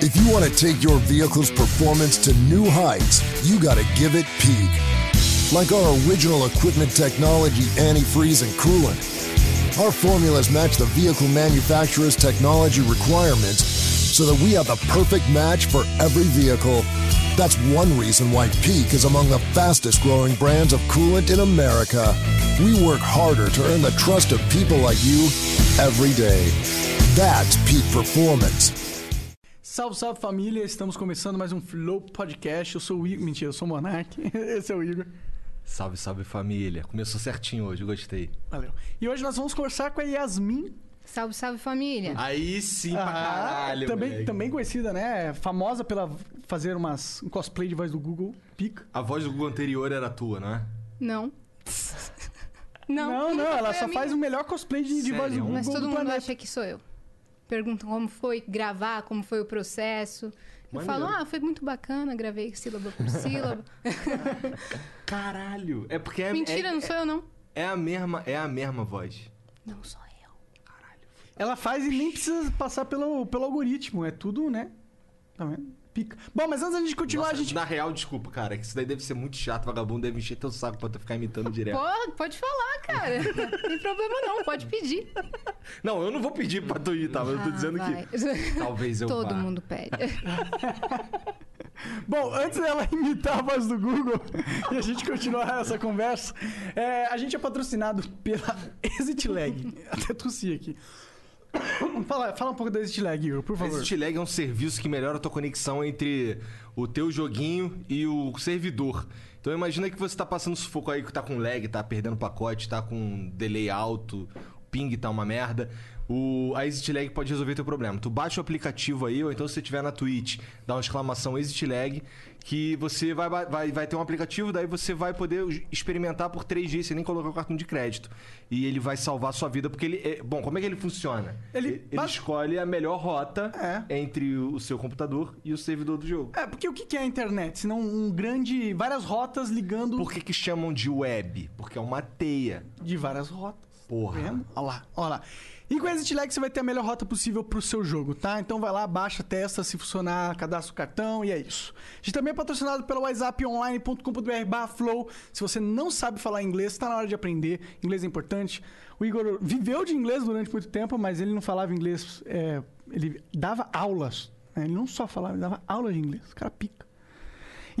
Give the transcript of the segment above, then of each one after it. If you want to take your vehicle's performance to new heights, you got to give it peak. Like our original equipment technology, antifreeze, and coolant, our formulas match the vehicle manufacturer's technology requirements so that we have the perfect match for every vehicle. That's one reason why Peak is among the fastest growing brands of coolant in America. We work harder to earn the trust of people like you every day. That's peak performance. Salve, salve família! Estamos começando mais um Flow Podcast. Eu sou o Igor. Mentira, eu sou o Monark. Esse é o Igor. Salve, salve família. Começou certinho hoje, gostei. Valeu. E hoje nós vamos conversar com a Yasmin. Salve, salve família. Aí sim, pra Ah, caralho, também, moleque. também conhecida, né? Famosa pela fazer umas, um cosplay de voz do Google. Pica. A voz do Google anterior era tua, não é? Não. Não, Não, não, nunca ela foi a só minha. um faz o melhor cosplay de, de Sério? voz do Google Mas todo do mundo planeta. acha que sou eu. Perguntam como foi gravar, como foi o processo. Eu Maneiro. falo, ah, foi muito bacana, gravei sílaba por sílaba. Caralho. É porque é, Mentira, é, não sou eu, não. é a mesma, é a mesma voz. Não sou eu. Ela faz e nem precisa passar pelo, pelo algoritmo. É tudo, né? Tá vendo? Pica. Bom, mas antes da gente continuar, Nossa, a gente. Na real, desculpa, cara, que isso daí deve ser muito chato, vagabundo deve encher teu saco pra tu ficar imitando direto. Pô, pode falar, cara. não tem problema não, pode pedir. Não, eu não vou pedir pra tu imitar, mas eu tô Ah, dizendo que vai. talvez eu Todo vá. É. mundo pede. Bom, antes dela imitar a voz do Google e a gente continuar essa conversa, é, a gente é patrocinado pela Exit Lag. Até tossi aqui. Fala, fala um pouco da Exit Lag, Igor, por A favor. Exit Lag é um serviço que melhora a tua conexão entre o teu joguinho e o servidor. Então imagina que você tá passando sufoco aí, que tá com lag, tá perdendo pacote, tá com delay alto, ping tá uma merda. O, a Exit Lag pode resolver teu problema. Tu baixa o aplicativo aí, ou então se você tiver na Twitch, dá uma exclamação Exit Lag, que você vai, ba- vai, vai ter um aplicativo, daí você vai poder ju- experimentar por três dias, sem nem colocar o cartão de crédito. E ele vai salvar a sua vida, porque ele... é- bom, como é que ele funciona? Ele bas- escolhe a melhor rota É. entre o seu computador e o servidor do jogo. É, porque o que que é a internet? Senão um grande. várias rotas ligando. Por que, que chamam de web? Porque é uma teia. De várias rotas. Porra. Tá vendo? Olha lá, olha lá. E com a Exit Lag você vai ter a melhor rota possível pro seu jogo, tá? Então vai lá, baixa, testa, se funcionar, cadastra o cartão e é isso. A gente também é patrocinado pelo whatsapponline.com.br barra flow. Se você não sabe falar inglês, tá na hora de aprender. Inglês é importante. O Igor viveu de inglês durante muito tempo, mas ele não falava inglês. é, ele dava aulas. né? Ele não só falava, ele dava aula de inglês. O cara pica.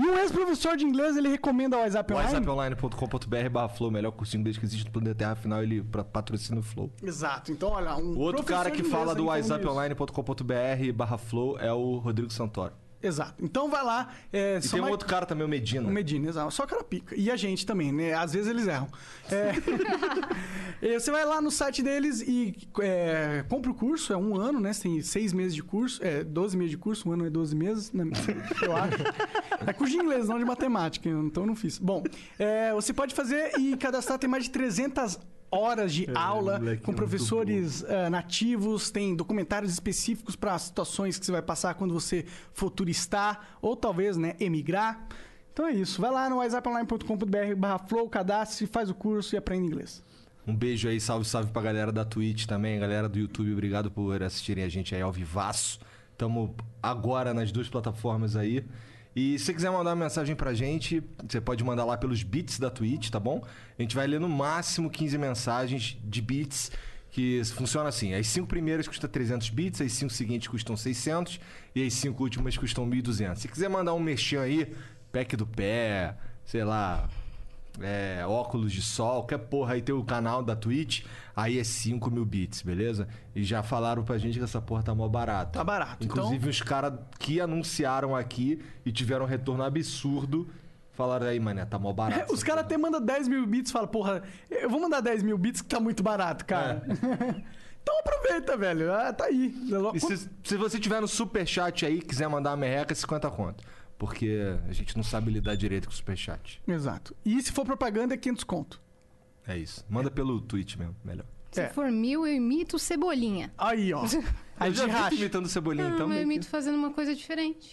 E um ex-professor de inglês, ele recomenda o WhatsApp Online. WhatsApponline.com.br barra Flow, melhor cursinho inglês que existe no planeta Terra, afinal ele pra- patrocina o Flow. Exato. Então, olha, um O professor outro cara de que inglês fala do recomenda isso. WhatsApponline.com.br barra Flow é o Rodrigo Santoro. Exato. Então vai lá. É, E só tem um mais- outro cara também, o Medina. O Medina, exato. Só cara pica. E a gente também, né? Às vezes eles erram. É. E É, Você vai lá no site deles e é, compra o curso, é um ano, né? Você tem seis meses de curso, é 12 meses de curso, um ano é 12 meses, né? eu acho. É curso de inglês, não de matemática, então eu não fiz. Bom, é, você pode fazer e cadastrar, tem mais de 300 horas de aula moleque, com é muito professores eh, nativos, tem documentários específicos para as situações que você vai passar quando você for turistar ou talvez, né, emigrar. Então é isso. Vai lá no whatsapponline.com.br barra flow, cadastre, faz o curso e aprende inglês. Um beijo aí, salve, salve pra galera da Twitch também, galera do YouTube, obrigado por assistirem a gente aí ao vivaço. Tamo agora nas duas plataformas aí. E se você quiser mandar uma mensagem pra gente, você pode mandar lá pelos bits da Twitch, tá bom? A gente vai ler no máximo 15 mensagens de bits, que funciona assim. As cinco primeiras custam 300 bits, as cinco seguintes custam 600 e as cinco últimas custam 1.200. Se quiser mandar um mexão aí, pack do pé, sei lá, é, óculos de sol, qualquer porra aí tem o canal da Twitch, aí é 5 mil bits, beleza? E já falaram pra gente que essa porra tá mó barata. Tá barato, Inclusive, os caras que anunciaram aqui e tiveram um retorno absurdo, falaram aí, mané, tá mó barato. É, Os essa caras porra." até mandam 10 mil bits e falam, porra, eu vou mandar 10 mil bits que tá muito barato, cara. então aproveita, velho. Ah, tá aí. E se, se você tiver no superchat aí e quiser mandar uma merreca, é 50 conto. Porque a gente não sabe lidar direito com o superchat. Exato. E se for propaganda, é 500 conto. É isso. Manda pelo Twitch mesmo, melhor. Se É. for mil, eu imito cebolinha. Aí, ó. Aí eu já de vi tu racha. imitando Cebolinha, então... não, eu meio que- imito fazendo uma coisa diferente.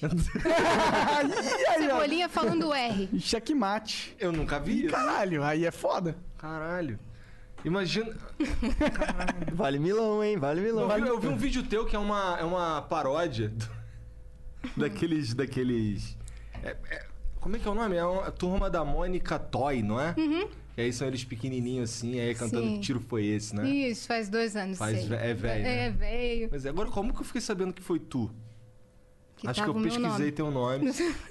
Aí, aí, ó. Cebolinha falando R. Checkmate. Eu nunca vi isso. Caralho, aí é foda. Caralho. Imagina... Vale milão, hein? Vale Eu milão. vi, eu vi um vídeo teu que é uma, é uma paródia. do- daqueles. daqueles é- é- como é que é o nome? É uma turma da Mônica Toy, não é? Uhum. E aí são eles pequenininhos assim, aí cantando Sim. que tiro foi esse, né? Isso, faz dois anos. Faz- sei. é velho, né? É velho. Mas agora, como que eu fiquei sabendo que foi tu? Que Acho tava que eu o meu pesquisei nome. teu nome.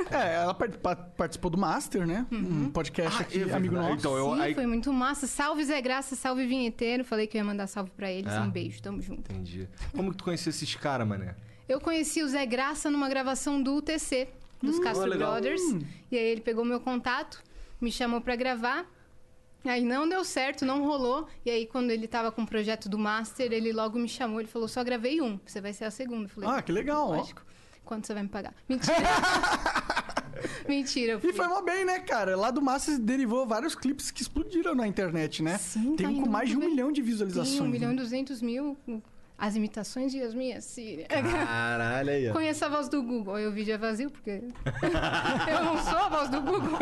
É, ela part- pa- participou do Master, né? Um podcast Ah, é aqui, verdade. amigo nosso. Então, eu- Sim, aí- foi muito massa. Salve Zé Graça, salve Vinheteiro. Falei que eu ia mandar salve pra eles. É. Um beijo, tamo junto. Entendi. Como que tu conheceu esses caras, mané? Eu conheci o Zé Graça numa gravação do UTC, dos ó, Castro Hum, legal. Brothers. E aí ele pegou meu contato, me chamou pra gravar. Aí não deu certo, não rolou. E aí, quando ele tava com o projeto do Master, ele logo me chamou. Ele falou: só gravei um, você vai ser a segunda. Eu falei, Ah, que legal, ó. Lógico. Quanto você vai me pagar? Mentira. Mentira. eu E fui- foi mó bem, né, cara? Lá do Master derivou vários clipes que explodiram na internet, né? Sim, Tem tá um com indo mais de um muito bem. milhão de Tem visualizações. 1 milhão e né? 200 mil. As imitações de Yasmin Assíria. Caralho aí, ó. Conheço a voz do Google. Aí o vídeo é vazio, porque. eu não sou a voz do Google.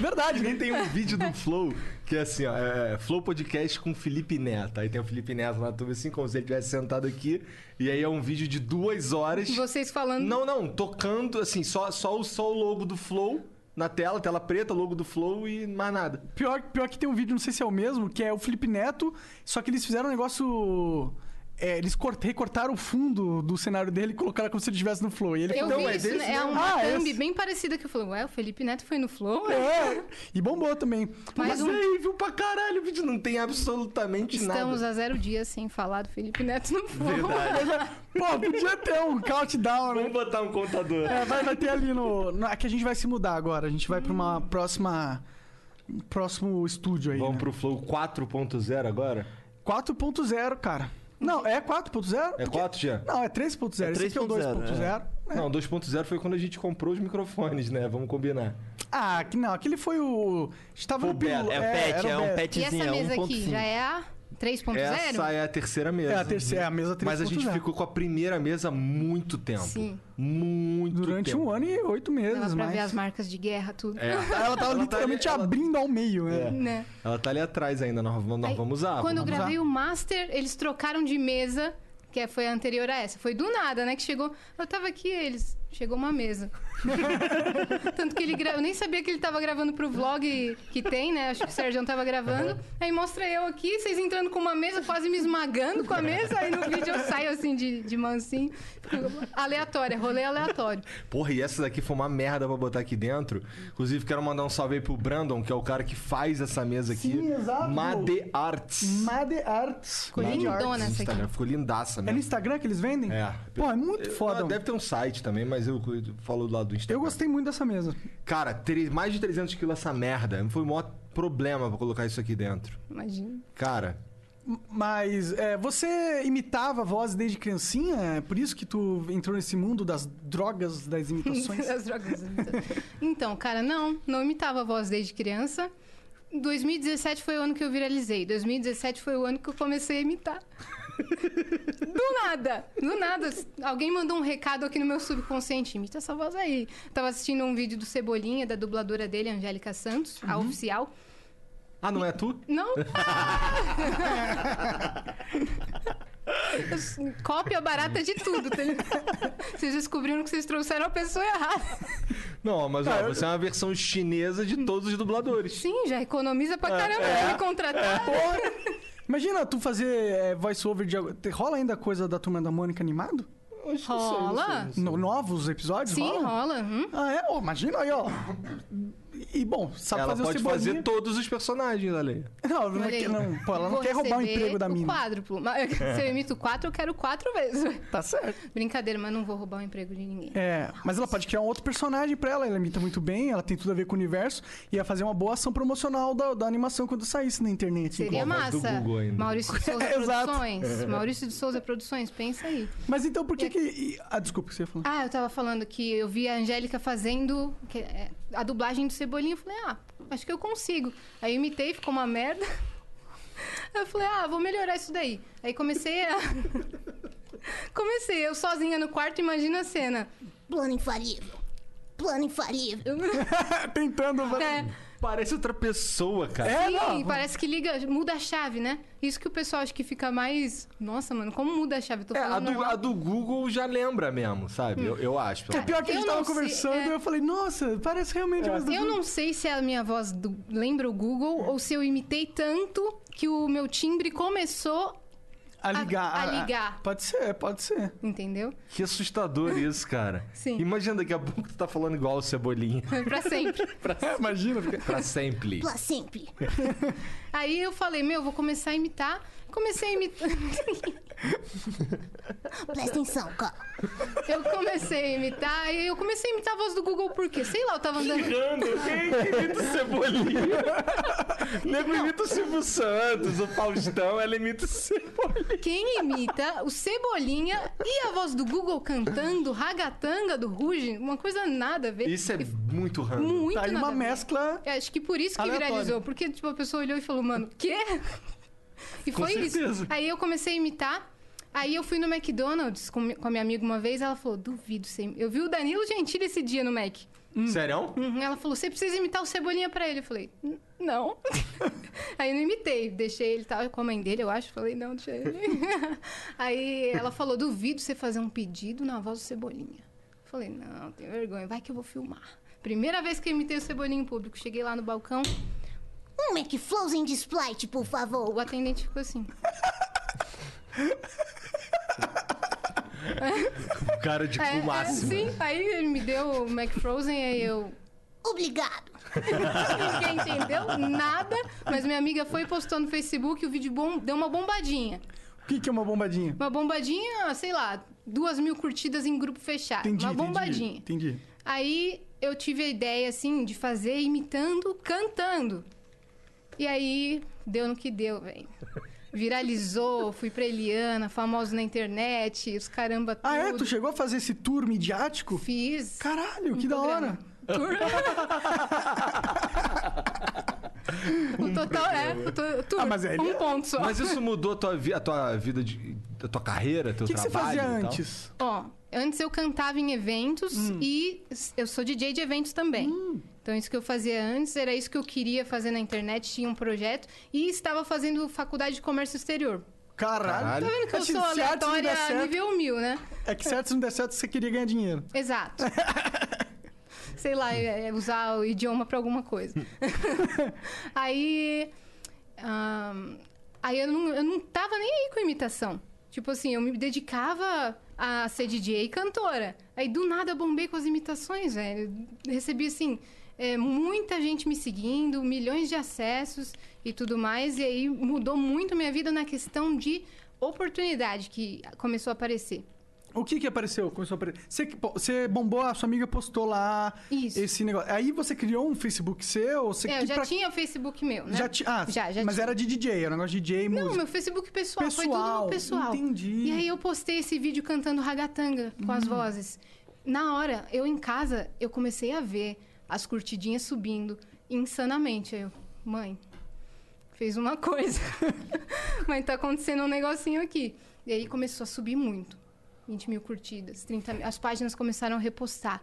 Verdade, Nem né? tem um vídeo do Flow, que é assim, ó, é, Flow Podcast com Felipe Neto. Aí tem o Felipe Neto lá no YouTube, assim, como se ele estivesse sentado aqui. E aí é um vídeo de duas horas. Vocês falando. Não, não, tocando, assim, só, só, o- só o logo do Flow na tela, tela preta, logo do Flow e mais nada. Pior, pior que tem um vídeo, não sei se é o mesmo, que é o Felipe Neto, só que eles fizeram um negócio. é, eles cort- recortaram o fundo do cenário dele e colocaram como se ele estivesse no Flow. E ele Eu Então, vi é isso, desse né? é mesmo? uma Ah, thumb esse. bem parecida que eu falei, ué, o Felipe Neto foi no Flow? É, e bombou também. Mas Mais um. aí, viu pra caralho, o vídeo não tem absolutamente Estamos nada. a zero dias sem falar do Felipe Neto no Flow. Pô, podia ter um countdown, né? Vamos botar um contador. É, vai, vai ter ali no, no. Aqui a gente vai se mudar agora. A gente vai pra uma próxima. um Próximo estúdio aí. Vamos Né? pro Flow 4.0 agora? 4.0, cara. Não, é 4.0? É porque- 4 já? Não, é 3.0. É Esse aqui é o 3.0, 2.0. É. Não, 2.0 foi quando a gente comprou os microfones, né? Vamos combinar. Ah, que não, aquele foi o. A gente tava O no Beto, piloto. é o pet, era é, o um Beto. E petzinho, essa é mesa aqui 1.5. já é a 3.0? Essa um é a terceira mesa. É a terceira, é a mesa 3.0. Mas a gente ficou com a primeira mesa muito tempo. Sim. Muito Durante tempo. um ano e oito meses, Dava pra ver mas. as marcas de guerra, tudo. É. Ela tava tá literalmente ali- ela- abrindo ao meio, né? Né? Ela tá ali atrás ainda, nós, vamos- nós Aí, Então, vamos usar. Quando eu vamos gravei o Master, eles trocaram de mesa, que é- foi a anterior a essa. Foi do nada, né? Que chegou. Eu tava aqui eles. Chegou uma mesa. Tanto que ele gra... Eu nem sabia que ele tava gravando pro vlog que tem, né? Acho que o Sérgio tava gravando. Aí mostra eu aqui, vocês entrando com uma mesa, quase me esmagando com a mesa. Aí no vídeo eu saio assim de, de mansinho. Fico- Aleatório, é rolê aleatório. Porra, e essa daqui foi uma merda pra botar aqui dentro. Inclusive, quero mandar um salve aí pro Brandon, que é o cara que faz essa mesa aqui. Sim, exato. Made Arts. Made Arts. Ficou lindona essa aqui. Instagram. Ficou lindaça É no mesmo. Instagram que eles vendem? Pô, é muito foda. Ah, mano. Deve ter um site também, mas eu cuido- falo do lado do Instagram. Eu gostei muito dessa mesa. Cara, tre- mais de 300 quilos essa merda. Foi o maior problema pra colocar isso aqui dentro. Imagina. Cara, M- Mas é, você imitava a voz desde criancinha? É por isso que tu entrou nesse mundo das drogas, das imitações? Das drogas. Então, cara, não, não imitava a voz desde criança. 2017 foi o ano que eu viralizei. 2017 foi o ano que eu comecei a imitar. Do nada! Do nada! Alguém mandou um recado aqui no meu subconsciente. Imita essa voz aí. Eu tava assistindo um vídeo do Cebolinha, da dubladora dele, Angélica Santos, a oficial. Ah, não é tu? Não. Cópia barata de tudo. tá ligado? Vocês descobriram que vocês trouxeram a pessoa errada. Não, mas ó, você é uma versão chinesa de todos os dubladores. Sim, já economiza É, pra caramba pra me contratar. Porra! Imagina tu fazer é, voice-over de... algo- te- Rola ainda coisa da Turma da Mônica animado? Rola? No- novos episódios? Sim, rola. Hum? Ah, é? Ô, imagina aí, ó. E, bom, sabe Ela fazer o pode fazer Cebolinha... todos os personagens, Ale. Não, não, Olha quer, aí. não. Pô, ela não Vou quer roubar o receber emprego da mina. É. quádruplo. Mas Se eu imito quatro, eu quero quatro vezes. Tá certo. Brincadeira, mas não vou roubar o emprego de ninguém. É, mas ela pode criar um outro personagem pra ela. Ela imita muito bem, ela tem tudo a ver com o universo. E ia fazer uma boa ação promocional da, da animação quando saísse na internet. Seria Com a voz do massa. Google ainda. Maurício de Souza Exato. Produções. Maurício de Souza Produções, pensa aí. Mas então por que que... e- Ah, desculpa o que você ia falar. Ah, eu tava falando que eu vi a Angélica fazendo que- é, a dublagem do Cebolinha. Eu falei, ah, acho que eu consigo. Aí eu imitei, ficou uma merda. Aí Eu falei, ah, vou melhorar isso daí. Aí comecei a. comecei, eu sozinha no quarto, imagina a cena. Plano infalível. Plano infalível. Tentando... É, Parece outra pessoa, cara. É, "Ah, Sim, não. parece que liga, muda a chave, né? Isso que o pessoal acha que fica mais. Nossa, mano, como muda a chave? Eu Tô É, a falando do, normal. a do Google já lembra mesmo, sabe? Hum. Eu, eu acho. pelo É pior que a Eu gente não tava sei, conversando é. eu falei, nossa, parece realmente é mais do Eu não sei se é a minha voz do- lembra o Google ou se eu imitei tanto que o meu timbre começou, A ligar. a- a ligar. Pode ser, pode ser. entendeu? Que assustador isso, cara. Hum. Sim. Imagina, daqui a pouco tu tá falando igual o Cebolinha. pra sempre. É, imagina. fica- pra sempre. Pra sempre. Aí eu falei, meu, vou começar a imitar. Comecei a imitar. Presta atenção, cara. Eu comecei a imitar, e eu comecei a imitar a voz do Google por quê? Sei lá, eu tava andando. Tirando, quem que imita o Cebolinha? Nego imita o Silvio Santos, o Faustão, ela imita o Cebolinha. Quem imita o Cebolinha e a voz do Google cantando ragatanga do Ruge, uma coisa nada a ver. Isso é muito random. muito Tá aí nada uma a ver. mescla. Eu acho que por isso que Aleatório. viralizou, porque tipo, a pessoa olhou e falou, mano, quê? E Com foi certeza. isso. Aí eu comecei a imitar. Aí eu fui no McDonald's com, mi- com a minha amiga uma vez, ela falou, duvido você. im- Eu vi o Danilo Gentili esse dia no Mac. Serão? Uhum, Ela falou, você precisa imitar o Cebolinha pra ele. Eu falei, "N- não. Aí eu não imitei, deixei ele tal, com a mãe dele, eu acho. Falei, não, deixa ele. Aí ela falou, duvido você fazer um pedido na voz do Cebolinha. Eu Falei, não, tenho vergonha, vai que eu vou filmar. Primeira vez que eu imitei o Cebolinha em público, cheguei lá no balcão, Um McFrozen de Sprite, por favor. o atendente ficou assim. O cara de É, cu é, máximo. sim, aí ele me deu o McFrozen, aí eu... Obrigado. Ninguém entendeu nada, mas minha amiga foi e postou no Facebook, o vídeo bom, deu uma bombadinha. O que, que é uma bombadinha? Uma bombadinha, sei lá, duas mil curtidas em grupo fechado. Entendi. Ah, uma entendi, bombadinha. Entendi. Aí eu tive a ideia, assim, de fazer imitando, cantando. E aí deu no que deu, velho. Viralizou, fui pra Eliana, famoso na internet, os caramba tudo. Ah, é? Tu chegou a fazer esse tour midiático? Fiz. Um Caralho, que da hora. O total é. O to- tour, Ah, mas é um Eliana. ponto só. Mas isso mudou a tua, vi- a tua vida, de, a tua carreira, teu O que, que trabalho? você fazia e tal? antes? Ó, antes eu cantava em eventos Hum. e s- eu sou DJ de eventos também. Então, isso que eu fazia antes, era isso que eu queria fazer na internet, tinha um projeto. E estava fazendo faculdade de comércio exterior. Caralho. Caralho. Tá vendo que eu Mas se- sou se artes não der aleatória certo- nível mil, né? É que se antes não der certo, você queria ganhar dinheiro. Exato. Sei lá, é- é usar o idioma pra alguma coisa. aí. ahn, aí eu não, eu não tava nem aí com imitação. Tipo assim, eu me dedicava a ser DJ e cantora. Aí do nada eu bombei com as imitações, velho. Eu Recebi assim. é, muita gente me seguindo, milhões de acessos e tudo mais. E aí mudou muito minha vida na questão de oportunidade que começou a aparecer. O que que apareceu? Começou a aparecer. Você, que- pô, você bombou, a sua amiga postou lá Isso. esse negócio. Aí você criou um Facebook seu? Você É, que eu já pra- tinha o Facebook meu, né? Já ti- Ah, já, já mas tinha. era de DJ, era um negócio de DJ, Não, música. meu Facebook pessoal, foi tudo Pessoal, no pessoal. entendi. Hum. E aí eu postei esse vídeo cantando ragatanga com as vozes. Na hora, eu em casa, eu comecei a ver as curtidinhas subindo insanamente. Aí eu, mãe, fez uma coisa. Mas tá acontecendo um negocinho aqui. E aí começou a subir muito. 20 mil curtidas, 30 mil. As páginas começaram a repostar.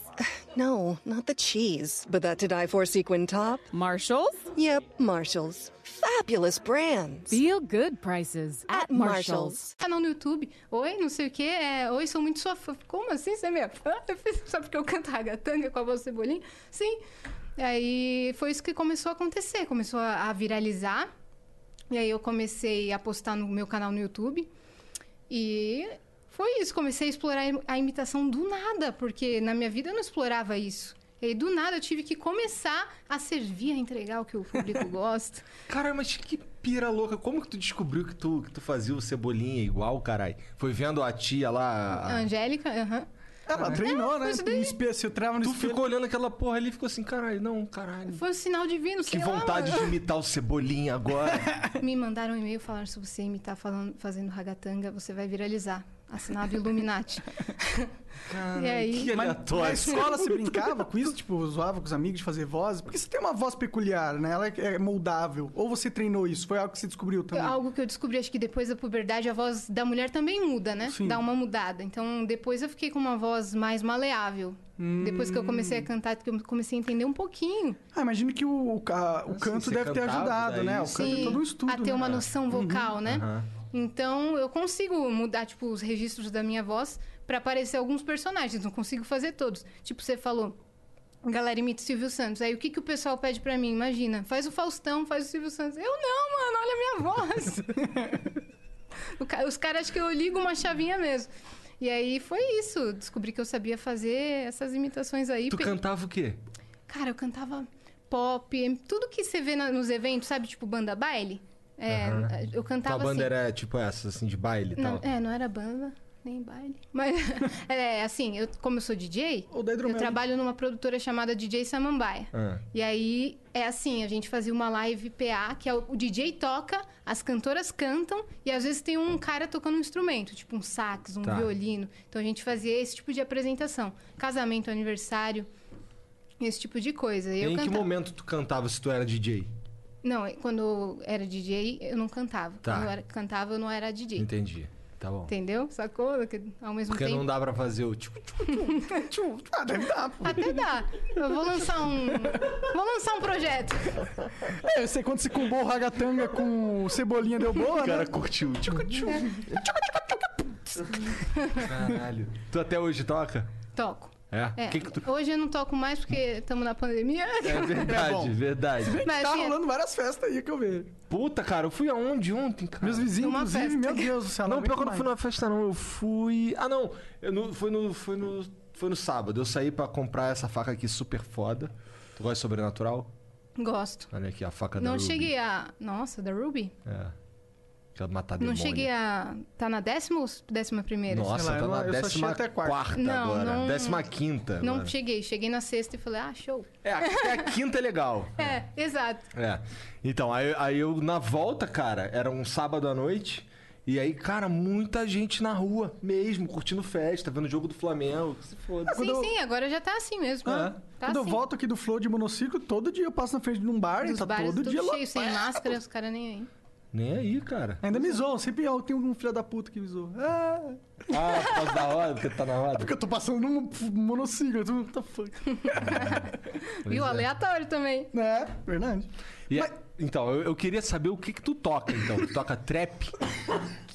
No, not the cheese, but that to die for sequin top. Marshall's? Yep, Marshall's. Fabulous brands. Feel good prices at Marshall's. canal Ah, no YouTube. Oi, não sei o que, é, oi, sou muito sua fã. Como assim? Você é minha fã? Eu fiz só porque eu canto ragatanga com a voz do cebolinha? Sim. Aí foi isso que começou a acontecer, começou a, a viralizar. E aí eu comecei a postar no meu canal no YouTube. E foi isso, comecei a explorar a imitação do nada, porque na minha vida eu não explorava isso. E aí, do nada eu tive que começar a servir, a entregar o que o público gosta. Cara, mas que pira louca. Como que tu descobriu que Ah, tu, que tu fazia o Cebolinha igual, caralho? Foi vendo a tia lá... a- Angélica, aham. Ela treinou, né? foi é, isso é- daí. No espelho, se eu trava no Tu espelho. ficou olhando aquela porra ali e ficou assim, caralho, não, caralho. Foi um sinal divino, Que sei lá, vontade de mano. imitar o Cebolinha agora. Me mandaram um e-mail falaram se você imitar tá falando, fazendo ragatanga, você vai viralizar. Assinado Illuminati. e aí, que é Mas na aleatório. escola se brincava com isso? Tipo, zoava com os amigos de fazer voz? Porque você tem uma voz peculiar, né? Ela é moldável. Ou você treinou isso? Foi algo que você descobriu também? algo que eu descobri, acho que depois da puberdade, a voz da mulher também muda, né? Sim. Dá uma mudada. Então, depois eu fiquei com uma voz mais maleável. Depois que eu comecei Hum. a cantar, que eu comecei a entender um pouquinho. Ah, imagino que o, o ca- o Assim, canto você deve ter cantava, ajudado, daí né? O sim. canto é todo um estudo. a ter né? uma noção vocal, né? Então, eu consigo mudar, tipo, os registros da minha voz pra aparecer alguns personagens. Não consigo fazer todos. Tipo, você falou... Galera, imita o Silvio Santos. Aí, o que, que o pessoal pede pra mim? Imagina, faz o Faustão, faz o Silvio Santos. Eu não, mano, olha a minha voz. O ca- Os caras acham que eu ligo uma chavinha mesmo. E aí, foi isso. Descobri que eu sabia fazer essas imitações aí. Tu Pe- cantava o quê? Cara, eu cantava pop, em- tudo que você vê na- nos eventos, sabe? Tipo banda baile. É, eu Tua cantava banda assim. era tipo essa, assim, de baile e Não, tal. é, não era banda, nem baile. Mas, é, assim, eu, como eu sou DJ, Ou da eu hidromel. trabalho numa produtora chamada DJ Samambaia. Ah. E aí, é assim, a gente fazia uma live PA, que é o, o DJ toca, as cantoras cantam, e às vezes tem um cara tocando um instrumento, tipo um sax, um Tá. violino. Então a gente fazia esse tipo de apresentação. Casamento, aniversário, esse tipo de coisa. E eu em que cantava. momento tu cantava se tu era DJ? Não, quando eu era DJ, eu não cantava. Tá. Quando eu era- cantava, eu não era DJ. Entendi. Tá bom. Entendeu? Sacou? Que Ao mesmo Porque tempo. não dá pra fazer o tipo. Ah, deve dar, pô. Até dá. Eu vou lançar um. Vou lançar um projeto. É, eu sei quando se combou o ragatanga com o cebolinha deu boa, né? curtiu. tipo, né? Caralho. Tu até hoje toca? Toco. É? É, O que que tu... Hoje eu não toco mais porque estamos na pandemia. é verdade, bom. verdade. Mas, Tá assim, rolando várias festas aí que eu vejo. Puta, cara, eu fui aonde ontem, cara? Meus vizinhos, Uma inclusive, festa. meu Deus do céu. Não, aguento pior que eu não fui mais. numa festa, não. Eu fui. Ah, não. Eu não... Foi, no... Foi, no... foi no sábado. Eu saí pra comprar essa faca aqui super foda. Tu gosta de sobrenatural? Gosto. Olha aqui a faca da Não Ruby. cheguei a. Nossa, da Ruby? É. Quer matar Não demônio. cheguei a. Tá na décima ou décima primeira? Nossa, Sei lá, tá eu- na eu só décima achei até quarta. quarta, Não, agora. não- Décima quinta. Não agora. cheguei. Cheguei na sexta e falei, ah, show. É, a, é a quinta é legal. É, exato. É. Então, aí, aí eu, na volta, cara, era um sábado à noite. E aí, cara, muita gente na rua mesmo, curtindo festa, vendo o jogo do Flamengo. que Se foda. Sim, sim, agora já tá assim mesmo. É. Ah. Ah, Tá Quando eu assim. volto aqui do Flow de monociclo, todo dia eu passo na frente de um bar e Os tá bares todo tudo dia lá. cheio, sem máscara, os caras nem aí. Nem aí, cara. Ainda me zoam, sempre eu tenho um filho da puta que me zoa. Ah, Ah, por causa da roda, porque tá na roda. porque eu tô passando num monociclo, tu what the fuck. e o é. aleatório também. É, verdade. E Mas- é- Então, eu, eu queria saber o que que tu toca, então. Tu toca trap?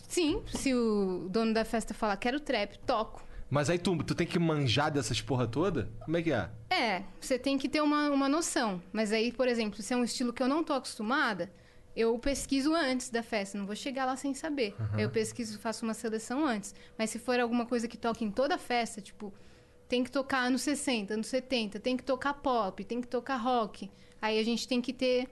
Sim, se o dono da festa falar quero trap, toco. Mas aí tu, tu tem que manjar dessas porra toda? Como é que é? É, você tem que ter uma, uma noção. Mas aí, por exemplo, se é um estilo que eu não tô acostumada, eu pesquiso antes da festa. Não vou chegar lá sem saber. Eu pesquiso, faço uma seleção antes. Mas se for alguma coisa que toque em toda a festa, tipo, tem que tocar anos 60, anos 70, tem que tocar pop, tem que tocar rock. Aí a gente tem que ter.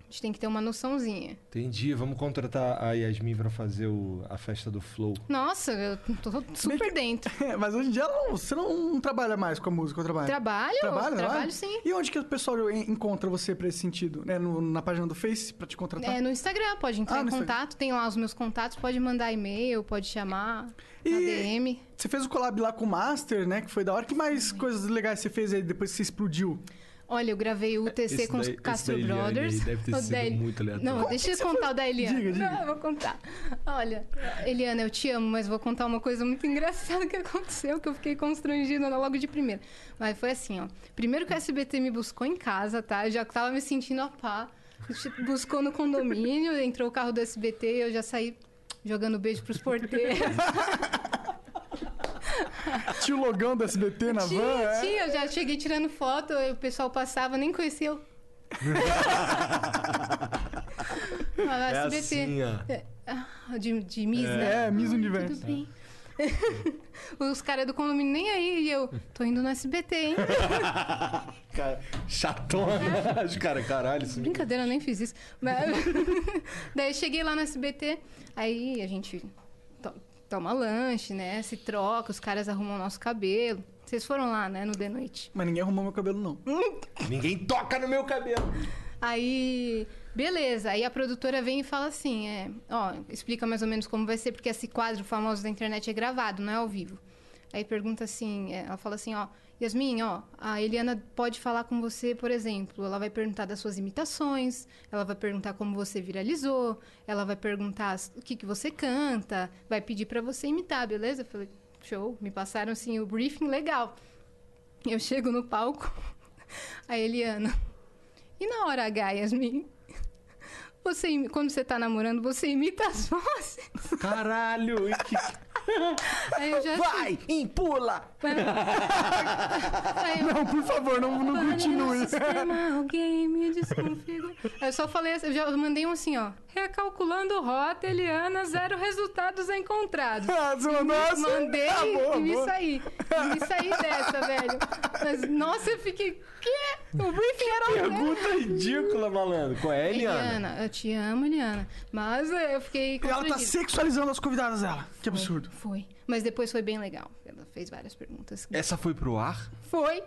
A gente tem que ter uma noçãozinha. Entendi, vamos contratar a Yasmin pra fazer o- a festa do Flow. Nossa, eu tô super dentro. É, mas hoje em dia ela não- você não trabalha mais com a música, eu trabalho. Trabalho, Trabalho, trabalho sim. E onde que o pessoal en- encontra você pra esse sentido? né? No- na página do Face, pra te contratar? É, no Instagram, pode Então tá. entrar Ah, em no contato, Instagram. tem lá os meus contatos, pode mandar e-mail, pode chamar E- na DM. Você fez o collab lá com o Master, né? Que foi da hora. Que mais coisas legais você fez aí depois que você explodiu? Olha, eu gravei o UTC Esse com os daí- esse Castro da Eliane aí Brothers. deve ter O sido muito aleatório. Não, deixa eu contar o da Eliana. Diga, diga. Não, eu vou contar. Olha, Eliana, eu te amo, mas vou contar uma coisa muito engraçada que aconteceu, que eu fiquei constrangida logo de primeira. Mas foi assim, ó. Primeiro que o SBT me buscou em casa, tá? Eu já tava me sentindo a pá. Buscou no condomínio, entrou o carro do SBT e eu já saí jogando beijo pros porteiros. Tio Logão do SBT na Tinha, van? é? tinha, eu já cheguei tirando foto, aí o pessoal passava, nem conhecia eu. É Ah, SBT. assim, ó. É, ah, de, de Miss, né? É, Miss Ah, Universo. Tudo bem. Os caras do condomínio nem aí, e eu, tô indo no SBT, hein? Cara, chatona. Os cara, caralho, isso me... Brincadeira, eu nem fiz isso. Mas- Daí eu cheguei lá no SBT, aí a gente to- toma lanche, né? Se troca, os caras arrumam o nosso cabelo. Vocês foram lá, né, no The Noite. Mas ninguém arrumou meu cabelo, não. Ninguém toca no meu cabelo. Aí, beleza. Aí a produtora vem e fala assim, é, ó, explica mais ou menos como vai ser, porque esse quadro famoso da internet é gravado, não é ao vivo. Aí pergunta assim, é, ela fala assim, ó, Yasmin, ó, a Eliana pode falar com você, por exemplo, ela vai perguntar das suas imitações, ela vai perguntar como você viralizou, ela vai perguntar as- o que, que você canta, vai pedir pra você imitar, beleza? Eu falei, show, me passaram assim o briefing legal. Eu chego no palco, a Eliana. E na hora H, Yasmin? Você, imi- quando você tá namorando, você imita as vozes? Caralho, e que... Aí eu já assim, Vai, empula! aí eu, Não, por favor, não, não "Olha, continue. no sistema, alguém me desconfigura. Aí eu só falei assim, eu já mandei um assim, ó. Recalculando rota, Eliana, zero resultados encontrados. Ah, você mandou essa? Mandei Tá bom, e me bom. saí. E me saí dessa, velho. Mas, nossa, eu fiquei... Quê? O briefing era... Pergunta ridícula, malandro. Qual é, Eliana? Eliana, eu te amo, Eliana. Mas é, eu fiquei E ela tá constrangida. sexualizando as convidadas dela. É. Que absurdo. Foi. Mas depois foi bem legal. Ela fez várias perguntas. É. Essa foi pro ar? Foi,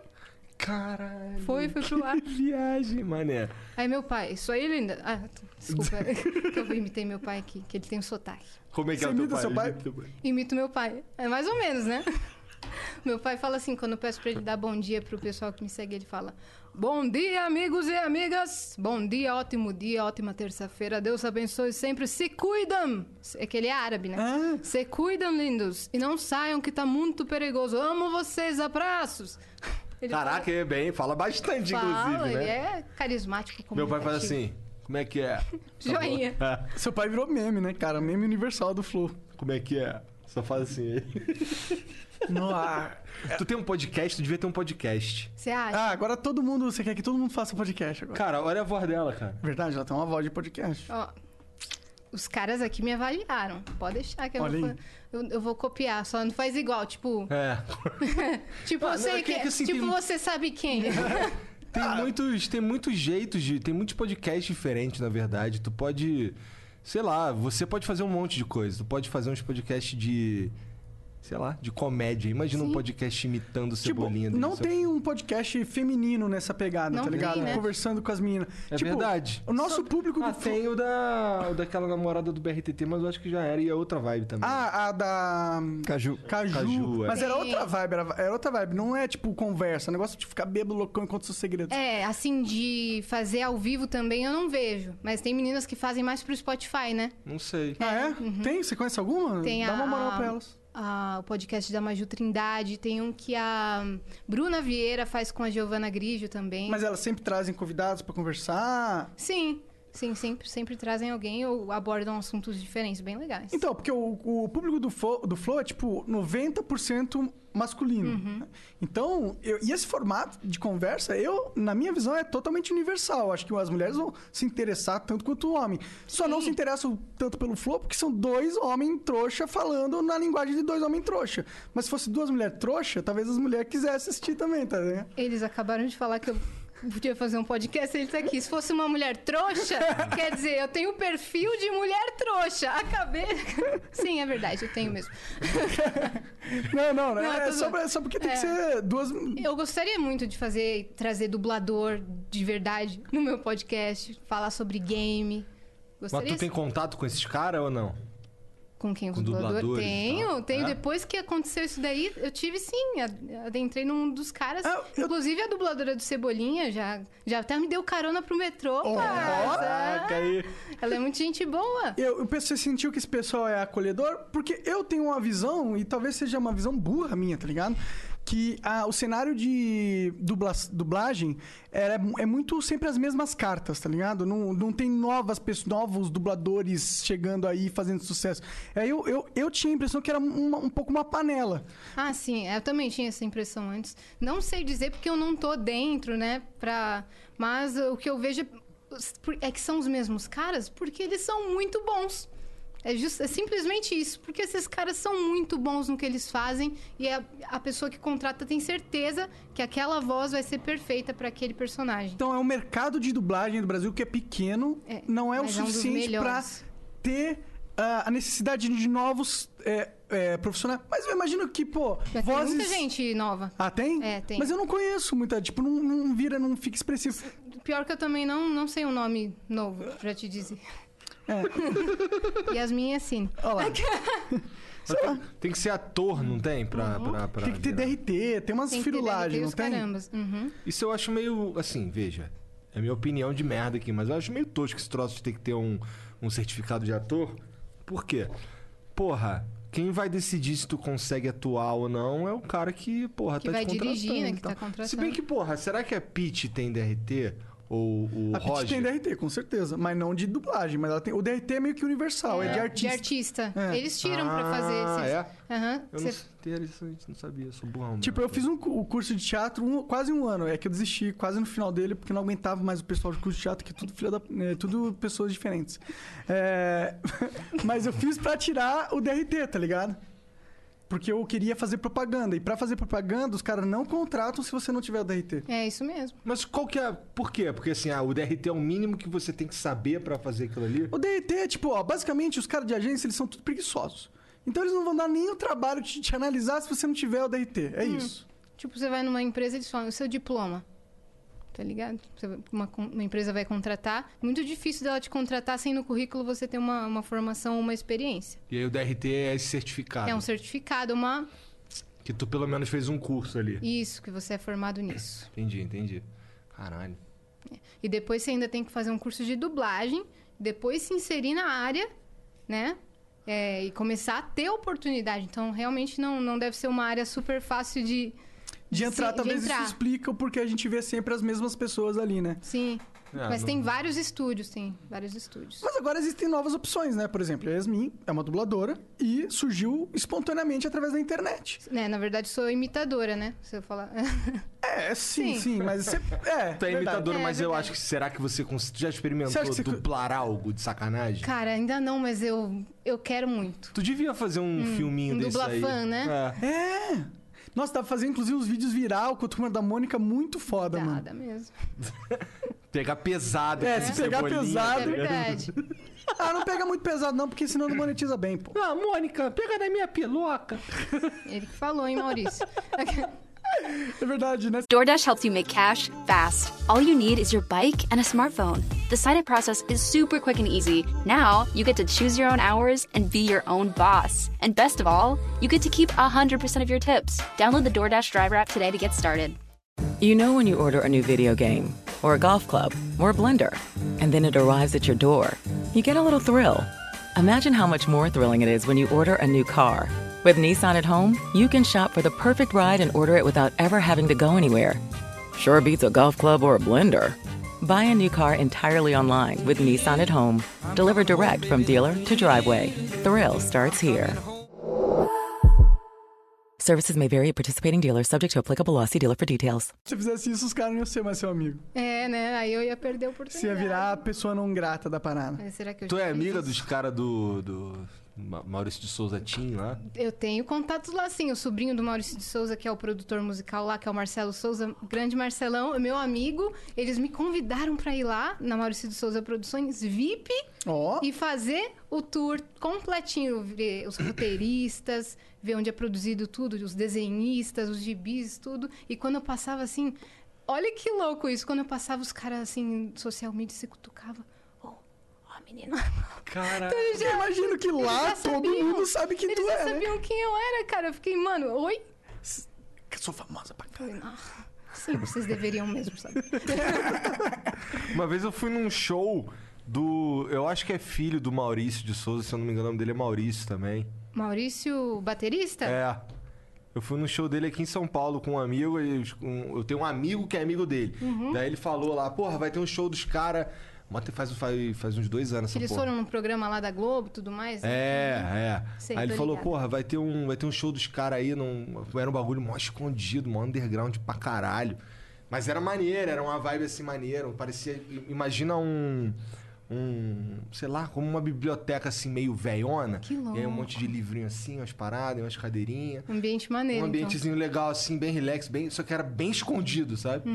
Caralho. foi, foi pro ar. Que viagem, mané. Aí meu pai, isso aí ele ainda. Ah, t- desculpa, que eu imitei meu pai aqui, que ele tem um sotaque. Como é que é Você o teu imita pai? seu pai? Imita o pai? Imito meu pai. É mais ou menos, né? Meu pai fala assim, quando eu peço pra ele dar bom dia pro pessoal que me segue, ele fala: Bom dia, amigos e amigas! Bom dia, ótimo dia, ótima terça-feira. Deus abençoe sempre. Se cuidam! É que ele é árabe, né? Ah. Se cuidam, lindos! E não saiam que tá muito perigoso. Amo vocês, abraços! Ele fala- Caraca, é bem, fala bastante, Fala, inclusive, ele né? é carismático. Meu pai faz comunicativo. assim, como é que é? Joinha. Seu pai virou meme, né, cara? Meme universal do Flow. Como é que é? Só faz assim. No ar. tu tem um podcast, tu devia ter um podcast. Você acha? Ah, agora todo mundo. Você quer que todo mundo faça podcast agora? Cara, olha a voz dela, cara. Verdade, ela tem uma voz de podcast. Ó, os caras aqui me avaliaram. Pode deixar que eu, Olha vou, aí. fa- eu, eu vou copiar. Só não faz igual. Tipo, É. tipo, Ah, eu sei não, é que- que- é que assim, tipo tem- você sabe quem. Tem muitos, tem muitos jeitos de, tem muitos podcasts diferentes, na verdade. Tu pode, sei lá, você pode fazer um monte de coisa. Tu pode fazer uns podcasts de, sei lá, de comédia. Imagina um podcast imitando Tipo, Cebolinha. do não seu- tem um podcast feminino nessa pegada, Não tá tem, ligado? né? Conversando com as meninas. É Tipo, verdade. O nosso público do Ah, Flow- tem o da o daquela namorada do BRTT, mas eu acho que já era e é outra vibe também. Ah, a da. Caju. Caju. Caju, é. Mas era Sim. outra vibe, era, era outra vibe. Não é tipo conversa, é um negócio de ficar bêbado loucão enquanto seus segredos. é, assim, de fazer ao vivo também eu não vejo. Mas tem meninas que fazem mais pro Spotify, né? Não sei. Ah, é? Tem? Você conhece alguma? uhum. Tem Dá a- uma moral pra elas. a- o podcast da Maju Trindade, tem um que a Bruna Vieira faz com a Giovana Grigio também. Mas elas sempre trazem convidados pra conversar. Sim, sim, sempre, sempre trazem alguém ou abordam assuntos diferentes, bem legais. Então, porque o, o público do Flow, do Flow é tipo 90% masculino. Uhum. né? Então, eu- e esse formato de conversa, eu, na minha visão, é totalmente universal. Acho que as mulheres vão se interessar tanto quanto o homem. Só não se interessam tanto pelo Flow, porque são dois homens trouxa falando na linguagem de dois homens trouxa. Mas se fosse duas mulheres trouxa, talvez as mulheres quisessem assistir também, tá vendo? Eles acabaram de falar que eu podia fazer um podcast, eles aqui. Se fosse uma mulher trouxa, quer dizer, eu tenho o perfil de mulher trouxa. Acabei. Sim, é verdade, eu tenho mesmo. Não, não, não. Não, é tô só, zoando. pra- só porque tem É. que ser duas. Eu gostaria muito de fazer, trazer dublador de verdade no meu podcast, falar sobre game. Mas Gostaria tu tem contato com esses caras ou não? Com quem? Com Com o dublador? dubladores e Tenho, tal. tenho. É? Depois que aconteceu isso daí, eu tive sim. a- Adentrei num dos caras. Ah, eu- Inclusive a dubladora do Cebolinha já, já até me deu carona pro metrô. parça. aí. Ela é muito gente boa. Eu, eu penso, você sentiu que esse pessoal é acolhedor? Porque eu tenho uma visão, e talvez seja uma visão burra minha, tá ligado? Que ah, o cenário de dubla- dublagem era- é muito sempre as mesmas cartas, tá ligado? Não, não tem novas pessoas, novos dubladores chegando aí fazendo sucesso. Aí eu, eu, eu tinha a impressão que era uma- um pouco uma panela. Ah, sim, eu também tinha essa impressão antes. Não sei dizer porque eu não tô dentro, né? Pra... Mas uh, o que eu vejo é- os- por- é que são os mesmos caras porque eles são muito bons. É, jus- é simplesmente isso, porque esses caras são muito bons no que eles fazem e a, a pessoa que contrata tem certeza que aquela voz vai ser perfeita pra aquele personagem. Então é um mercado de dublagem do Brasil que é pequeno, É, não é o mas é um dos suficiente pra melhores. ter ah, a necessidade de novos é, é, profissionais. Mas eu imagino que, pô, Mas tem vozes. muita gente nova. Ah, tem? É, tem. Mas eu não conheço muita. Tipo, não, não vira, não fica expressivo. Pior que eu também não, não sei um nome novo pra te dizer. Yasmin Yassine. Olha lá. Tem que ser ator, não tem? Pra, pra, pra Tem que ter virar. DRT, tem umas Tem que ter firulagens, DRT não os tem? carambas. Uhum. Isso eu acho meio. Assim, veja. É minha opinião de merda aqui, mas eu acho meio tosco esse troço de ter que ter um, um certificado de ator. Por quê? Porra, quem vai decidir se tu consegue atuar ou não é o cara que, porra, Que tá vai te contratando. dirigir, né, e que tal. tá contratando. Se bem que, porra, será que a Pete tem DRT? Ou o A Pitty Roger? tem DRT, com certeza. Mas não de dublagem. Mas ela tem... o DRT é meio que universal, é, de artista. artista. É. Eles tiram pra Ah, fazer esses. é? Aham. Eu não, Cê- sei, interessante, não sabia, sou burrão. Tipo, mesmo. eu fiz um, cu- o curso de teatro um- quase um ano. É que eu desisti quase no final dele, porque não aguentava mais o pessoal de curso de teatro, que é tudo, filha da, é, tudo pessoas diferentes. É, mas eu fiz pra tirar o DRT, tá ligado? Porque eu queria fazer propaganda. E pra fazer propaganda, os caras não contratam se você não tiver o DRT. É isso mesmo. Mas qual que é. Por quê? Porque assim, ah, o DRT é o mínimo que você tem que saber pra fazer aquilo ali. O DRT é tipo, ó, basicamente os caras de agência, eles são tudo preguiçosos. Então eles não vão dar nem o trabalho de te analisar se você não tiver o DRT. É isso. Tipo, você vai numa empresa e eles falam, o seu diploma. Tá ligado? Você vai- uma, con- uma empresa vai contratar. Muito difícil dela te contratar sem no currículo você ter uma, uma formação, uma experiência. E aí o DRT é esse certificado. É um certificado, uma. Que tu pelo menos fez um curso ali. Isso, que você é formado nisso. Entendi, entendi. Caralho. E depois você ainda tem que fazer um curso de dublagem, depois se inserir na área, né? É, e começar a ter oportunidade. Então, realmente não, não deve ser uma área super fácil de. De entrar, se- talvez entrar. isso explica o porquê a gente vê sempre as mesmas pessoas ali, né? Sim. É, Mas não- tem vários estúdios, tem vários estúdios. Mas agora existem novas opções, né? Por exemplo, a Yasmin é uma dubladora e surgiu espontaneamente através da internet. Né, na verdade, sou imitadora, né? Se eu falar. É, sim, sim, Sim. mas você. É. Tu é verdade. imitadora, É, mas eu verdade. acho que. Será que você. cons- Tu já Você experimentou acha que você- dublar algo de sacanagem? Cara, ainda não, mas eu, eu quero muito. Tu devia fazer um filminho um desse aí. dublafan, né? É. É! Nossa, tava fazendo inclusive uns vídeos viral com a turma da Mônica muito foda, mano. Nada mesmo. Pegar pesado. É, com se pegar cebolinha, pesado- É tá ligado? verdade. Ah, não pega muito pesado, não, porque senão não monetiza bem, pô. Ah, Mônica, pega na minha piloca. Ele que falou, hein, Maurício? É verdade, né? DoorDash helps you make cash fast. All you need is your bike and a smartphone. The sign up process is super quick and easy. Now, you get to choose your own hours and be your own boss. And best of all, you get to keep 100% of your tips. Download the DoorDash driver app today to get started. You know when you order a new video game, or a golf club, or a blender, and then it arrives at your door, you get a little thrill. Imagine how much more thrilling it is when you order a new car. With Nissan at home, you can shop for the perfect ride and order it without ever having to go anywhere. Sure beats a golf club or a blender. Buy a new car entirely online with Nissan at home. Delivered direct from dealer to driveway. Thrill starts here. Services may vary at participating dealers, subject to applicable law. See dealer for details. Se você fizesse isso, os caras não iam ser mais seu amigo. É, né? Aí eu ia perder a oportunidade. Você ia virar a pessoa não grata da parada. Mas Será que eu Tu já é fiz amiga isso? dos caras do. do. Ma- Maurício de Souza Tim lá? Eu tenho contatos lá, sim. O sobrinho do Maurício de Souza, que é o produtor musical lá, que é o Marcelo Souza, o grande Marcelão, é meu amigo. Eles me convidaram pra ir lá na Maurício de Souza Produções VIP Ó. É. e fazer o tour completinho, ver os roteiristas, ver onde é produzido tudo, os desenhistas, os gibis, tudo. E quando eu passava assim, olha que louco isso, quando eu passava os caras assim, social media, se cutucava. Ô, oh, ó, menino. É. Cara. Eu então já- imagino que eles lá já Ah, todo sabiam. mundo sabe quem eles tu já é, né? sabiam quem eu era, cara. Eu fiquei, mano, oi? Que sou famosa pra caralho. Sim, vocês deveriam mesmo, sabe? Uma vez eu fui num show do. Eu acho que é filho do Maurício de Souza, se eu não me engano, o nome dele é Maurício também. Maurício, baterista? É. Eu fui num show dele aqui em São Paulo com um amigo. e os- um- eu tenho um amigo que é amigo dele. Uhum. Daí ele falou lá, porra, vai ter um show dos caras. Faz, faz, faz uns dois anos Que essa eles porra. foram num programa lá da Globo e tudo mais. né? É, é. Sei, aí ele tô falou, ligada. porra, vai ter, um, vai ter um show dos caras aí, num, era um bagulho mó escondido, mó underground pra caralho. Mas era maneiro, era uma vibe assim maneira. Parecia. Imagina um. um, sei lá, como uma biblioteca assim meio velhona. Que E aí um louco. monte de livrinho assim, umas paradas, umas cadeirinhas. Um ambiente maneiro, Um então. ambientezinho legal, assim, bem relax, bem, só que era bem escondido, sabe?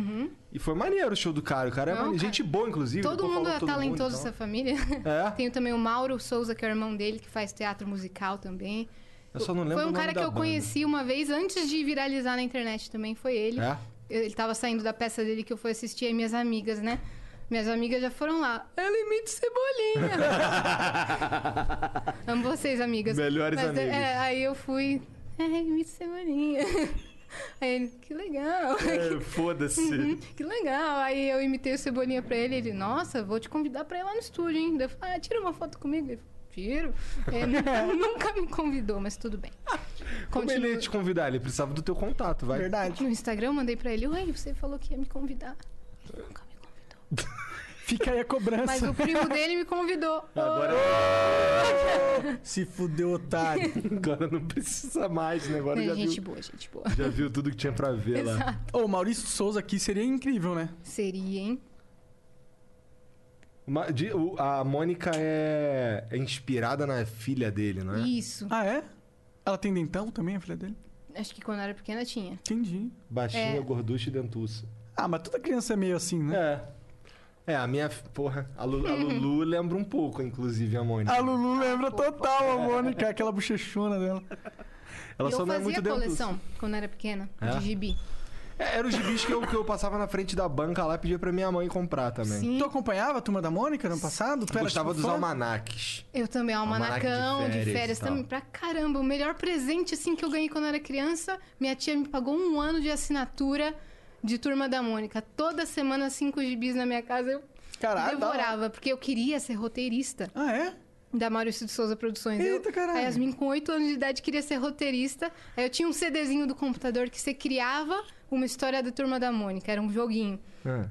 E foi maneiro o show do cara. O cara é Uhum. Não, mane- cara. gente boa, inclusive. Todo depois mundo falou é com todo mundo, talentoso dessa família. É? Tem também o Mauro Souza, que é o irmão dele, que faz teatro musical também. Eu só não lembro Foi o um nome cara que da eu banda. conheci uma vez antes de viralizar na internet também, foi ele. É? Ele tava saindo da peça dele que eu fui assistir aí minhas amigas, né? Minhas amigas já foram lá. Ela imita o cebolinha. Amo vocês, amigas. Melhores Mas, amigas. é, aí eu fui. É, imita o cebolinha. Aí ele, que legal. É, Foda-se. Uhum, que legal. Aí eu imitei o Cebolinha pra ele. Ele, nossa, vou te convidar pra ir lá no estúdio, hein? Daí Eu falei, ah, tira uma foto comigo. Ele, falou, tiro. É, nunca, nunca me convidou, mas tudo bem. Ah, Como ele é Continua. ia te convidar? Ele precisava do teu contato, vai. É Verdade. No Instagram eu mandei pra ele, oi, você falou que ia me convidar. Ele nunca me convidou. Fica aí a Mas cobrança. o primo dele me convidou. Agora, é Se fudeu, otário. agora não precisa mais, né? Agora Né, já gente viu. boa, gente boa. Já viu tudo que tinha pra ver lá. Ô, o Maurício Souza aqui seria incrível, né? Seria, hein? Ma- de- o- a Mônica é, é inspirada na filha dele, não é? Isso. Ah, é? Ela tem dentão também, a filha dele? Acho que quando eu era pequena tinha. Entendi. Baixinha, É. gorducha e dentuça. Ah, mas toda criança é meio assim, né? É. É, a minha. f- Porra, a, Lu- a Lulu lembra um pouco, inclusive, a Mônica. É. A Lulu lembra total a Mônica, aquela bochechona dela. Ela E Ah, eu só não é fazia muito dentuça. coleção quando eu era pequena, É? de gibi. É, era os gibis que eu, que eu passava na frente da banca lá e pedia pra minha mãe comprar também. Sim. Tu acompanhava a turma da Mônica no ano passado? Tu Eu era, gostava tipo, dos fã? almanaques. Eu também, Almanaque É de almanacão, de férias férias, e tal. também. Pra caramba, o melhor presente assim que eu ganhei quando eu era criança, minha tia me pagou um ano de assinatura de Turma da Mônica. Toda semana, cinco gibis na minha casa, eu Caralho, da hora. devorava, porque eu queria ser roteirista Ah, é? da Maurício de Souza Produções. Eita, eu, caralho. A Yasmin, com 8 anos de idade, queria ser roteirista. Aí eu tinha um CDzinho do computador que você criava uma história da Turma da Mônica. Era um joguinho.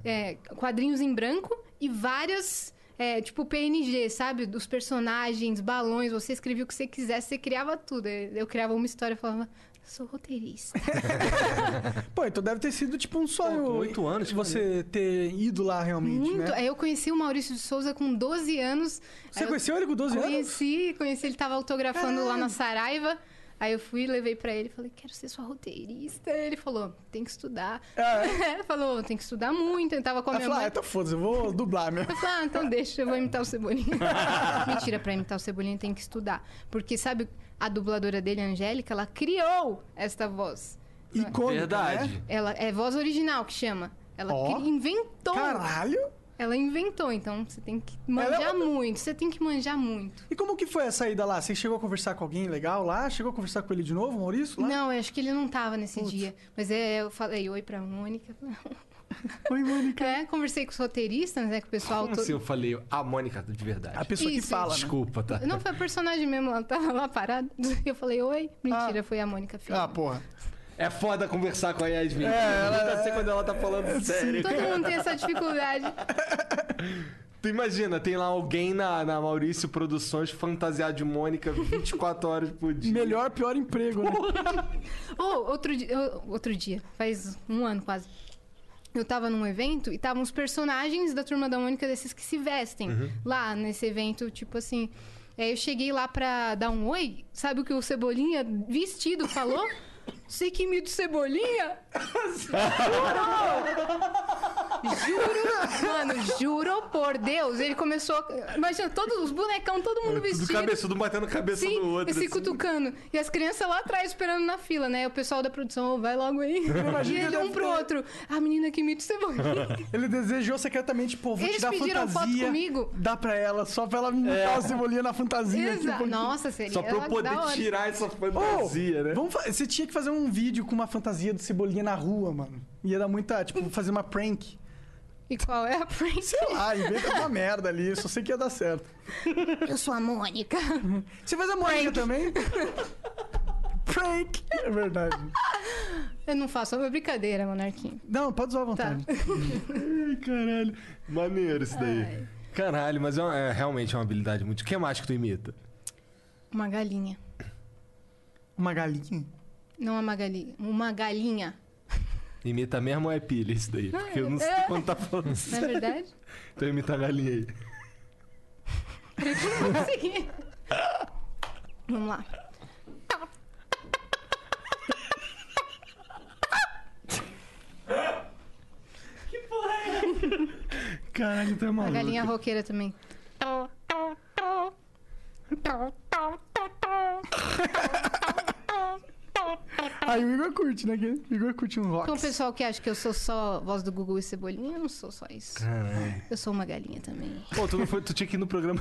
É, quadrinhos em branco e várias... é, tipo PNG, sabe? Dos personagens, balões, você escrevia o que você quisesse, você criava tudo. Eu criava uma história e falava, sou roteirista. Pô, então deve ter sido tipo um sonho. Pô, com oito anos, tipo, que Você ter ido lá realmente, Muito. né? Aí eu conheci o Maurício de Souza com 12 anos. Você Aí eu- conheceu ele com 12 anos? Conheci, conheci, ele tava autografando lá Caralho. na Saraiva. Aí eu fui, levei pra ele, falei, quero ser sua roteirista. Ele falou, tem que estudar. falou, tem que estudar muito. Ele tava com a Ah. Ela minha falou, ah, mãe. então foda-se, eu vou dublar né?" mesmo. Eu falei, ah, então deixa, eu vou imitar o Cebolinha. Mentira, pra imitar o Cebolinha tem que estudar. Porque, sabe, a dubladora dele, a Angélica, ela criou esta voz. Icônica, Verdade. né? Ela é voz original que chama. Ela Ó. cri- inventou. Caralho! Ela inventou, então você tem que Ela é manjar uma- muito. Você tem que manjar muito. E como que foi a saída lá? Você chegou a conversar com alguém legal lá? Chegou a conversar com ele de novo, Maurício? Lá? Não, eu acho que ele não tava nesse dia. Mas é, eu falei oi pra Mônica. Oi, Mônica. É, conversei com os roteiristas, né? Com o pessoal Como todo. assim eu falei a Mônica de verdade? A pessoa que Isso. fala, né? Desculpa, tá? Ah, Não, foi a personagem mesmo, ela tava lá parada. Eu falei, oi. Mentira, foi a Mônica Filho. Ah, porra. É foda conversar com a Yasmin. É, ela sei quando ela tá falando sério. Todo mundo tem essa dificuldade. Tu imagina, tem lá alguém na, na Maurício Produções fantasiado de Mônica 24 horas por dia. Melhor, pior emprego, né? Ou outro, di- ô, outro dia, faz um ano quase. Eu tava num evento e estavam os personagens da Turma da Mônica desses que se vestem lá nesse evento, tipo assim. E aí eu cheguei lá pra dar um oi, sabe o que o Cebolinha vestido falou? Sei que imita o Cebolinha? Juro! Mano, juro por Deus. Ele começou. a- Imagina, todos os bonecão, todo mundo É, Tudo vestido. cabeçudo batendo cabeça Sim, no outro. e se assim. cutucando. E as crianças lá atrás esperando na fila, né? O pessoal da produção, "Ô, vai logo aí. e ele um pro outro. A menina que imita o Cebolinha. Ele desejou secretamente, pô, vou Eles te dar pediram foto fantasia. comigo? Dá pra ela, só pra ela me É. botar o cebolinha na fantasia. aqui um Exa- pouquinho. Nossa, seria Só pra eu é da poder hora. tirar essa Ô, fantasia, né? vamos fa- Você tinha que fazer um vídeo com uma fantasia do Cebolinha na rua, mano. Ia dar muita, tipo, fazer uma prank. E qual é a prank? Sei lá, inventa uma merda ali, só sei que ia dar certo. Eu sou a Mônica. Você faz a Mônica também? prank! É verdade. Eu não faço, é uma brincadeira, Monarquinho. Não, pode usar à Tá. vontade. Ai, caralho. Maneiro isso daí. Caralho, mas é, uma- é realmente é uma habilidade muito. O que mais que tu imita? Uma galinha. Uma galinha. Não uma galinha. Uma galinha. Imita mesmo ou é pilha isso daí? Porque eu não sei É. quando tá falando isso. Não é verdade? Então imita a galinha aí. Consegui. Vamos lá. Caralho, tu é A maluco. galinha roqueira também. Aí o Igor curte, né? que- O Igor curte um rock. Tem um pessoal que acha que eu sou só voz do Gugu e Cebolinha. Eu não sou só isso. Eu sou uma galinha também. Pô, tu, não foi, tu tinha que ir no programa.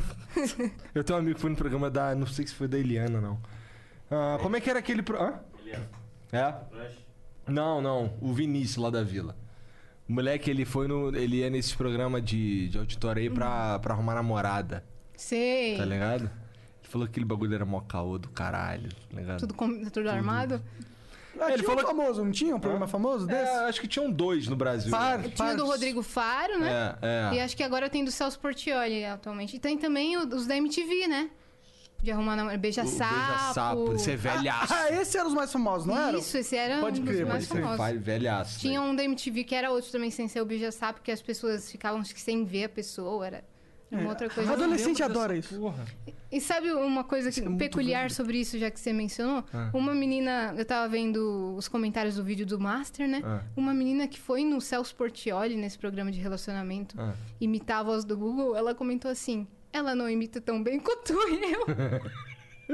Eu tenho um amigo que foi no programa da. Não sei se foi da Eliana, não. Ah, como é que era aquele. Pro... Hã? Eliana. É? Não, não. O Vinícius lá da vila. O moleque, ele foi no. Ele ia nesse programa de, de auditório aí pra, pra arrumar namorada, Sei. tá ligado? Ele falou que aquele bagulho era mó caô do caralho, tá ligado? Tudo, com, tudo, armado. Ah, Ele tinha um falou que- famoso, não tinha um programa famoso É, desse? acho que tinham dois no Brasil. Par, né? Tinha o do par- Rodrigo Faro, né? É, é. E acho que agora tem do Celso Portioli atualmente. E tem também o- os da MTV, né? De arrumar namorado. O Beija-sapo. Beija-sapo, é esse é velhaço. é Ah, esse era os mais famosos, não era? Isso, esse era Pode um crer, dos mais pode crer. famosos. Vai, velhaço. Tinha né? um da MTV que era outro também, sem ser o Bija-sapo, que as pessoas ficavam acho que sem ver a pessoa. Era uma outra coisa. É, Adolescente adora isso. E sabe uma coisa é que- peculiar sobre isso, já que você mencionou? Uma menina, eu tava vendo os comentários do vídeo do Master, né? Ah. É. Uma menina que foi no Celso Portioli, nesse programa de relacionamento, É. Ah. imitar a voz do Google, ela comentou assim: ela não imita tão bem quanto É, eu.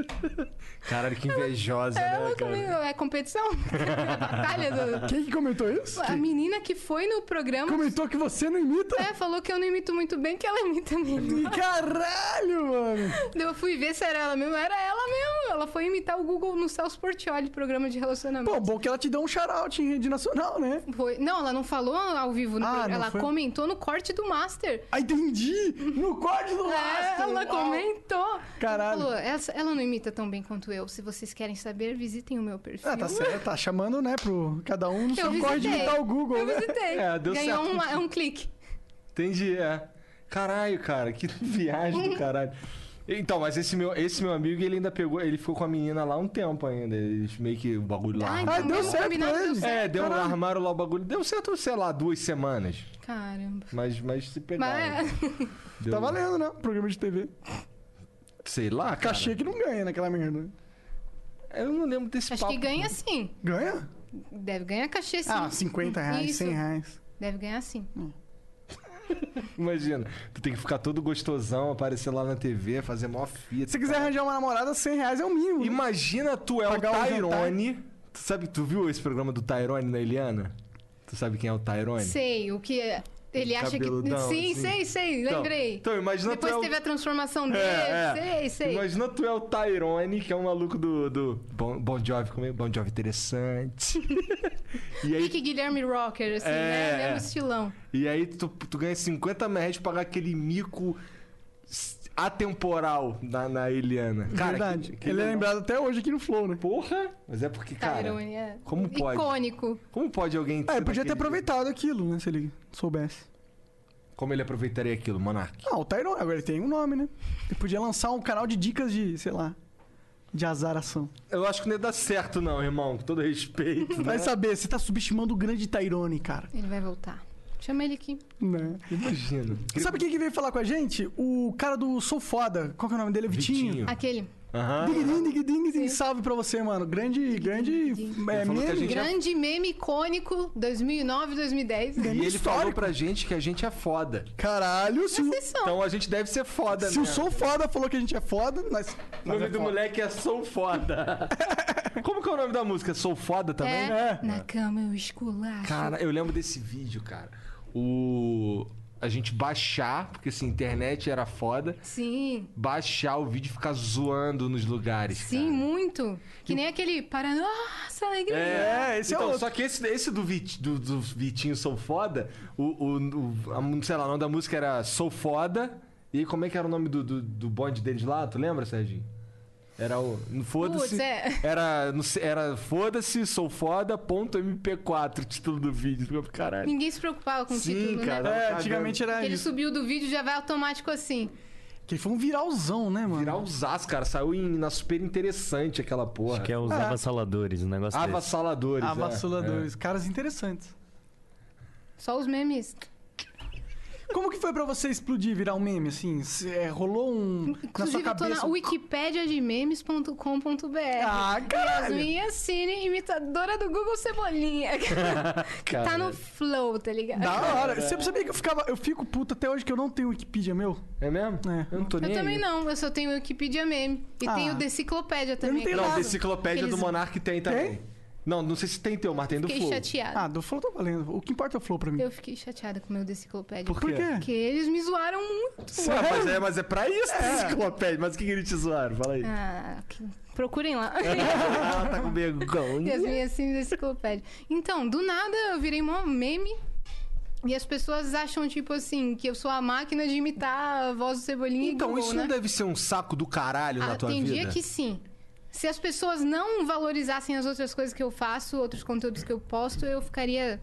Caralho, que invejosa, né, ela cara? comentou, é competição? é batalha do. Quem que comentou isso? A menina que foi no programa Comentou que você não imita? é, falou que eu não imito muito bem, que ela imita mesmo. Caralho, mano. Daí Eu fui ver se era ela mesmo. Era ela mesmo. Ela foi imitar o Google no Celso Portioli, programa de relacionamento. Pô, bom que ela te deu um shout-out em rede nacional, né? Foi- Não, ela não falou ao vivo. no Ah, programa, não ela foi? comentou no corte do Master. Ah, entendi! No corte do É, lastro! ela Ah, uau. comentou. Caralho. Ela falou, "Essa- ela não imita tão bem quanto eu. Se vocês querem saber, visitem o meu perfil. Ah, tá certo, tá chamando, né, pro cada um no Eu seu corte de visitei. imitar o Google, Eu né? visitei. É, deu Ganhou certo. uma- um clique. Entendi, é. Caralho, cara, que viagem do caralho. Então, mas esse meu, esse meu amigo, ele ainda pegou, ele ficou com a menina lá um tempo ainda. Eles meio que o bagulho lá. Ah, armaram. Ah, deu Vamos certo combinar, pra deu ele. certo. É, deu, Caralho. armaram lá o bagulho. Deu certo, sei lá, duas semanas. Caramba. Mas, mas se pegaram. Mas, é. Deu- Tá valendo, né? Programa de TV. Sei lá, cara. Cachê que não ganha naquela merda. né? É, Eu não lembro desse Tipo, acho papo. que ganha sim. Ganha? Deve ganhar cachê sim. Ah, 50 reais, Isso. 100 reais. Deve ganhar sim. Imagina, tu tem que ficar todo gostosão, aparecer lá na TV, fazer mó fita. Se quiser arranjar uma namorada, 100 reais é o mínimo. né? Imagina tu é Pagar um o o Tyrone. tu sabe, tu viu esse programa do Tyrone na Eliana? Tu sabe quem é o Tyrone? Sei, o que é. tá Ele acha que. Cabeludão, Sim, assim. sei, sei, Então- lembrei. então imagina Depois tu é o- teve a transformação dele, sei, sei. Imagina tu é o Tyrone, que é um maluco do. do bon, bon Jovi, como é? Bon Jovi interessante. e aí, Pique é Guilherme Rocker, assim, É, né? Mesmo é. estilão. e aí tu, tu ganha 50 mil reais pra pagar aquele mico s- atemporal na, na Eliana. Cara, Verdade. que- que ele é legal. lembrado até hoje aqui no Flow, né? Porra! Mas é porque, cara. Tyrone, é. como pode? Icônico. Como pode alguém. Ah, ser ele podia ter daquele- aproveitado aquilo, né? Se ele soubesse. Como ele aproveitaria aquilo, Monark? Ah, o Tyrone, agora ele tem um nome, né? Ele podia lançar um canal de dicas de, sei lá, de azaração. Eu acho que não ia dar certo, não, irmão. Com todo respeito. né? Vai saber, você tá subestimando o grande Tyrone, cara. Ele vai voltar. Chama ele aqui. Né? Imagina. Sabe quem que veio falar com a gente? O cara do Sou Foda. Qual que é o nome dele? É Vitinho. Vitinho. Aquele. Aham. Ding, ding, ding, ding, salve pra você, mano. Grande, grande é, falou que a meme. gente- Já- Grande meme icônico 2009, 2010. E ele falou Histórico. pra gente que a gente é foda. Caralho, se, o- Vocês são. Então a gente deve ser foda, se o né? Sou Foda falou que a gente é foda, nós... O nome do moleque é Sou Foda. Como que é o nome da música? Sou Foda também? né? é. Na cama eu esculacho. Cara, eu lembro desse vídeo, cara. O... A gente baixar, porque assim, internet era foda. Sim. Baixar o vídeo e ficar zoando nos lugares, Sim, cara. muito. Que nem aquele para nossa alegria. É, É, esse é então, outro. Só que esse, esse do, Vit, do, do Vitinho Sou Foda, o, o, o- a, não sei lá, o nome da música era Sou Foda. E como é que era o nome do, do, do bonde deles lá? Tu lembra, Serginho? Era o. no Putz, Foda-se. é. Era, não sei, era Foda-se, sou foda, ponto MP4, o título do vídeo. Meu Caralho. Ninguém se preocupava com o Sim, título, cara. né? É, antigamente era Porque ele isso. subiu do vídeo já vai automático assim. Que foi um viralzão, né, mano? Virar os as, cara. Saiu em- na super interessante aquela porra. Acho que é os Ah. avassaladores, um negócio desse. Avassaladores. é, Avassaladores. Caras interessantes. Só os memes. Como que foi pra você explodir, virar um meme, assim? Cê, é, rolou um... na sua Inclusive, eu tô cabeça... na um- wikipediadememes.com.br. Ah, caralho! Yasmin Cine, imitadora do Google Cebolinha. É, que tá no flow, tá ligado? Da hora. Você sabia que eu ficava... Eu fico puto até hoje que eu não tenho Wikipedia meu? É mesmo? É. Eu não tô nem Eu também aí. né? não, eu só tenho Wikipedia meme. E Ah. tenho Deciclopédia não também. tenho aquela- Não, da enciclopédia Aqueles- do Monark tem também. Não, não sei se tem teu, mas tem do Fiquei Flow. chateada. Ah, do Flow tá valendo. O que importa é o Flow pra mim. Eu fiquei chateada com o meu Deciclopédia. Por Por quê? quê? Porque eles me zoaram muito. Ah, mas, é, mas é pra isso a enciclopédia. Mas o que, que eles te zoaram? Fala aí. Ah, que- procurem lá. Ah, tá com vergonha. Yasmin Cine, Deciclopédia. Então, do nada eu virei mó meme. E as pessoas acham, tipo assim, que eu sou a máquina de imitar a voz do Cebolinha e Então, Google, isso né? não deve ser um saco do caralho na Ah, tua tem vida? dia que sim. Se as pessoas não valorizassem as outras coisas que eu faço, outros conteúdos que eu posto, eu ficaria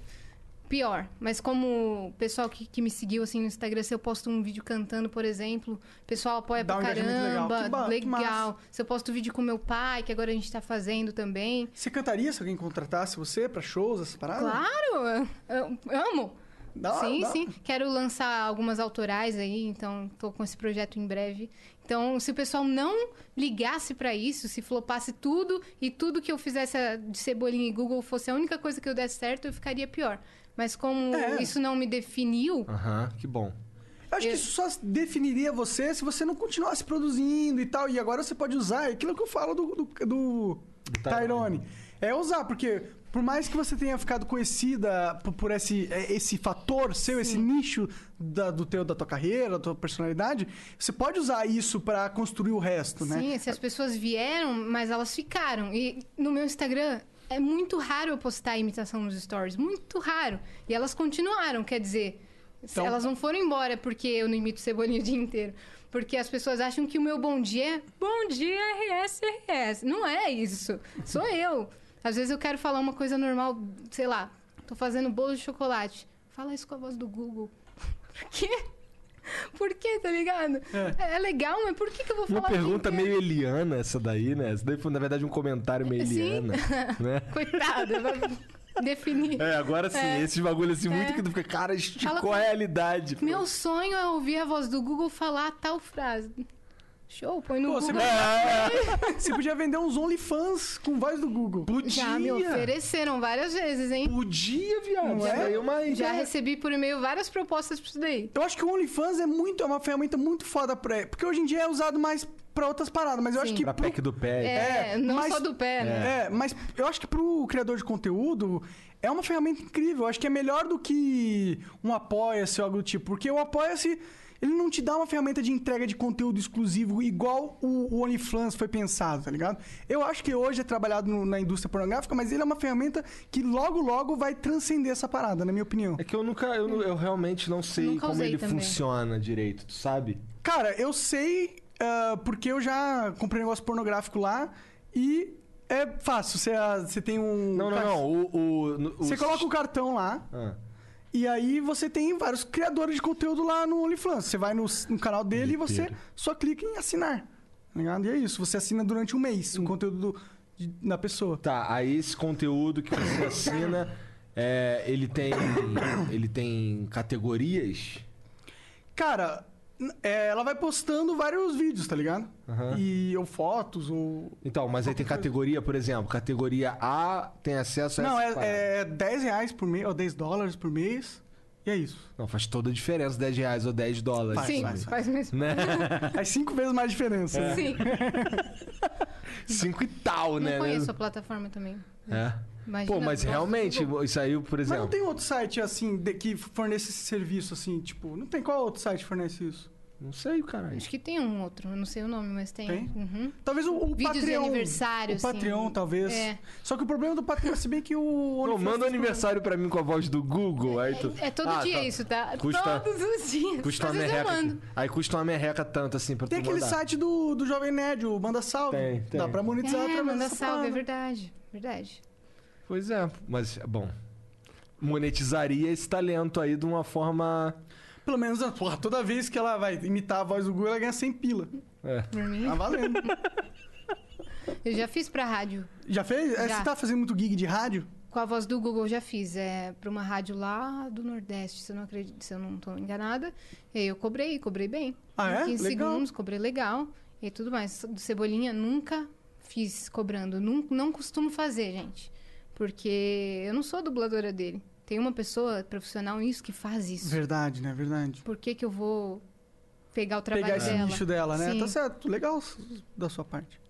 pior. Mas como o pessoal que, que me seguiu assim no Instagram, se eu posto um vídeo cantando, por exemplo, o pessoal apoia Dá um pra engajamento legal. caramba. Que ba- que massa. legal. Se eu posto vídeo com meu pai, que agora a gente tá fazendo também. Você cantaria se alguém contratasse você pra shows, essas paradas? Claro! eu- eu amo! Da hora, sim, da hora. sim. Quero lançar algumas autorais aí, então tô com esse projeto em breve. Então, se o pessoal não ligasse pra isso, se flopasse tudo e tudo que eu fizesse eh, de cebolinha e Google fosse a única coisa que eu desse certo, eu ficaria pior. Mas como É. isso não me definiu, Aham, que bom. Eu acho que isso só definiria você se você não continuasse produzindo e tal. E agora você pode usar é aquilo que eu falo do, do, do Tyrone. É usar, porque por mais que você tenha ficado conhecida por, por esse, é, esse fator seu, esse nicho da, do teu, da tua carreira, da tua personalidade, você pode usar isso pra construir o resto, né? Sim, se as pessoas vieram, mas elas ficaram. E no meu Instagram é muito raro eu postar imitação nos stories, muito raro. E elas continuaram, quer dizer, se Então- elas não foram embora porque eu não imito cebolinha o dia inteiro. Porque as pessoas acham que o meu bom dia é bom dia RS, RS. Não é isso. Sou eu. Às vezes eu quero falar uma coisa normal, sei lá, tô fazendo bolo de chocolate. Fala isso com a voz do Google. Por quê? Por quê, tá ligado? É, é legal, mas por que, que eu vou Uma falar o dia pergunta inteiro? meio eliana essa daí, né? Essa daí foi, na verdade, um comentário meio Sim. eliana, né? Coitada, vai definir. É, agora sim, É. esses bagulhos assim, muito É. que tu fica, cara, Fala esticou com- a realidade. pô. Meu sonho é ouvir a voz do Google falar tal frase. Show, põe no Pô, você, Google. Ah, você podia vender uns OnlyFans com voz do Google. Podia. Já me ofereceram várias vezes, hein? Podia, viado. Não Isso é? daí é uma Já ideia. recebi por e-mail várias propostas pra isso daí. Eu acho que o OnlyFans é muito, é uma ferramenta muito foda pra. Porque hoje em dia é usado mais pra outras paradas, mas eu acho que. Pra pro- PEC do pé. É, não mas- só do pé, né? É, mas eu acho que pro criador de conteúdo é uma ferramenta incrível. Eu acho que é melhor do que um apoia-se ou algo do tipo. Porque o apoia-se, ele não te dá uma ferramenta de entrega de conteúdo exclusivo igual o, o OnlyFans foi pensado, tá ligado? Eu acho que hoje é trabalhado no- na indústria pornográfica, mas ele é uma ferramenta que logo, logo vai transcender essa parada, na minha opinião. É que eu nunca, eu, nu- eu realmente não sei Nunca como usei ele também. funciona direito, tu sabe? Cara, eu sei ah, porque eu já comprei um negócio pornográfico lá e é fácil. Você, ah, você tem um. Não, não, não. O, o, no- o- Você coloca o cartão lá Ah, e aí você tem vários criadores de conteúdo lá no OnlyFans. Você vai no, no canal dele e você só clica em assinar. tá ligado? E é isso. Você assina durante um mês Hum. o conteúdo do- de- da pessoa. Tá, aí esse conteúdo que você assina, é, ele tem. Ele tem categorias. Cara, n- é, ela vai postando vários vídeos, tá ligado? Aham. E ou fotos ou. Então, mas aí tem categoria, por exemplo, categoria A tem acesso a Não, essa parada. é, é 10 reais por mês, ou 10 dólares por mês. E é isso. Não, faz toda a diferença 10 reais ou 10 dólares. Sim, faz, faz mesmo. Né? Faz É cinco vezes mais diferença. É. né? Sim. Cinco e tal, né? Não conheço a plataforma também. É. Imagina, Pô, mas nossa, realmente, isso aí, por Mas não exemplo. tem outro site assim de- que fornece esse serviço assim, tipo, não tem qual outro site fornece isso? Não sei, caralho. Acho que tem um outro, eu não sei o nome, mas tem. Tem? Uhum. Talvez o, o Vídeos de Patreon. aniversário, o Patreon, assim. talvez. É. Só que o problema do Patreon, se bem que o Não, OnlyFans- manda o aniversário pra mim com a voz do Google. Aí tu... É, é todo Ah, dia tá. isso, tá? Custa- Todos os dias. Custa Às uma vezes eu merreca. mando. aqui. Aí custa uma merreca tanto assim pra Tem tu aquele mandar. site do, do Jovem Nerd, o Manda Salve. Tem, tem. Dá pra monetizar É, através manda dessa salve, é parada. verdade. Verdade. Pois é, mas bom. Monetizaria esse talento aí de uma forma. Pelo menos, porra, toda vez que ela vai imitar a voz do Google, ela ganha 100 pila. É. Por mim, Tá valendo. eu já fiz pra rádio. Já fez? É, Já. Você tá fazendo muito gig de rádio? Com a voz do Google eu já fiz. É pra uma rádio lá do Nordeste, se eu não acredito, se eu não tô enganada. E aí eu cobrei, cobrei bem. Ah, é? Em 15 Legal. segundos, cobrei legal. E tudo mais. Do Cebolinha nunca fiz cobrando. Não, não costumo fazer, gente. Porque eu não sou dubladora dele. Tem uma pessoa profissional nisso que faz isso. Verdade, né? Verdade. Por que, que eu vou pegar o trabalho Pegar esse dela? nicho dela, né? Sim. Tá certo. Legal da sua parte.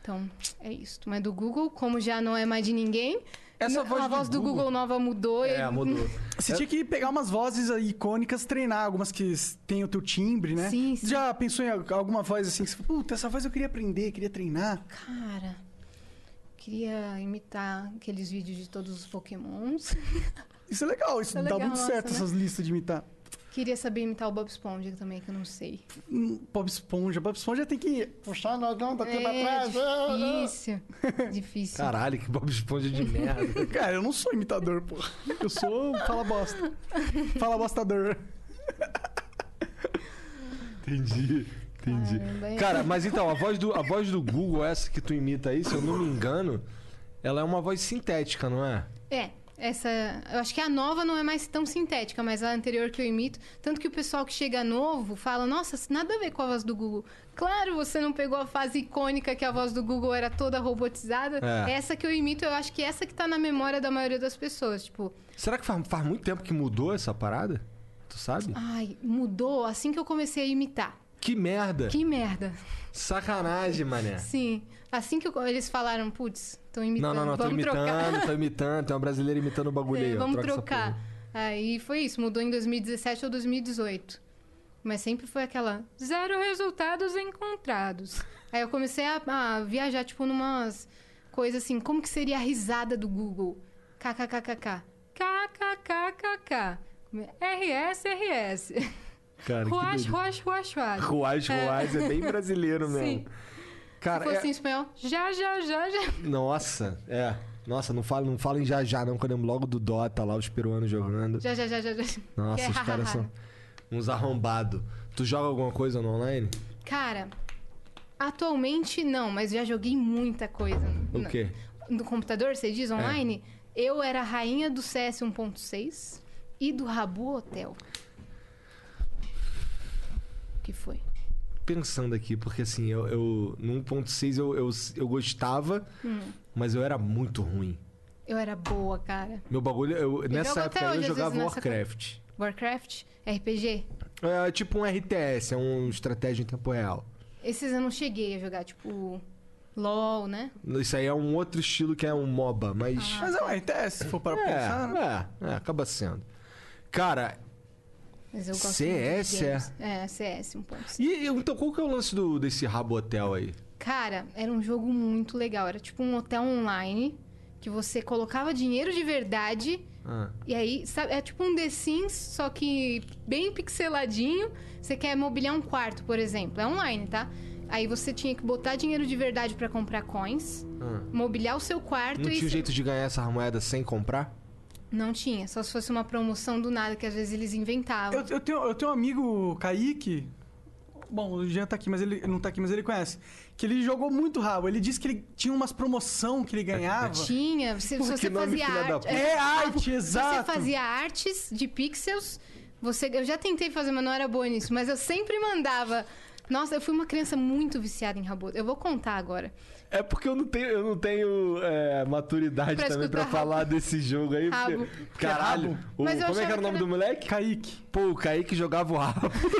Então, é isso. Mas do Google, como já não é mais de ninguém, Essa a voz do voz do Google, Google nova mudou. É, e- Você tinha que pegar umas vozes aí icônicas, treinar algumas que s- têm o teu timbre, né? Sim, sim. Já pensou em al- alguma voz assim que você fala, puta, essa voz eu queria aprender, queria treinar? Cara, queria imitar aqueles vídeos de todos os pokémons. Isso é legal, isso dá É legal, muito nossa, certo né? essas listas de imitar. Queria saber imitar o Bob Esponja também, que eu não sei. Hum, Bob Esponja, Bob Esponja tem que puxar nós não daqui pra É trás. ah, ah. difícil, difícil. Caralho, que Bob Esponja de merda. Cara, eu não sou imitador, pô. Eu sou um fala bosta. Fala bostador. Entendi. Entendi. Caramba, é. Cara, mas então, a voz, do, a voz do Google, essa que tu imita aí, se eu não me engano, ela é uma voz sintética, não é? É, essa. Eu acho que a nova não é mais tão sintética, mas a anterior que eu imito. Tanto que o pessoal que chega novo fala: Nossa, isso nada a ver com a voz do Google. Claro, você não pegou a fase icônica que a voz do Google era toda robotizada. É. Essa que eu imito, eu acho que é essa que tá na memória da maioria das pessoas. Tipo, Será que faz, faz muito tempo que mudou essa parada? Tu sabe? ai, mudou assim que eu comecei a imitar. Que merda. Que merda. Sacanagem, mané. Sim. Assim que eu- eles falaram, putz, estão Não, imitando. não, não, tô vamos imitando, trocar. tô imitando. Tem uma brasileira imitando o bagulho É, aí. ó, vamos troca essa trocar. Aí foi isso, mudou em 2017 ou 2018. Mas sempre foi aquela zero resultados encontrados. Aí eu comecei a, a viajar, tipo, numas coisas assim, como que seria a risada do Google? KKKKK. KKKKK. RS, RS. Cara, que Ruach, doido. ruach, ruach, ruach. Ruaz, Ruaz é bem brasileiro Sim. mesmo. Se Cara, fosse é- em espanhol, já, já, já, já. Nossa, é. Nossa, não fala, não fala em já já, não, que eu lembro logo do Dota lá, os peruanos jogando. Já, já, já, já, já. Nossa, Que é os caras são uns arrombados. Tu joga alguma coisa no online? Cara, atualmente não, mas já joguei muita coisa. O no- quê? É. No computador, você diz online? Eu era a rainha do CS 1.6 e do Rabu Hotel. O que foi? Pensando aqui, porque assim, eu, eu no 1.6 eu, eu, eu gostava, Hum, mas eu era muito ruim. eu era boa, cara. Meu bagulho, eu, nessa jogo até época aí eu hoje, às jogava vezes, nessa Warcraft. Warcraft, RPG. É tipo um RTS, é um estratégia em tempo real. Esses eu não cheguei a jogar, tipo. LOL, né? Isso aí é um outro estilo que é um MOBA, mas. Ah. Mas é um RTS, se for para é, pensar, né? É, é, acaba sendo. Cara, Mas eu gosto CS muito de games. É, CS 1.6. e, e- então qual que é o lance do, desse rabo hotel aí? Cara, era um jogo muito legal. Era tipo um hotel online que você colocava dinheiro de verdade. Ah. E aí, sabe, é tipo um The Sims, só que bem pixeladinho. Você quer mobiliar um quarto, por exemplo. É online, tá? Aí você tinha que botar dinheiro de verdade pra comprar coins, Ah. mobiliar o seu quarto Não e. tinha se- jeito de ganhar essa moeda sem comprar? Não tinha, só se fosse uma promoção do nada que às vezes eles inventavam. Eu, eu tenho, eu tenho um amigo, Kaique. Bom, o Jean tá aqui, mas ele não tá aqui, mas ele conhece. Que ele jogou muito rabo. Ele disse que ele tinha umas promoção que ele ganhava. Tinha, se, se Pô, que você nome fazia filha da arte. ah, puta. É arte, exato. Você fazia artes de pixels. Você, eu já tentei fazer, mas não era boa nisso. Mas eu sempre mandava. Nossa, eu fui uma criança muito viciada em rabo. Eu vou contar agora. É porque eu não tenho, eu não tenho é, maturidade Pra também pra escutar falar desse jogo aí. porque- Rabo. Caralho. Rabo. o- Mas eu como é que achava era o nome que era- do moleque? Kaique. Pô, o Kaique jogava o rabo.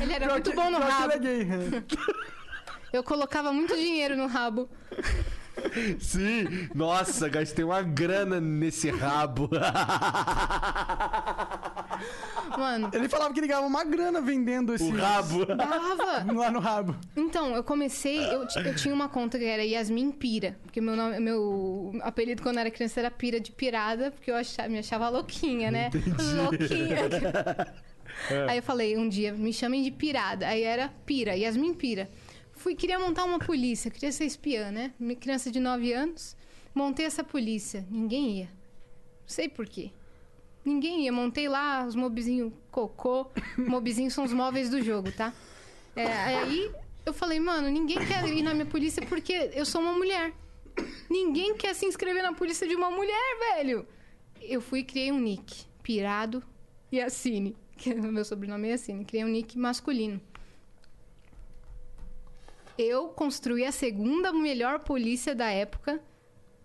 Ele era Pior muito que- bom no pior que rabo. ele é gay, Eu colocava muito dinheiro no rabo. Sim. Nossa, gastei uma grana nesse rabo. Mano. Ele falava que ele ganhava uma grana vendendo esse. rabo. Dava. Lá no rabo. Então, eu comecei, eu, ti- eu tinha uma conta que era Yasmin Pira, porque meu nome, meu apelido quando era criança era Pira de Pirada, porque eu achava, me achava louquinha, né? Louquinha. Aí eu falei, um dia, me chamem de pirada. Aí era pira, Yasmin pira. Fui, queria montar uma polícia, queria ser espiã, né? Minha criança de 9 anos, montei essa polícia. Ninguém ia. Não sei por quê. Ninguém ia. Montei lá os mobizinhos cocô. Mobizinhos são os móveis do jogo, tá? É, aí eu falei, mano, ninguém quer ir na minha polícia porque eu sou uma mulher. Ninguém quer se inscrever na polícia de uma mulher, velho. Eu fui e criei um nick. Pirado e Assine. Que o meu sobrenome é Assine. Criei um nick masculino. Eu construí a segunda melhor polícia da época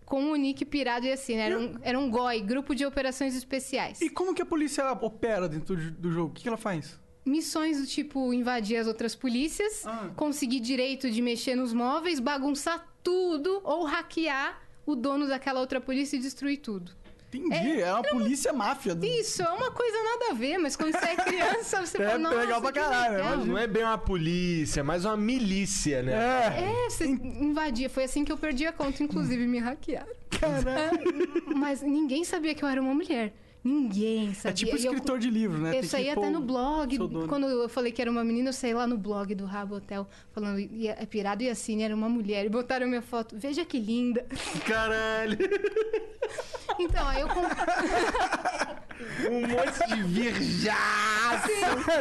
com o nick Pirado e Assine. Era um, era um GOI, Grupo de Operações Especiais. E como que a polícia ela opera dentro do do jogo? O que, que ela faz? missões do tipo invadir as outras polícias, Ah. conseguir direito de mexer nos móveis, bagunçar tudo ou hackear o dono daquela outra polícia e destruir tudo. Entendi, é, uma polícia máfia. Do... Isso, é uma coisa nada a ver, mas quando você é criança, você fala, nossa, que legal." Não é bem uma polícia, é mais uma milícia, né? É, você invadia. Foi assim que eu perdi a conta, inclusive, me hackearam. É, Mas ninguém sabia que eu era uma mulher. Ninguém sabia. É tipo E eu- escritor de livro, né? Eu Tem saí que, até pô, no blog. sou dono. Quando eu falei que era uma menina, eu saí lá no blog do Rabo Hotel, falando, "E é pirado e assim, era uma mulher. E botaram minha foto. Veja que linda. Caralho! Então, aí eu comprei. Um monte de virjaço!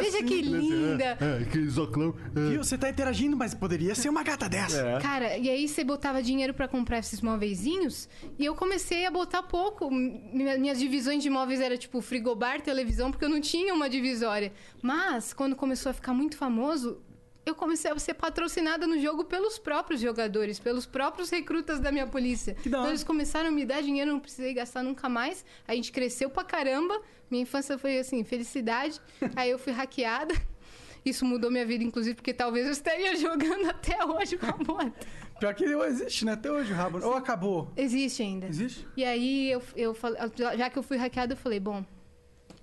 Veja que linda. É, aquele zoclão. Viu? Você tá interagindo, mas poderia ser uma gata dessa. É. Cara, e aí você botava dinheiro pra comprar esses móveizinhos e eu comecei a botar pouco. Minha- Minhas divisões de móveis era tipo frigobar, televisão, porque eu não tinha uma divisória. Mas quando começou a ficar muito famoso, eu comecei a ser patrocinada no jogo pelos próprios jogadores, pelos próprios recrutas da minha polícia. da Então hora. eles começaram a me dar dinheiro, eu não precisei gastar nunca mais. A gente cresceu pra caramba. Minha infância foi assim, felicidade. Aí eu fui hackeada. Isso mudou minha vida, inclusive, porque talvez eu estaria jogando até hoje o Ramon. Pior que ele existe, né? Até hoje, Rabo. Ou acabou. Existe ainda. Existe? E aí, eu, eu falei, já que eu fui hackeada, eu falei, bom,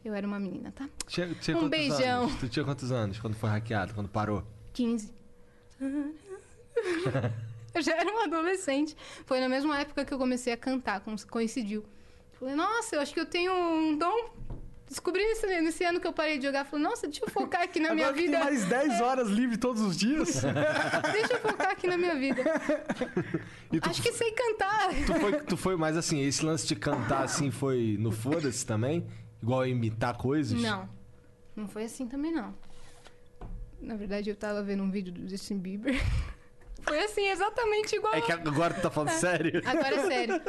eu era uma menina, tá? Tinha, tinha Um quantos beijão. anos? Tu tinha quantos anos quando foi hackeado, quando parou? 15. Eu já era uma adolescente. Foi na mesma época que eu comecei a cantar, com- coincidiu. Falei, nossa, eu acho que eu tenho um dom. Descobri nesse, nesse ano que eu parei de jogar. Falei, nossa, deixa eu focar aqui na minha Agora que vida. é tem mais 10 horas livre todos os dias. Deixa eu focar aqui na minha vida. Acho que sei cantar. Tu foi, tu foi mais assim, esse lance de cantar assim foi no foda-se também? Igual imitar coisas? Não. Não foi assim também, não. Na verdade, eu tava vendo um vídeo do Justin Bieber. Foi assim, exatamente igual. É que agora tu tá falando sério? Agora é sério.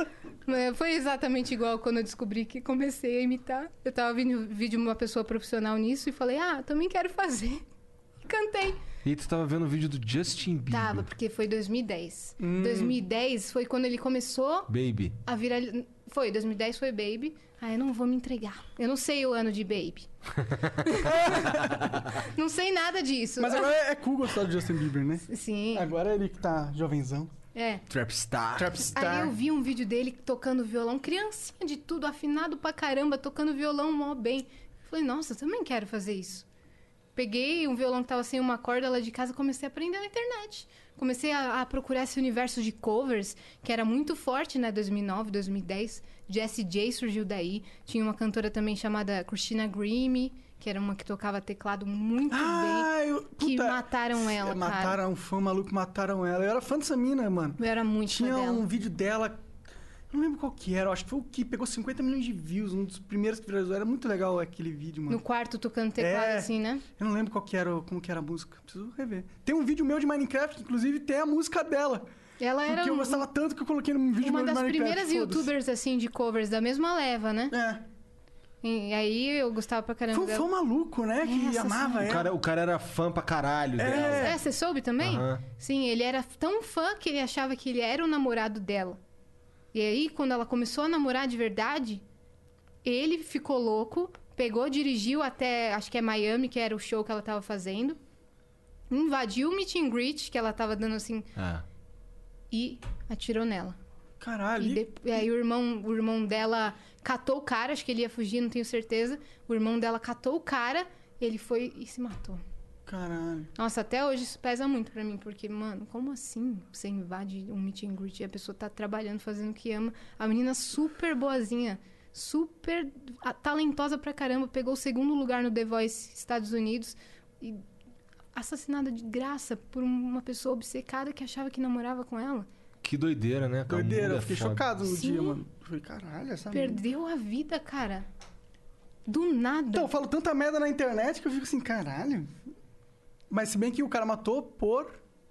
Mas Foi exatamente igual quando eu descobri que comecei a imitar. Eu tava vendo um vídeo de uma pessoa profissional nisso e falei, ah, também quero fazer. E cantei. E tu tava vendo o vídeo do Justin Bieber. Tava, porque foi 2010. Hum. 2010 foi quando ele começou Baby. a virar. Foi, 2010 foi Baby. Ah, eu não vou me entregar. Eu não sei o ano de Baby. não sei nada disso. Mas agora é cool gostar do Justin Bieber, né? Sim. Agora ele que tá jovenzão. É. Trapstar. Tá. Aí eu vi um vídeo dele tocando violão, criancinha de tudo, afinado pra caramba, tocando violão mó bem. Falei, nossa, eu também quero fazer isso. Peguei um violão que tava sem uma corda lá de casa e comecei a aprender na internet. Comecei a, a procurar esse universo de covers, que era muito forte, né? 2009, 2010. Jessie J surgiu daí. Tinha uma cantora também chamada Christina Grimmie, que era uma que tocava teclado muito Ah, bem. eu, que puta, mataram ela, cara. Mataram um fã maluco, mataram ela. Eu era fã dessa mina, mano. Eu era muito fã Tinha dela. um vídeo dela. eu Não lembro qual que era, eu acho que foi o que pegou 50 milhões de views, um dos primeiros que viralizou. Era muito legal aquele vídeo, mano. No quarto tocando teclado, um É. assim, né? Eu não lembro qual que era, o- como que era a música. Preciso rever. Tem um vídeo meu de Minecraft, que, inclusive, tem a música dela. Ela porque era eu um- gostava tanto que eu coloquei num vídeo Uma meu das de Minecraft. primeiras foda-se. youtubers, assim, de covers da mesma leva, né? É. E aí eu gostava pra caramba Foi, um- dela. foi um maluco, né? Que Essa amava senhora. ela. O cara, o cara era fã pra caralho dela. É, você soube também? Aham. Sim, ele era tão fã que ele achava que ele era o namorado dela. E aí, quando ela começou a namorar de verdade, ele ficou louco, pegou, dirigiu até, acho que é Miami, que era o show que ela tava fazendo. Invadiu o meet and greet que ela tava dando assim Ah. e atirou nela. Caralho. E de- e aí o irmão, o irmão dela catou o cara, acho que ele ia fugir, não tenho certeza. O irmão dela catou o cara, ele foi e se matou. Caralho. Nossa, até hoje isso pesa muito pra mim, porque, mano, como assim você invade um meet and greet e a pessoa tá trabalhando, fazendo o que ama? A menina super boazinha, super a- talentosa pra caramba, pegou o segundo lugar no The Voice Estados Unidos e assassinada de graça por uma pessoa obcecada que achava que namorava com ela. Que doideira, né? cara? O Doideira, mundo eu é fiquei foda. chocado no Sim. dia, mano. Eu Falei, caralho, essa merda. Perdeu a vida, cara. Do nada. Então, eu falo tanta merda na internet que eu fico É. assim, caralho. Mas se bem que o cara matou por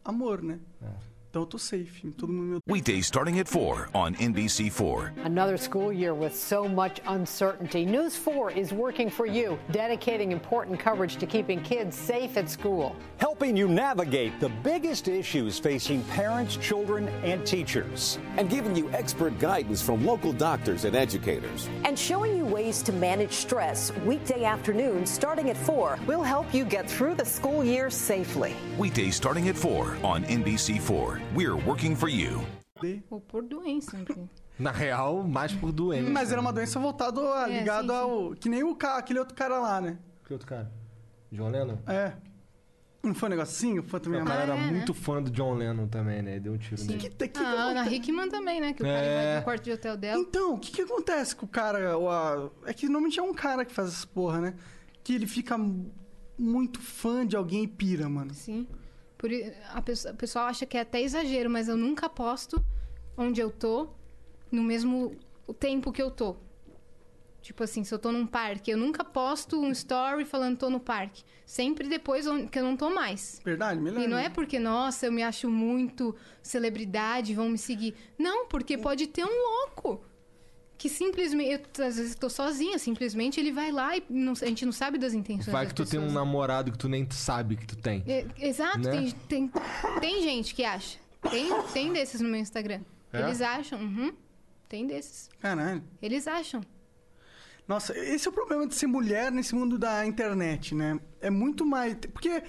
amor, né? Então eu tô safe. Todo mundo me Weekdays starting at 4 on NBC4. Another school year with so much uncertainty. News 4 is working for you, dedicating important coverage to keeping kids safe at school. helping you navigate the biggest issues facing parents, children, and teachers. and giving you expert guidance from local doctors and educators. and showing you ways to manage stress weekday afternoons starting at 4. We'll help you get through the school year safely. Weekdays starting at 4 on NBC4. We're working for you. Ou por doença, enfim. Na real, mais por doença. Mas era uma doença voltada, a- É, ligada sim, sim. ao. Que nem o ca... aquele outro cara lá, né? Que outro cara? John Lennon? É. Não foi um negocinho? Foi também O uma- cara era muito fã do John Lennon também, né? Deu um tiro nele. É, ah, né? a Ana Hickman também, né? Que o cara É. invade o quarto de hotel dela. Então, o que que acontece com o cara... ou a- É que normalmente é um cara que faz essa porra, né? Que ele fica m- muito fã de alguém e pira, mano. Sim. Por, i- a pessoa, o pessoal acha que é até exagero, mas eu nunca aposto onde eu tô no mesmo tempo que eu tô. Tipo assim, se eu tô num parque, eu nunca posto um story falando tô no parque. Sempre depois on- que eu não tô mais. Verdade, melhor. E não é né? porque, nossa, eu me acho muito celebridade, vão me seguir. Não, É. porque pode ter um louco que simplesmente. Eu, às vezes tô sozinha, simplesmente ele vai lá e não- a gente não sabe das intenções. Vai que das tu tem um pessoas. namorado que tu nem sabe que tu tem. É, exato, Né? tem, tem, tem gente que acha. Tem, tem desses no meu Instagram. É? Eles acham, uhum, tem desses. Caralho. Eles acham. Nossa, esse é o problema de ser mulher nesse mundo da internet, né? É muito mais. Porque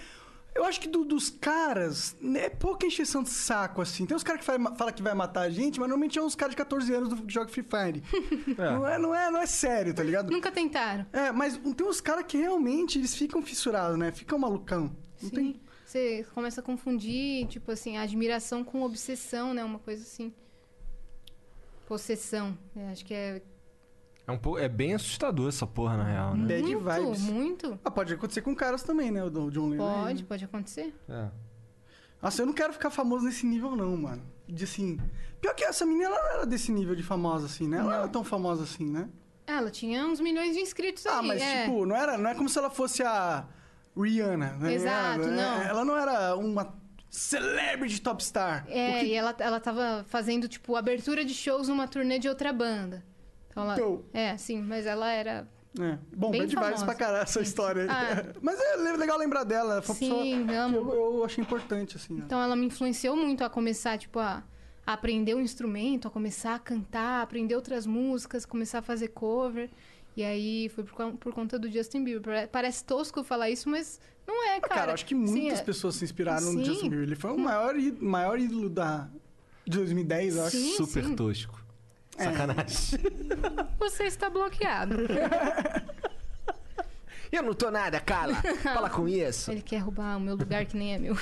eu acho que do- dos caras né, é pouca encheção de saco, assim. Tem uns caras que falam que vai matar a gente, mas normalmente é uns caras de 14 anos do- que joga Free Fire. Não, é, não, é, não é sério, tá ligado? Nunca tentaram. É, mas tem uns caras que realmente eles ficam fissurados, né? Ficam malucão. Não Sim. tem- Você começa a confundir, tipo assim, a admiração com obsessão, né? Uma coisa assim. Possessão. né? Acho que é É, um pouco, é bem assustador essa porra, na real, né? Bad muito, vibes. muito. Ah, pode acontecer com caras também, né? O do John Lennon. Pode, pode acontecer. É. Nossa, eu não quero ficar famoso nesse nível, não, mano. De assim. Pior que essa menina, ela não era desse nível de famosa assim, né? Ela não era tão famosa assim, né? Ela tinha uns milhões de inscritos Ah, aí, mas é. tipo, não, era, não é como se ela fosse a Rihanna, né? Exato, ela, não. Ela não era uma celebrity top star. É, O que- e ela, ela tava fazendo, tipo, abertura de shows numa turnê de outra banda. Então ela. Então. É, sim, mas ela era. É. Bom, bem bem demais famosa. pra caralho essa história aí. Ah. Mas é le- legal lembrar dela. Ela foi uma Sim, pessoa amo. que eu, eu achei importante, assim. né? Então ela me influenciou muito a começar, tipo, a, a aprender um instrumento, a começar a cantar, a aprender outras músicas, começar a fazer cover. E aí foi por, con- por conta do Justin Bieber. Pare- Parece tosco eu falar isso, mas não é, Ah, cara. cara, acho que Sim, muitas é- pessoas se inspiraram Sim. no Justin Bieber. Ele foi o maior, í- maior ídolo da... de 2010, eu acho. Sim, Super sim. É. tosco. Sacanagem. Você está bloqueado. Eu não tô nada, cala. Fala com isso. Ele quer roubar o meu lugar que nem é meu.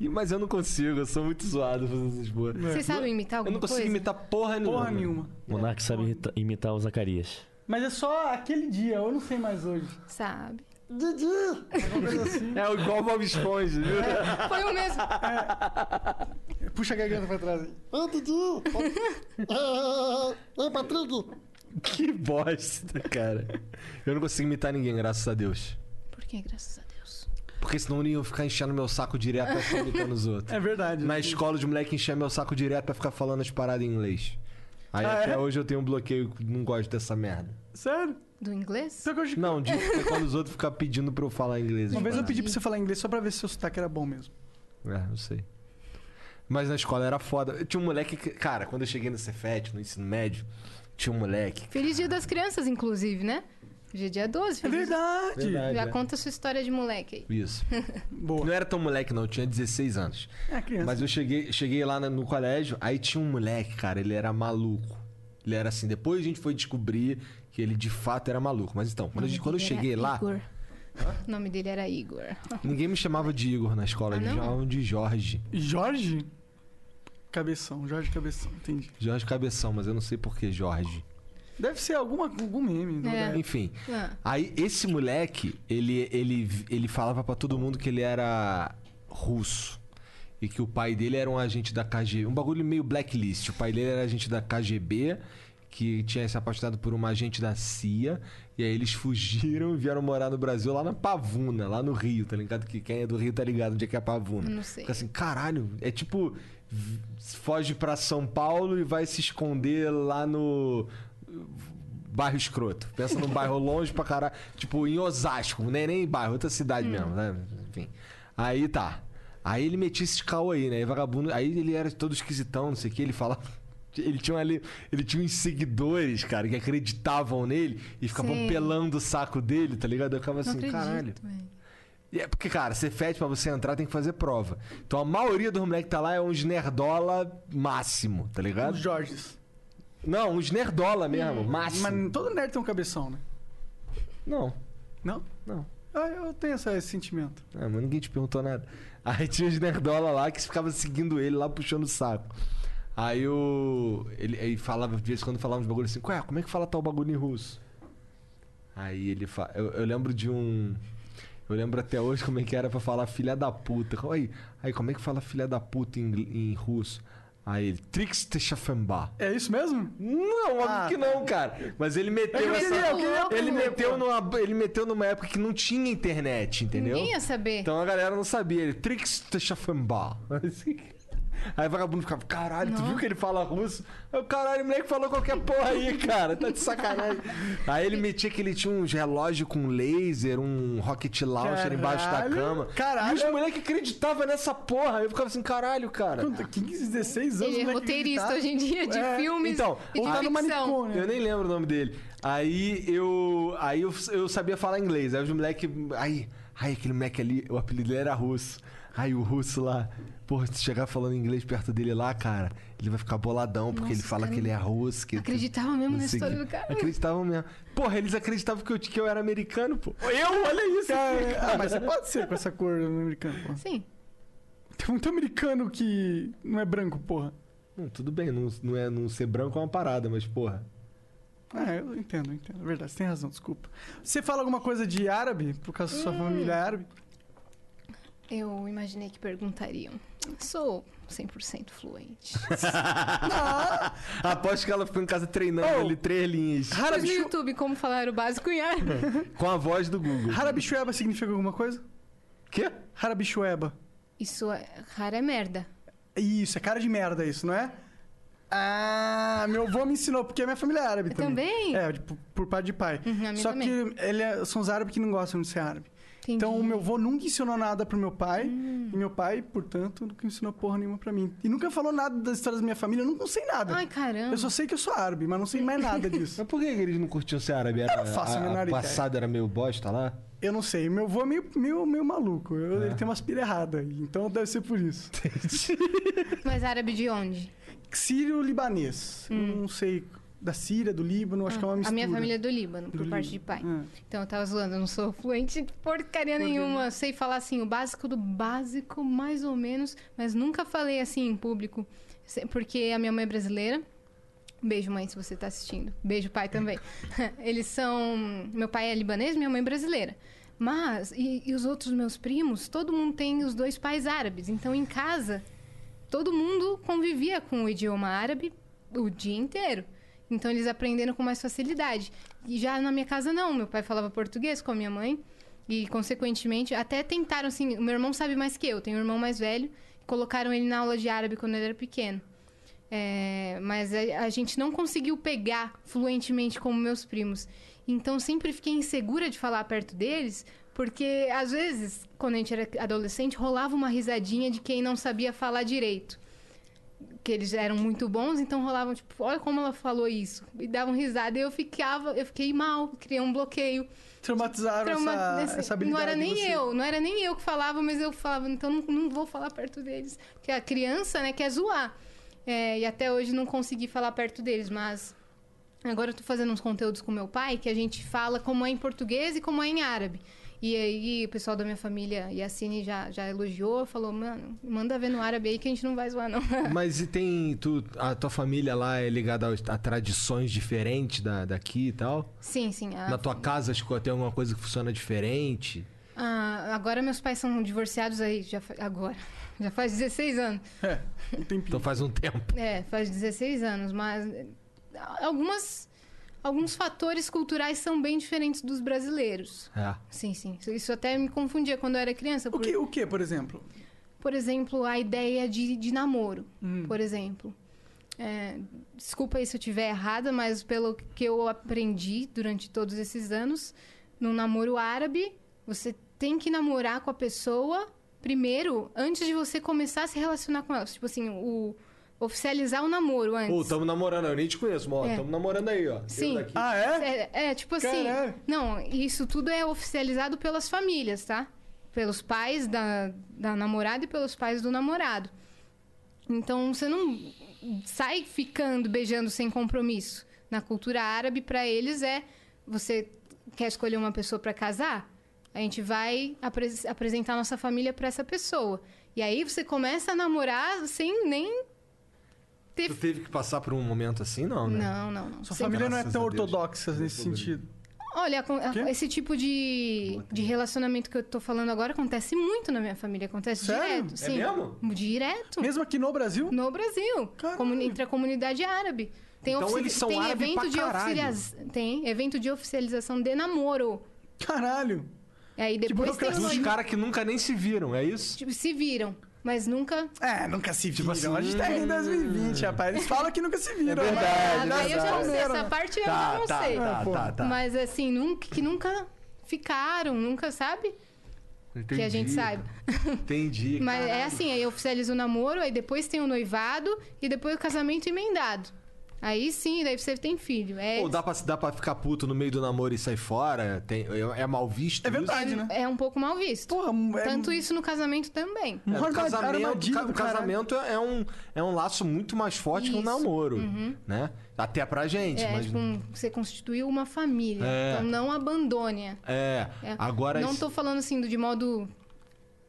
E- Mas eu não consigo, eu sou muito zoado fazendo essas boas. Vocês sabem imitar Eu alguma não consigo coisa? imitar porra nenhuma. Porra nenhuma. Monark sabe imita- imitar o Zacarias. Mas é só aquele dia, eu não sei mais hoje. Sabe. Dudu! É igual o Bob Esponja, viu? Foi o mesmo. Puxa a garganta pra trás. aí. Ô, Dudu! Ei, Patrick! Que bosta, cara. Eu não consigo imitar ninguém, graças a Deus. Por que, graças a Deus? Porque senão iam ficar enchendo meu saco direto pra ficar imitando os outros. É verdade. Na escola, os moleques enchiam meu saco direto pra ficar falando as paradas em inglês. Aí Ah, até é? hoje eu tenho um bloqueio, não gosto dessa merda. Sério? é Do inglês? Não, de de quando os outros ficam pedindo pra eu falar inglês. Uma as vez eu paradas. pedi pra você falar inglês só pra ver se seu sotaque era bom mesmo. É, eu sei. Mas na escola era foda. Eu Tinha um moleque que, cara, quando eu cheguei no Cefet, no ensino médio, tinha um moleque. Feliz Dia das Crianças, inclusive, né? Hoje é dia 12. É feliz- verdade. Verdade, Já é. conta a sua história de moleque aí. Isso. Não era tão moleque, não, eu tinha 16 anos. É, criança. Mas eu cheguei, cheguei lá na- no colégio, aí tinha um moleque, cara, ele era maluco. Ele era assim, depois a gente foi descobrir que ele de fato era maluco. Mas então, quando, a gente- quando eu cheguei lá, Igor. O nome dele era Igor. ninguém me chamava de Igor na escola, me Ah, não? chamavam de Jorge. Jorge? Cabeção, Jorge Cabeção, entendi. Jorge Cabeção, mas eu não sei por que Jorge. Deve ser alguma, algum meme. né? na verdade. Enfim. Ah. Aí esse moleque, ele, ele, ele falava pra todo mundo que ele era russo. E que o pai dele era um agente da KGB. Um bagulho meio blacklist. O pai dele era agente da KGB, que tinha se apaixonado por uma agente da CIA. E aí eles fugiram e vieram morar no Brasil, lá na Pavuna, lá no Rio, tá ligado? Que quem é do Rio tá ligado onde é que é a Pavuna. Não sei. Fica assim, caralho, é tipo. v- Foge pra São Paulo e vai se esconder lá no. Bairro escroto. Pensa num bairro longe pra caralho. Tipo, em Osasco, nem nem em bairro, outra Hum. cidade mesmo, né? Enfim. Aí tá. Aí ele metia esse caô aí, né? E vagabundo. Aí ele era todo esquisitão, não sei o que, ele falava. Ele tinha, ali, ele tinha uns seguidores, cara, que acreditavam nele e ficavam Sei. pelando o saco dele, tá ligado? Eu ficava Não assim, acredito, caralho. velho. E é porque, cara, Cefet, pra você entrar, tem que fazer prova. Então a maioria dos moleques que tá lá é uns nerdola máximo, tá ligado? Os Jorges. Não, uns nerdola mesmo, Hum, máximo. Mas todo nerd tem um cabeção, né? Não. Não? Não. Ah, Eu tenho essa- esse sentimento. Ah, mas ninguém te perguntou nada. Aí tinha os nerdola lá que ficava seguindo ele lá, puxando o saco. Aí o. Ele, ele falava, de vez em quando falava uns bagulho assim, ué, como é que fala tal bagulho em russo? Aí ele fala. Eu, eu lembro de um. Eu lembro até hoje como é que era pra falar filha da puta. Aí, aí como é que fala filha da puta em, ingl- em russo? Aí ele, Trix Techafambá. É isso mesmo? Não, óbvio que não, cara. Mas ele meteu Eu essa- queria, eu queria- ele meteu numa ele meteu numa época que não tinha internet, entendeu? Ninguém ia saber. Então a galera não sabia. Ele Trix Techafambá. Assim. Aí o vagabundo ficava, caralho, tu viu que ele fala russo? Eu, caralho, o moleque falou qualquer porra aí, cara. Tá de sacanagem. Aí ele metia que ele tinha uns relógios com laser, um rocket launcher embaixo da Caralho, cama. Caralho. E os moleques acreditavam nessa porra. Eu ficava assim, caralho, cara. 15, 16 anos. Ele é moleque roteirista acreditava. hoje em dia de É, filmes tá? Então, e de ou tá no ficção. Eu nem lembro o nome dele. Aí eu. Aí eu, eu sabia falar inglês. Aí os moleque. Aí, aí aquele moleque ali, o apelido dele era russo. Aí o russo lá. Porra, se chegar falando inglês perto dele lá, cara, ele vai ficar boladão, porque Nossa, ele fala cara, que ele é russo. Que acreditava mesmo não na sei o história quê. do cara. Acreditavam mesmo. Porra, eles acreditavam que eu, que eu era americano, pô. Eu, olha isso. Cara, cara. ah, mas você pode ser com essa cor americana, porra. Sim. Tem muito americano que não é branco, porra. Não, Hum, tudo bem, não, não, é, não ser branco é uma parada, mas porra. Ah, eu entendo, eu entendo. É verdade, você tem razão, desculpa. Você fala alguma coisa de árabe, por causa da Hum. sua família é árabe? Eu imaginei que perguntariam. Sou 100% fluente. Aposto que ela ficou em casa treinando ali três linhas. Mas no YouTube, como falar o básico em árabe. Com a voz do Google. Harabichueba significa alguma coisa? Quê? Harabichueba. Isso é rara é merda. Isso, é cara de merda isso, não é? Ah, meu avô me ensinou, porque a minha família é árabe também. também? Uhum, É, de- por, por parte de pai. a minha Só também. que ele é- são os árabes que não gostam de ser árabe. Então, o meu avô nunca ensinou nada pro meu pai. Hum. E meu pai, portanto, nunca ensinou porra nenhuma pra mim. E nunca falou nada das histórias da minha família, eu nunca sei nada. Ai, caramba. Eu só sei que eu sou árabe, mas não sei mais nada disso. Mas por que eles não curtiam ser árabe? Era, né, não faço a a, menor a ideia. passada era meio bosta lá? Eu não sei. Meu avô é meio, meio, meio maluco. Eu- Ele tem umas pilhas erradas. Então deve ser por isso. Mas árabe de onde? Sírio-libanês. Eu Não sei. Da Síria, do Líbano, acho que é uma Hum. a mistura. minha família é do Líbano, por Do parte de pai. Líbano, Ah. Então eu tava zoando, eu não sou fluente de porcaria nenhuma. Sei falar assim, o básico do básico, mais ou menos, mas nunca falei assim em público. se- Porque a minha mãe é brasileira. Beijo, mãe, se você tá assistindo. Beijo, pai também. Eles são. Meu pai é libanês, minha mãe é brasileira. Mas, e, e os outros meus primos, todo mundo tem os dois pais árabes. Então em casa, todo mundo convivia com o idioma árabe o dia inteiro. Então eles aprenderam com mais facilidade. E já na minha casa não, meu pai falava português com a minha mãe e consequentemente até tentaram assim, o meu irmão sabe mais que eu, tenho um irmão mais velho, colocaram ele na aula de árabe quando ele era pequeno. É, mas a, a gente não conseguiu pegar fluentemente como meus primos. Então sempre fiquei insegura de falar perto deles, porque às vezes, quando a gente era adolescente, rolava uma risadinha de quem não sabia falar direito. Que eles eram muito bons, então rolavam tipo, olha como ela falou isso. E davam risada e eu ficava, eu fiquei mal, criei um bloqueio. Traumatizaram Trauma- essa, desse- essa habilidade. Não era de nem você. eu, não era nem eu que falava, mas eu falava, então não, não vou falar perto deles. Porque a criança, né, quer zoar. É, e até hoje não consegui falar perto deles, mas agora eu tô fazendo uns conteúdos com meu pai que a gente fala como é em português e como é em árabe. E aí o pessoal da minha família, Yassine, já, já elogiou, falou, mano, manda ver no árabe aí que a gente não vai zoar, não. Mas e tem. Tu, a tua família lá é ligada aos- a tradições diferentes da, daqui e tal? sim, Ah, sim. a- Na tua casa acho que tem alguma coisa que funciona diferente? Ah, agora meus pais são divorciados aí, já fa- agora. Já faz 16 anos. É, um tempinho. Então faz um tempo. É, faz 16 anos, mas algumas alguns fatores culturais são bem diferentes dos brasileiros. É. Sim, sim. Isso- Isso até me confundia quando eu era criança. O por- que, o que, por exemplo? Por exemplo, a ideia de, de namoro, por exemplo. É, desculpa aí se eu estiver errada, mas pelo que eu aprendi durante todos esses anos, no namoro árabe, você tem que namorar com a pessoa primeiro, antes de você começar a se relacionar com ela. Tipo assim, o oficializar o namoro antes. Pô, tamo namorando, eu nem te conheço, mó. É. Tamo namorando aí, ó. Eu Sim. daqui. Ah, é? É, tipo assim. Caralho. Não, isso tudo é oficializado pelas famílias, tá? Pelos pais da, da namorada e pelos pais do namorado. Então você não sai ficando beijando sem compromisso. Na cultura árabe, pra eles é você quer escolher uma pessoa pra casar, a gente vai apres- apresentar nossa família pra essa pessoa. E aí você começa a namorar sem nem Tu teve que passar por um momento assim, não, né? Não, não, não. Sua Sem- família não é tão ortodoxa nesse sentido. Olha, acon- esse tipo de, de relacionamento que eu tô falando agora acontece muito na minha família. Acontece Sério? direto. É Sim. mesmo? Direto. Mesmo aqui no Brasil? No Brasil. Comuni- entre a comunidade árabe. Tem Então ofici- eles são tem árabe evento pra de caralho. oficializ- Tem evento de oficialização de namoro. Caralho. Aí depois tem Dos o- caras que nunca nem se viram, é isso? tipo, se viram, mas nunca. É, nunca se viram. assim, a gente tá em 2020, rapaz. Eles falam que nunca se viram. É verdade, mas- Aí eu já não sei, essa parte eu Tá, já não tá, sei. tá, É, pô. tá, tá. Mas assim, nunca, que nunca ficaram, nunca, sabe? Que a gente tá. Entendi. saiba. Entendi. Mas caralho. é assim, aí oficializa o namoro, aí depois tem o noivado e depois o casamento emendado. Aí sim, daí você tem filho. É, Ou dá pra, dá pra ficar puto no meio do namoro e sair fora? Tem, é, é mal visto? É é, né? é um pouco mal visto. é um Tanto isso no casamento também. É, o casamento, ca- o casamento é, um, é um laço muito mais forte que um Isso. namoro, Uhum. né? Até pra gente, é, mas... tipo, um- você constituiu uma família. É. Então não abandone. É, É. agora... Não isso- tô falando assim do- de modo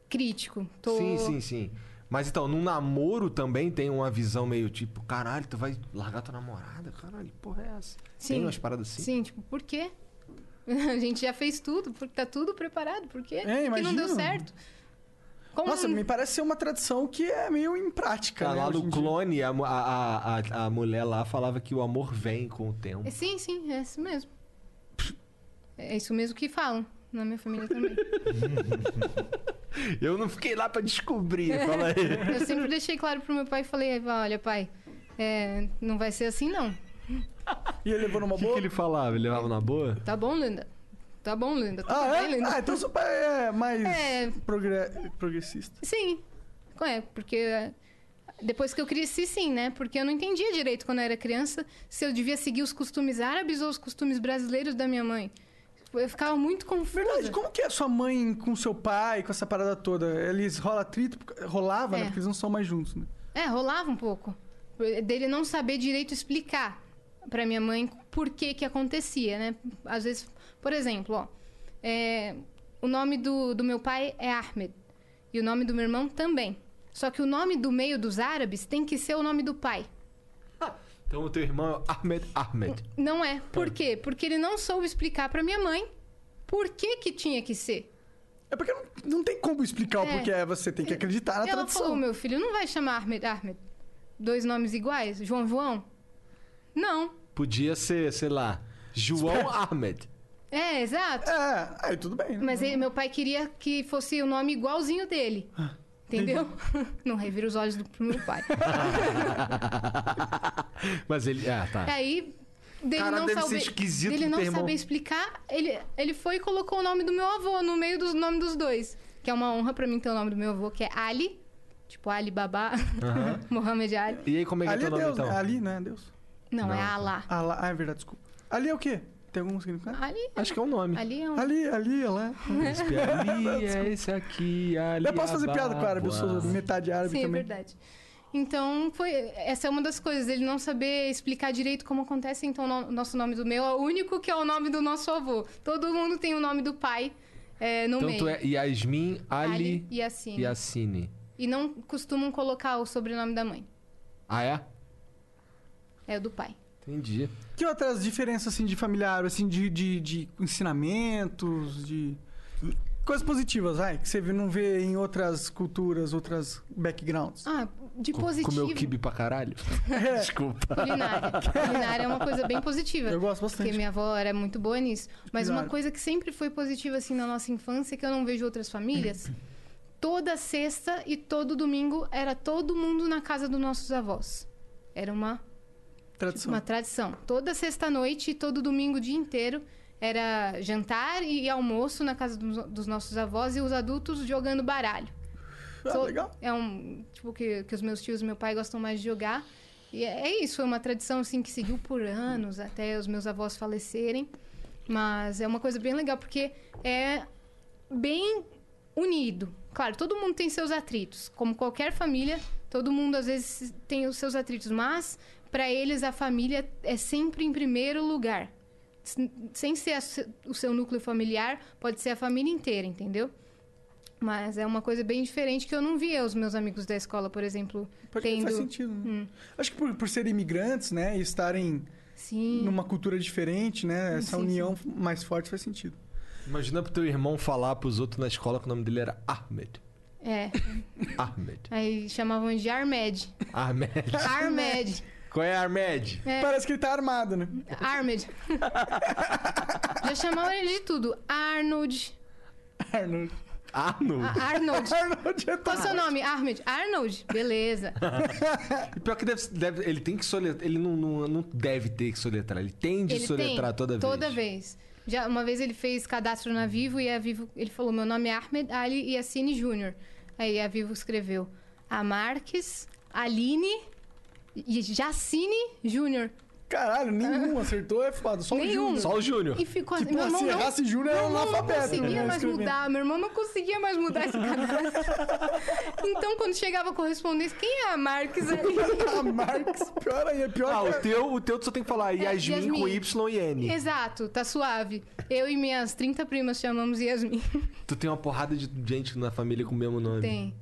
crítico. Tô... Sim, sim, sim. Mas então, num namoro também tem uma visão meio tipo, caralho, tu vai largar tua namorada? Caralho, que porra é essa? Tem umas paradas assim? Sim, tipo, por quê? A gente já fez tudo, porque tá tudo preparado, por quê? É, que não imagina. deu certo. Como Nossa, me parece ser uma tradição que é meio imprática. Cara, né, Tá lá hoje no em dia. clone, a, mu- a, a, a- a mulher lá falava que o amor vem com o tempo. Sim, sim, é isso mesmo. É isso mesmo que falam na minha família também. Eu não fiquei lá pra descobrir, fala aí. Eu sempre deixei claro pro meu pai e falei, olha, pai, é, não vai ser assim não. E ele levou numa boa? O que, que ele falava? Ele levava na boa? Tá bom, linda? Tá bom, linda? Tudo Ah, bem, é? linda? Ah, então seu pai é mais né? É. progre- progressista. Sim. É, porque é, depois que eu cresci, sim, né? Porque eu não entendia direito quando eu era criança se eu devia seguir os costumes árabes ou os costumes brasileiros da minha mãe. Eu ficava muito confusa. Verdade, como que é sua mãe com seu pai, com essa parada toda? Eles rola atrito? Rolava, É. né? Porque eles não são mais juntos, né? É, rolava um pouco. Dele não saber direito explicar pra minha mãe por que que acontecia, né? Às vezes, por exemplo, ó. é, o nome do, do meu pai é Ahmed. E o nome do meu irmão também. Só que o nome do meio dos árabes tem que ser o nome do pai. Então o teu irmão é Ahmed Ahmed. Não é. Por quê? Porque ele não soube explicar pra minha mãe por que que tinha que ser. É porque não, não tem como explicar o É. porquê. Você tem que acreditar na Ela tradição. falou, meu filho, não vai chamar Ahmed Ahmed. Dois nomes iguais? João João? Não. Podia ser, sei lá, João Ahmed. É, exato. É, aí tudo bem. Mas ele- meu pai queria que fosse o nome igualzinho dele. Ah, Entendeu? Não revira os olhos do pro meu pai. Mas ele. Ah, tá. Aí, dele Cara, não, deve ser saber, esquisito dele pro não teu irmão. saber explicar, ele, ele foi e colocou o nome do meu avô no meio do nome dos dois. Que é uma honra pra mim ter o nome do meu avô, que é Ali. Tipo, Ali Babá. Aham. Mohamed Ali. E aí, como é que Ali é é teu nome Deus, então? né? Ali, né? Deus. Não, é Alá. Alá. Ah, é verdade, desculpa. Ali é o quê? Tem algum significado? Ali. Acho que é um nome. Ali é um... Ali, ali, lá. Príncipe Ali, é esse aqui, Ali. Eu posso fazer piada com Ababa. árabe, eu sou metade árabe Sim, é também. verdade. Então, foi, essa é uma das coisas, ele não saber explicar direito como acontece. Então, o no- nosso nome do meu é o único que é o nome do nosso avô. Todo mundo tem o nome do pai é, no Então meio. tu é Yasmin Ali, Ali e Yassine. Yassine. E não costumam colocar o sobrenome da mãe. Ah, é? É o do pai. Entendi. Que outras diferenças, assim, de familiar, assim, de, de, de ensinamentos, de... Coisas positivas, vai, que você não vê em outras culturas, outras backgrounds. Ah, de Co- positivo. Comeu kibe pra caralho? É. Desculpa. Culinária. Culinária é uma coisa bem positiva. Eu gosto bastante. Porque minha avó era muito boa nisso. Mas uma Claro. coisa que sempre foi positiva, assim, na nossa infância, que eu não vejo outras famílias, toda sexta e todo domingo era todo mundo na casa dos nossos avós. Era uma Tradição. uma tradição. Toda sexta-noite e todo domingo o dia inteiro era jantar e almoço na casa dos, dos nossos avós e os adultos jogando baralho. Ah, legal. É um tipo que, que os meus tios e meu pai gostam mais de jogar. E é, é isso, é uma tradição assim que seguiu por anos até os meus avós falecerem. Mas é uma coisa bem legal porque é bem unido. Claro, todo mundo tem seus atritos, como qualquer família, todo mundo às vezes tem os seus atritos, mas para eles a família é sempre em primeiro lugar. S- Sem ser a se- o seu núcleo familiar, pode ser a família inteira, entendeu? Mas é uma coisa bem diferente que eu não via os meus amigos da escola, por exemplo, Porque tendo. Hum. faz sentido, né? Acho que por, por serem imigrantes, né? E estarem Sim. numa cultura diferente, né? Essa sim, união mais forte faz sentido. Imagina pro teu irmão falar pros outros na escola que o nome dele era Ahmed. É. Ahmed. Aí chamavam de Armed. Ahmed. Armed. Qual é Ahmed? É. Parece que ele tá armado, né? Armed. Já chamavam ele de tudo. Arnold. Arnold. A- Arnold. Arnold. Arnold é Qual o seu nome? Arnold. Arnold. Beleza. E pior que deve, deve- ele tem que soletrar. Ele não, não, não deve ter que soletrar. Ele tem de soletrar toda, Toda vez. vez. Já, uma vez ele fez cadastro na Vivo e a Vivo... Ele falou, meu nome é Ahmed Ali Yassine Júnior. Aí a Vivo escreveu, a Marques, Aline e Jacine Júnior. Caralho, nenhum acertou, é foda. Só o Nenhum. Júnior. E ficou assim. Tipo, meu irmão se não- errasse Júnior, era meu irmão analfabeto. Não conseguia né, mais escrevendo. mudar. Meu irmão não conseguia mais mudar esse cadastro. então, quando chegava a correspondência, quem é a Marques ali? a Marques, pior aí, é pior Ah, que- o teu, o teu tu só tem que falar É, Yasmin, com Y e N. Exato, tá suave. Eu e minhas 30 primas chamamos Yasmin. Tu tem uma porrada de gente na família com o mesmo nome. Tem.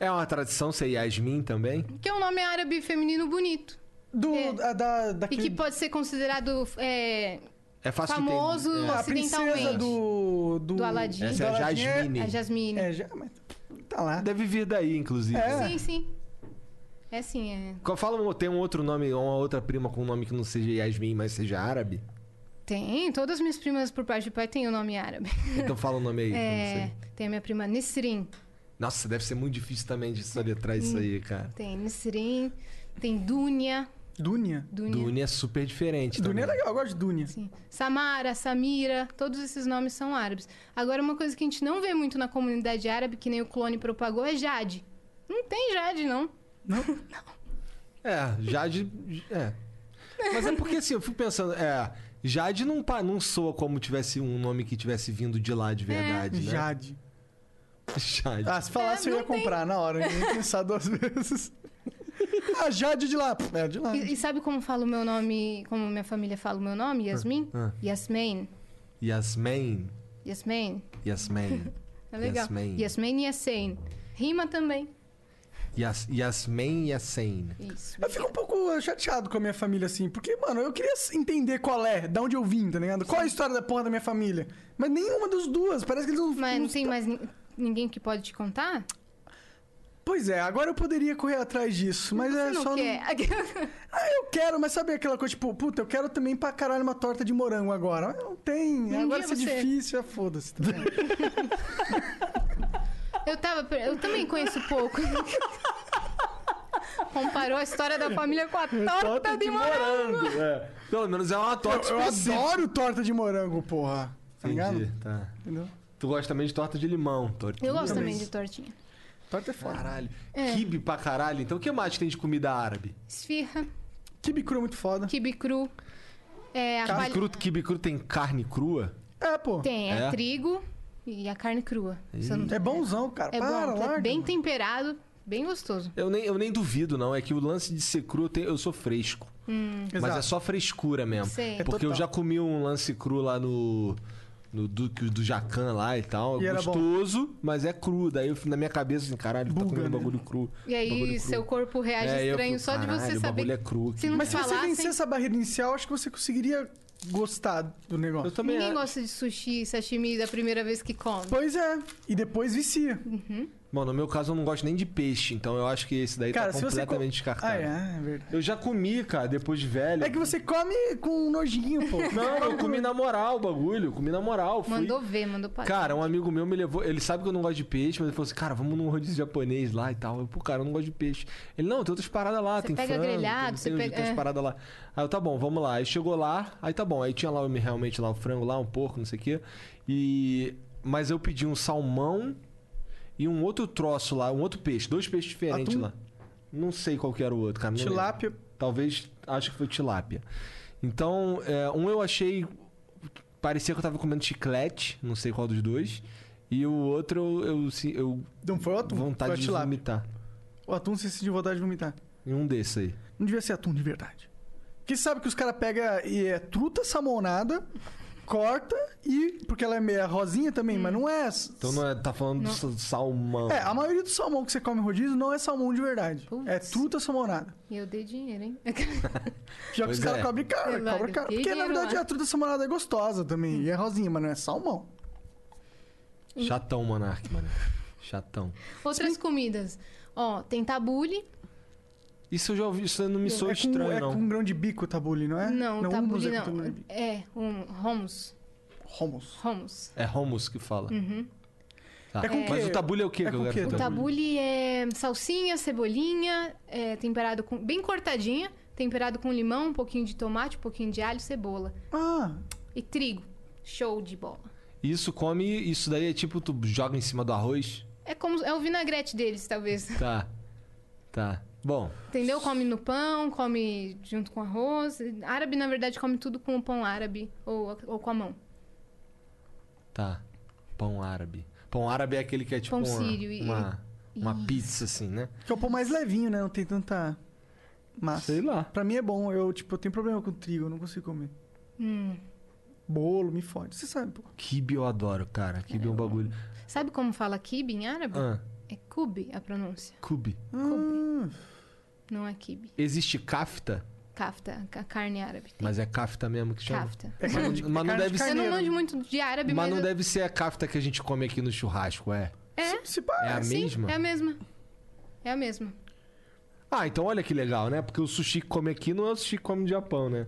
É uma tradição ser Yasmin também? Que é um nome árabe feminino bonito. Do, da, É. E que pode ser considerado é, É fácil de entender. famoso É. A princesa acidentalmente. do, do... Do Aladdin. Essa é a Do Aladdin Jasmine. É, a Jasmine. É, já, mas tá lá. É. Deve vir daí, inclusive. Sim, sim. É sim, é. Qual- Fala, um- tem um outro nome, uma outra prima com um nome que não seja Yasmin, mas seja árabe? Tem, todas as minhas primas por parte de pai têm o nome árabe. Então fala o nome aí. eu não É, sei. tem a minha prima Nesrin. Nossa, deve ser muito difícil também de soletrar isso Hum. aí, cara. Tem Nesrin, tem Dunia, Dunia? Dunia. é super Tá diferente. Dunia é também. legal, eu gosto de Dunia. Né? Samara, Samira, todos esses nomes são árabes. Agora, uma coisa que a gente não vê muito na comunidade árabe, que nem o clone propagou, é Jade. Não tem Jade, não. É, Jade. É. Mas é porque assim, eu fico pensando, é. Jade não, pa- não soa como tivesse um nome que tivesse vindo de lá É. de verdade, né? Jade. Jade. Ah, se É, falasse eu ia comprar na hora, eu nem ia pensar duas vezes. A Jade de lá. É, de lá. E, e sabe como fala o meu nome, como minha família fala o meu nome? Yasmin? Ah. Yasmin. Yasmin. Yasmin. Yasmin. É legal. Yasmin. Yasmin e Yassin. Rima também. Yas, Yasmin Yassin. Isso. Eu fico um pouco chateado com a minha família, assim, porque, mano, eu queria entender qual é, da onde eu vim, tá ligado? Qual é a história da porra da minha família? Mas nenhuma das duas, parece que eles não. Mas não tem mais ni- ninguém que pode te É, contar? Pois é, agora eu poderia correr atrás disso, mas é não só. quer. Ah, eu quero, mas sabe aquela coisa, tipo, puta, eu quero também pra caralho uma torta de morango agora. Mas não tem, agora Um dia isso é você- difícil, é foda-se. Tá ligado? Eu tava. per- Eu também conheço pouco. Comparou a história da família com a torta, de morango. é. Pelo menos é uma torta eu, eu específica. adoro torta de morango, porra. Tá ligado? Entendi, tá. Entendeu? Tu gosta também de torta de limão, torta. Eu gosto também de tortinha. Torta é foda. Caralho. É. Kibe pra caralho. Então o que mais que tem de comida árabe? Esfirra, Kibe cru é muito foda. kibe cru. É, a Kibe palha- cru, kibe cru tem carne crua? É, pô. Tem, é, É? trigo e a carne crua. Se eu não tô- É bonzão, cara. É Para, bom, larga. é bem temperado, bem gostoso. Eu nem, eu nem duvido, não. É que o lance de ser cru, eu, tenho- eu sou fresco. Hum. Mas é só frescura mesmo. Sei. É Porque eu total. já comi um lance cru lá no. No Duque do Jacan lá e tal. E é era bom? gostoso, mas é cru. Daí eu, na minha cabeça, assim, caralho, tá comendo né? bagulho cru. E bagulho aí cru. seu corpo reage É, eu estranho fico, só de você "Caralho, o saber. bagulho é cru aqui". Se não Mas se você falassem- vencer essa barreira inicial, acho que você conseguiria gostar do negócio. Eu é. Ninguém gosta de sushi, sashimi da primeira vez que come. Tá Pois é, e depois vicia. Bom, no meu caso eu não gosto nem de peixe, então eu acho que esse daí Cara, tá se você completamente co- descartado. Ah, é, é verdade. Eu já comi, cara, depois de velho. É que você come com um nojinho, pô. Não, eu comi na moral o bagulho, comi na moral. Fui... Mandou ver, mandou parar. Cara, um amigo meu me levou. Ele sabe que eu não gosto de peixe, mas ele falou assim: Cara, vamos num rodízio japonês lá e tal. Eu, pô, cara, eu não gosto de peixe. Ele, não, tem outras paradas lá, Você tem pega frango, grelhado, tem, você tem, pega- tem umas é. paradas lá. Aí eu, tá bom, vamos lá. Aí chegou lá, aí tá bom. Aí tinha lá realmente lá o frango lá, um porco, não sei o quê. E. Mas eu pedi um salmão e um outro troço lá, um outro peixe, dois peixes diferentes Atum? lá. Não sei qual que era o outro, cara. não lembro. Tilápia. Talvez, acho que foi tilápia. Então, é, um eu achei. Parecia que eu tava comendo chiclete, não sei qual dos dois. E o outro eu. eu, se- eu Não foi o atum? Vontade Hum, Foi a de tilápia. vomitar. O atum se sentiu vontade de vomitar. Em um desses aí. Não devia ser atum de verdade. Porque sabe que os caras pegam e é truta salmonada, corta e. Porque ela é meia rosinha também, Hum. mas não é. Então não é, tá falando do Não. sa- salmão. É, a maioria do salmão que você come em rodízio não é salmão de verdade. É truta salmonada. E eu dei dinheiro, hein? Já que os Pois caras é. cobrem cara, Eduardo, cobra cara. que Porque na dinheiro verdade lá. a truta salmonada é gostosa Hum. também. E é rosinha, mas não é salmão. Chatão, Monark, mano. Chatão. Outras comidas. Ó, tem tabule. Isso eu já ouvi, isso não me soa é com, estranho, é não. com grão de bico o tabule, não é? Não, hummus tabule é com não. grão de bico. É, um hummus. Hummus. Hummus. É hummus que fala. Uhum. Tá. É com Mas quê? o tabule é o quê? É que com eu quê? quero O tabule é salsinha, cebolinha, é, temperado com. bem cortadinha, temperado com limão, um pouquinho de tomate, um pouquinho de alho, cebola. Ah! E trigo. Show de bola. Isso come, isso daí é tipo, tu joga em cima do arroz. É como. É o vinagrete deles, talvez. Tá. Tá. Bom, Entendeu? Come no pão, come junto com arroz. Árabe, na verdade, come tudo com o pão árabe ou, ou com a mão. tá. Pão árabe. Pão árabe é aquele que é tipo Pão uma, sírio e- uma, uma Isso. pizza, assim, né? Que é o pão mais levinho, né? Não tem tanta massa. Sei lá. Pra mim é bom. Eu, tipo, eu tenho problema com trigo, eu não consigo comer. Hum. Bolo, me fode. Você sabe, pô. Kibe eu adoro, cara. Kibe é um bagulho. Sabe como fala kibe em árabe? Ah, É kube a pronúncia. kube. Não é kibe. Existe kafta, Kafta, a carne árabe. mas é kafta mesmo que chama. Kafta. Mas, mas não deve Eu ser. não manjo muito de árabe, mas mas... não eu- deve ser a kafta que a gente come aqui no churrasco, é. É? Se É a Sim, mesma? é a mesma. É a mesma. Ah, então olha que legal, né? Porque o sushi que come aqui não é o sushi que come no Japão, né?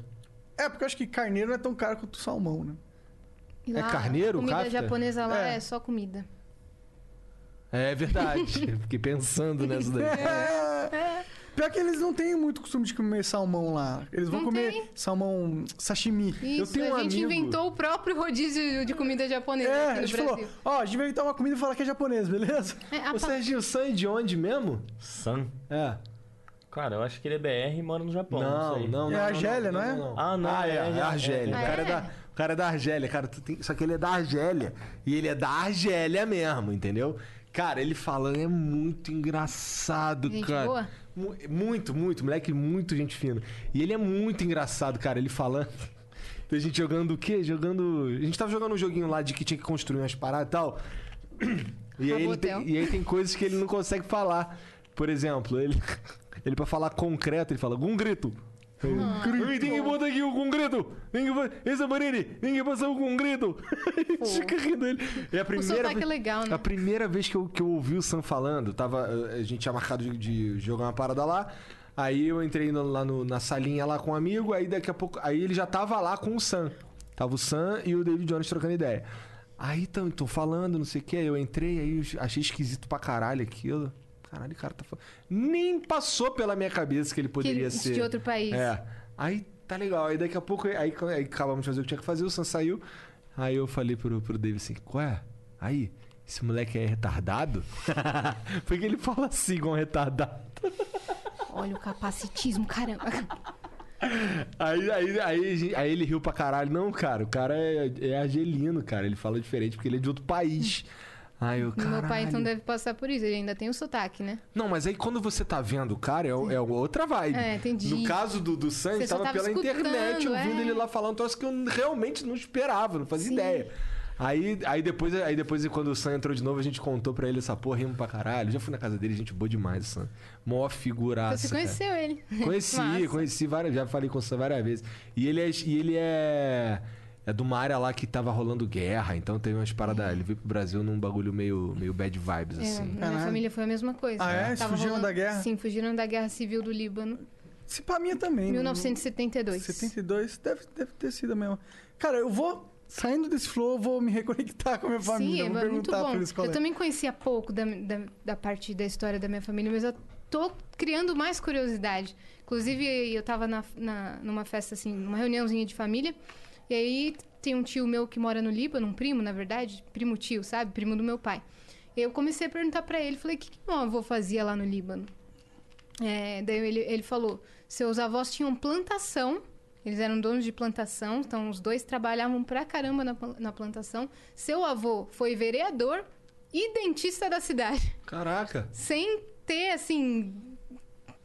É, porque eu acho que carneiro não é tão caro quanto salmão, né? E É carneiro, comida kafta? japonesa lá É. é só comida. É verdade. Eu Fiquei pensando nessa É. É, daí. Pior que eles não têm muito costume de comer salmão lá. Eles vão Não comer tem. salmão sashimi. Isso, um a gente inventou o próprio rodízio de comida japonesa É, a aqui no gente Brasil. falou, ó, a gente vai inventar uma comida e falar que é japonês, beleza? É, a Ô, pa- Serginho, San é de onde mesmo? San? É. Cara, eu acho que ele é BR e mora no Japão. Não, sei. não, não, É não, Argélia, não, não é? não, não. Ah, não. Ah, é, é já- Argélia. é, O cara é, da, o cara é da Argélia, cara. tu tem- Só que ele é da Argélia. E ele é da Argélia mesmo, entendeu? Cara, ele falando é muito engraçado, Gente cara. boa? Mu- Muito, muito. Moleque, muito gente fina. E ele é muito engraçado, cara. Ele falando. A gente jogando o quê? Jogando. A gente tava jogando um joguinho lá de que tinha que construir umas paradas e tal. E aí, ele Rabotel. tem, e aí tem coisas que ele não consegue falar. Por exemplo, ele, ele pra falar concreto, ele fala gungrito. Ah. Grito. Tem que botar aqui o concreto. Tem que botar- Esse é Marini. Tem que passar o concreto. Fica rindo dele. É a primeira sotaque vez- é legal, né? A primeira vez que eu, que eu ouvi o Sam falando, tava, eh, a gente tinha marcado de, de jogar uma parada lá. Aí eu entrei no- lá no- na salinha lá com um amigo, aí daqui a pouco. Aí ele já tava lá com o Sam. Tava o Sam e o David Jones trocando ideia. Aí tão, tão falando, não sei o que. Eu entrei, aí eu achei esquisito pra caralho aquilo. Caralho, o cara tá falando. Nem passou pela minha cabeça que ele poderia ele- de ser. outro país. É. Aí tá legal. Aí daqui a pouco, aí, aí acabamos de fazer o que tinha que fazer, o Sam saiu. Aí eu falei pro, pro David assim, qual é? Aí, esse moleque é retardado? Porque ele fala assim, igual um retardado. Olha o capacitismo, caramba. Aí, aí, aí, a gente- aí ele riu pra caralho. Não, cara, o cara é, é argelino, cara. Ele fala diferente porque ele é de outro país. Aí eu, Meu caralho. pai então deve passar por isso. Ele ainda tem o sotaque, né? Não, mas aí quando você tá vendo o cara, é, é outra vibe. É, entendi. No caso do, do Você Sanji, só tava, tava pela escutando, internet ouvindo é. ele lá falando um troço que eu realmente não esperava, não fazia ideia. Aí, aí depois, aí depois, quando o Sam entrou de novo, a gente contou pra ele essa porra, rimos pra caralho. Já fui na casa dele, gente boa demais, o Sam. Mó figuraça. Você cara. conheceu ele. Ah, Conheci, Massa. conheci várias, já falei com o Sam várias vezes. E ele é, e ele é, É de uma área lá que tava rolando guerra, então teve umas paradas. Ele veio pro Brasil num bagulho meio, meio bad vibes, É, assim. na minha família foi a mesma coisa. Ah, é? Eles Tava fugiram da guerra? Sim, fugiram da guerra civil do Líbano. Se pra minha também. 1972. 72 deve, deve ter sido mesmo. Cara, eu vou. Saindo desse flow, eu vou me reconectar com a minha família. Sim, vou é muito perguntar bom. pra eles qual Eu é. também conhecia pouco da, da, da parte da história da minha família, mas eu tô criando mais curiosidade. Inclusive, eu tava na, na- numa festa, assim, numa reuniãozinha de família, e aí tem um tio meu que mora no Líbano, um primo, na verdade, primo tio, sabe? Primo do meu pai. Eu comecei a perguntar pra ele, falei, o que, que meu avô fazia lá no Líbano? É, daí ele, ele falou: seus avós tinham plantação, eles eram donos de plantação, então os dois trabalhavam pra caramba na, plan- na plantação. Seu avô foi vereador e dentista da cidade. Caraca. Sem ter, assim,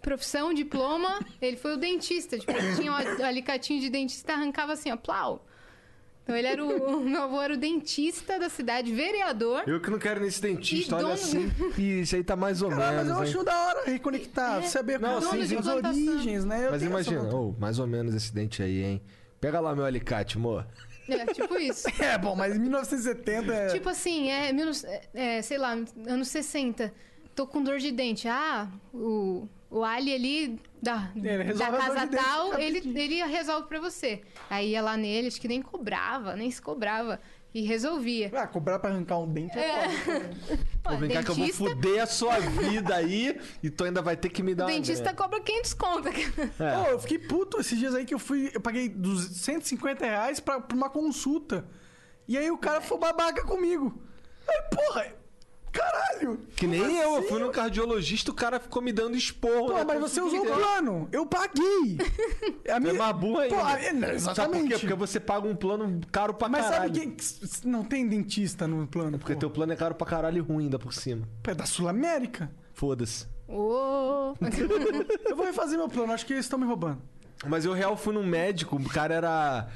profissão, diploma, ele foi o dentista. Tipo, ele tinha um a- alicatinho de dentista, arrancava assim, ó, plau. Então ele era o, o meu avô era o dentista da cidade, vereador. Eu que não quero ir nesse dentista, E olha dono- assim. E isso aí tá mais ou Caralho, Ah, mas menos. eu hein? acho da hora reconectar, saber Não, qual sim, é sim. as origens, né? Eu Mas tenho essa imagina, vontade. ô, mais ou menos esse dente aí, hein? Pega lá meu alicate, amor. É, tipo isso. É, bom, mas 1970 é... Tipo assim, é, 19 é, sei lá, anos 60. Tô com dor de dente. Ah, o, o Ali ali da, Ele resolve da a dor casa de dente tal, ele, rapidinho. ele resolve pra você. Aí ia lá nele, acho que nem cobrava, nem se cobrava. E resolvia. Ah, cobrar pra arrancar um dente é Ah, Pô, vem cá que eu vou dentista- fuder a sua vida aí e tu ainda vai ter que me dar O uma dentista grana. cobra 500 conto. É. Pô, eu fiquei puto esses dias aí que eu fui. Eu paguei 250 reais pra, pra uma consulta. E aí o cara É. foi babaca comigo. Aí, porra, caralho! Que nem eu, eu fui no cardiologista, o cara ficou me dando assim? esporro. né? Pô, na mas você consulta usou o inteira. plano! Eu paguei! A Tu É mais burro ainda. Pô, é, não, Sabe por exatamente. quê? Porque você paga um plano caro pra Mas caralho. sabe quem que não tem dentista no plano? Porque um teu plano é caro pra caralho e ruim ainda por cima. É da Sul-América. Foda-se. Ô. eu vou refazer meu plano, acho que eles estão me roubando. Mas eu real fui num médico, o cara era.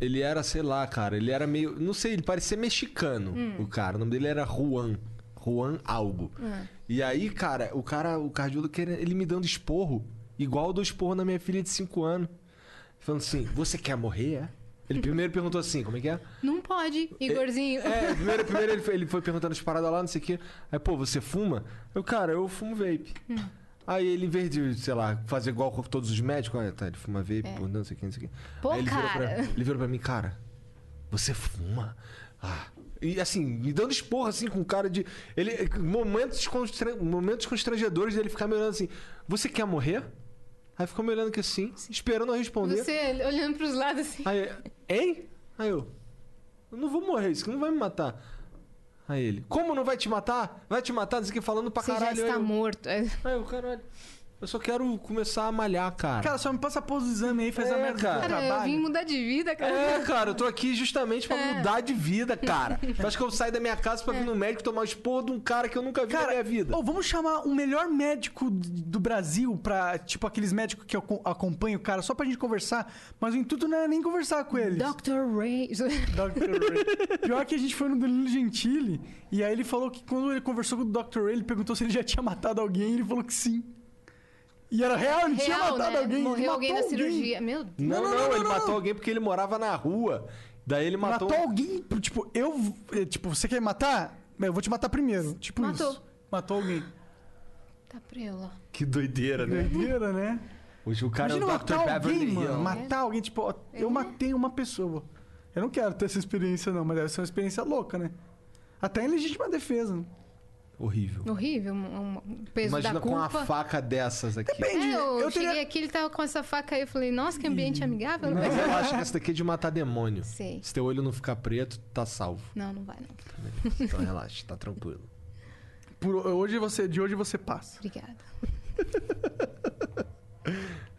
Ele era, sei lá, cara, ele era meio. Não sei, ele parecia mexicano, Hum. o cara. O nome dele era Juan. Juan Algo. Ah. E aí, cara, o cara, o cardiólogo, queria- ele me dando esporro, igual eu dou esporro na minha filha de 5 anos. Falando assim, você quer morrer? É? Ele primeiro perguntou assim, como é que é? Não pode, Igorzinho. É, primeiro, primeiro ele, foi, ele foi perguntando as paradas lá, não sei o quê. Aí, pô, você fuma? Eu, cara, eu fumo vape. Hum. Aí ele, em vez de, sei lá, fazer igual com todos os médicos, olha, tá, ele fuma vape, É. pô, não sei o que, não sei o que. Pô, Aí ele virou, pra, cara. ele virou pra mim, cara, você fuma? Ah. E assim, me dando esporra, assim, com cara de. Ele, momentos, constra- momentos constrangedores dele ficar me olhando assim: Você quer morrer? Aí ficou me olhando que assim, esperando eu é, responder. Você olhando pros lados assim. Aí, hein? Aí eu, eu não vou morrer, isso que não vai me matar. Aí ele, como não vai te matar? Vai te matar, diz que falando pra Você já caralho. está aí eu, morto. É, Aí eu, caralho. Eu só quero começar a malhar, cara. Cara, só me passa a pose do exame aí, faz É, a merda cara. do Cara, eu Ah, trabalho. vim mudar de vida, cara. É, cara, eu tô aqui justamente pra mudar de vida, cara. Tu acha que eu saio da minha casa pra vir no médico tomar esporro de um cara que eu nunca vi na minha vida? Ô, vamos chamar o melhor médico d- do Brasil pra, tipo, aqueles médicos que aco- acompanham o cara só pra gente conversar, mas o intuito não era nem conversar com eles. Dr. Ray. Dr. Ray. Pior que a gente foi no Danilo Gentili, e aí ele falou que quando ele conversou com o Dr. Ray, ele perguntou se ele já tinha matado alguém, e ele falou que sim. E era real, ele tinha Real, matado né? alguém. ele Morreu matou alguém na cirurgia. Meu Deus. Não, não, ele matou alguém porque ele morava na rua. Daí ele matou. um Matou alguém, tipo, eu. eh, Tipo, você quer me matar? Eu vou te matar primeiro. Tipo Matou. isso. Matou alguém. Tá pra eu lá. Que doideira, né? Doideira, né? Hoje o cara Imagina é o Dr. matar alguém, Beverly mano. Hill. É. Matar alguém, tipo, ó, eu matei uma pessoa. Eu não quero ter essa experiência, não, mas deve ser uma experiência louca, né? Até em legítima defesa. né? Horrível. Horrível, um, um peso Imagina da com culpa. uma faca dessas aqui. É, eu, eu cheguei teria- aqui, ele tava com essa faca aí, eu falei, nossa, que ambiente amigável. Não, mas eu acho que essa daqui é de matar demônio. Sei. Se teu olho não ficar preto, tá salvo. Não, não vai, não. Então relaxa, tá tranquilo. Por hoje você, de hoje você passa. Obrigada.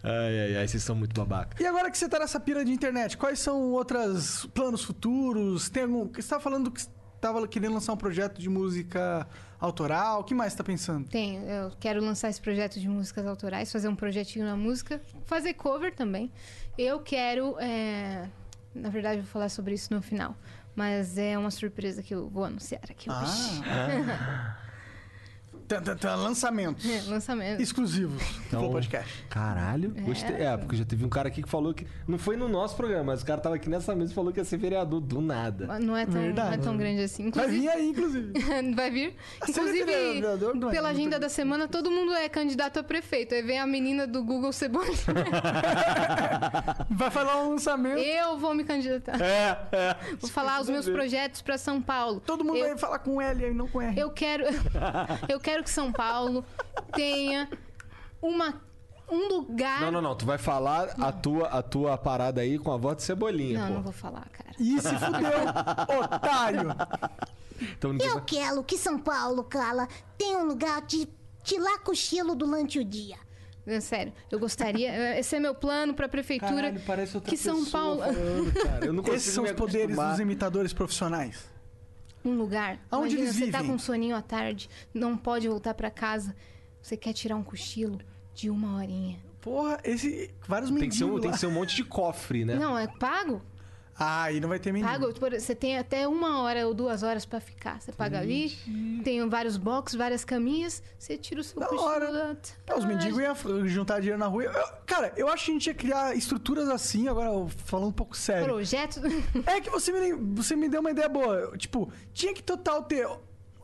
Ai, ai, ai, vocês são muito babaca. E agora que você tá nessa pira de internet, quais são outros planos futuros? Tem algum. Você tava falando que estava querendo lançar um projeto de música autoral? O que mais você tá pensando? Tenho, eu quero lançar esse projeto de músicas autorais, fazer um projetinho na música, fazer cover também. Eu quero, é, na verdade, eu vou falar sobre isso no final, Ah. mas é uma surpresa que eu vou anunciar aqui hoje. Tan, tan, tan, lançamentos. É, lançamento. Exclusivos Então, do podcast. Caralho, gostei. É, porque já teve um cara aqui que falou que. Não foi no nosso programa, mas o cara tava aqui nessa mesa e falou que ia ser vereador do nada. Não é, tão, não é Verdade. tão grande assim. Vai vir aí, inclusive. Vai vir. Ah, se ele Inclusive, virar vereador, não é pela muito- agenda da semana, todo mundo é candidato a prefeito. Aí vem a menina do Google Cebolinha. Vai falar um lançamento. Eu vou me candidatar. É, é. Vou falar os meus projetos pra São Paulo. Todo mundo vai falar com L e não com R. Eu quero, eu quero que São Paulo tenha uma, um lugar. Não, não, não. Tu vai falar a tua, a tua parada aí com a voz de cebolinha, Não, pô. não vou falar, cara. Ih, se fudeu, otário. Então não Eu quero que São Paulo, Carla, tenha um lugar de tirar cochilo durante o dia. É sério, eu gostaria. Esse é meu plano pra prefeitura. Caralho, parece outra que São pessoa Paulo. eu não Esses consigo são me os poderes acostumar. dos imitadores profissionais. um lugar. Aonde Imagina, eles você tá vivem? com soninho à tarde, não pode voltar pra casa. Você quer tirar um cochilo de uma horinha. Porra, esse. Vários Tem que, ser um, mendigos tem lá. que ser um monte de cofre, né? Não, é pago? Ah, e não vai ter menino. Pago, por- você tem até uma hora ou duas horas pra ficar. Você paga ali, tem vários boxes, várias caminhas, você tira o seu Da cochilo. hora. da Ah, os tarde. mendigos iam f- juntar dinheiro na rua. Eu- cara, eu acho que a gente ia criar estruturas assim, agora falando um pouco sério. Projeto. É que você me, você me deu uma ideia boa. Eu, Tipo, tinha que total ter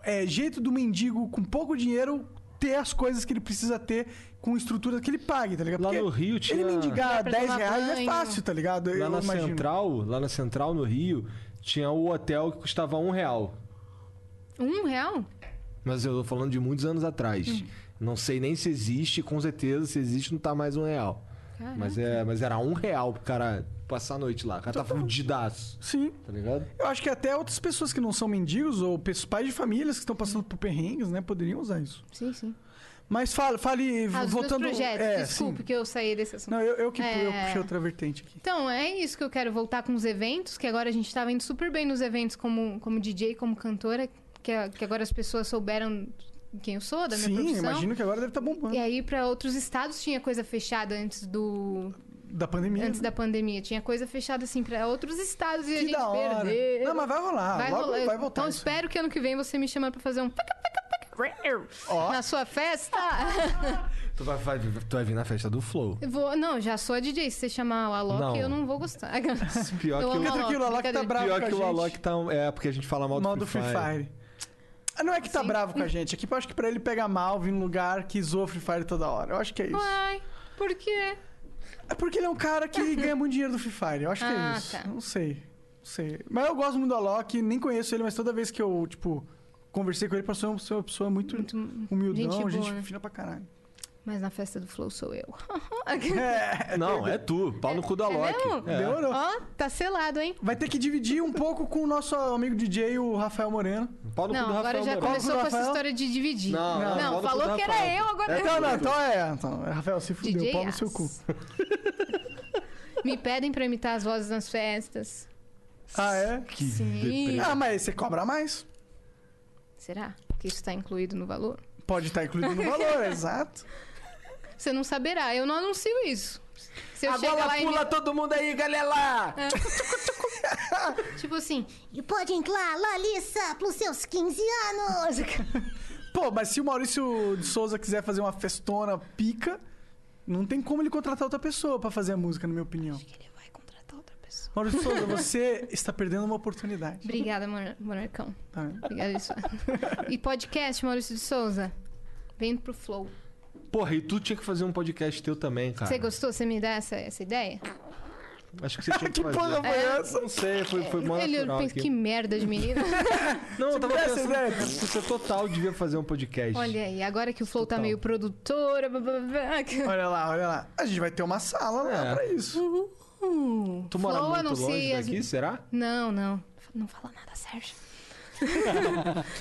é, jeito do mendigo com pouco dinheiro ter as coisas que ele precisa ter com estrutura que ele pague, tá ligado? Lá Porque no Rio tinha- Ele mendigar Dá pra 10 tomar reais é banho. fácil, tá ligado? Lá eu na imagino. central, lá na central, no Rio, tinha o hotel que custava um real. Um real? Mas eu tô falando de muitos anos atrás. Hum. Não sei nem se existe, com certeza, se existe, não tá mais um real. Caraca. Mas, é, mas era um real pro cara passar a noite lá. O cara tá fudidaço. Sim. Tá ligado? Eu acho que até outras pessoas que não são mendigos ou pe- pais de famílias que estão passando por perrengues, né? Poderiam usar isso. Sim, sim. Mas fale, fale Ah, os voltando... meus projetos, é, desculpe sim. que eu saí desse assunto. Não, eu, eu que pu- eu É. puxei outra vertente aqui. Então, é isso que eu quero voltar com os eventos, que agora a gente tá indo super bem nos eventos como, como DJ, como cantora, que, a- que agora as pessoas souberam quem eu sou, da minha Sim, profissão. É. imagino que agora deve estar bombando. E aí, pra outros estados, tinha coisa fechada antes do... Da pandemia. Antes né? da pandemia. Tinha coisa fechada, assim, pra outros estados e a Que gente da hora. perdeu. Não, mas vai rolar, logo vai voltar Então, isso. espero que ano que vem você me chama pra fazer um... Na sua festa? Tu vai, vai- tu vai vir na festa do Flow. Eu Vou, não, já sou a DJ. Se você chamar o Alok, Não. eu não vou gostar. Pior eu que amo o- tranquilo, o Alok tá brincadeira. bravo Pior com a que o gente. Alok tá. É, porque a gente fala mal do, Mal do Free Fire. Ah, Não é que tá Sim. bravo com a gente. É que eu acho que pra ele pegar mal vir num lugar que zoa Free Fire toda hora. Eu acho que é isso. Uai, por quê? É porque ele é um cara que ganha muito dinheiro do Free Fire. Eu acho que Ah, é isso. tá. Não sei. Não sei. Mas eu gosto muito do Alok, nem conheço ele, mas toda vez que eu, tipo, conversei com ele, passou uma pessoa- uma pessoa muito, humildão, gente boa, gente, né? fina pra caralho. Mas na festa do Flow sou eu. Não, é tu. Pau no cu do Alok. mesmo? É. Demorou. Ó, tá selado, hein? Vai ter que dividir um pouco com o nosso amigo DJ, o Rafael Moreno. Pau Não, agora já começou com essa história de dividir. Não, não, pau no cu falou do que era Rafael. eu, agora É, eu. não, não, então é. Então, Rafael, se fudeu, DJ pau no seu cu. Me pedem pra imitar as vozes nas festas. Ah, é? Que Sim. Ah, mas você cobra mais? Será que isso tá incluído no valor? Pode estar incluído no valor, exato. Você não saberá, eu não anuncio isso. Se eu chegar lá e me- todo mundo aí, galera! Tipo assim, e pode entrar, Lalissa, pros seus 15 anos. Pô, mas se o Maurício de Souza quiser fazer uma festona pica, não tem como ele contratar outra pessoa pra fazer a música, na minha opinião. Acho que ele vai contratar outra pessoa. Maurício de Souza, você está perdendo uma oportunidade. Obrigada, Monar- Monarcão. Tá vendo? Obrigada, isso. E podcast, Maurício de Souza? Vendo pro Flow. Porra, e tu tinha que fazer um podcast teu também, cara. Você gostou? Você me dá essa, essa ideia? Acho que você tinha que Que fazer. porra foi É. essa? Não sei, foi, foi mó Ele natural pensa, aqui. que merda de menina. Não, eu tava tivesse pensando ideia. que você é total devia fazer um podcast. Olha aí, agora que o Flow tá Total. meio produtora. blá, blá, blá, que- Olha lá, olha lá. A gente vai ter uma sala lá É. pra isso. Uhul. tu mora Flow muito anuncia longe as- daqui, será? Não, não. Não fala nada, Sérgio.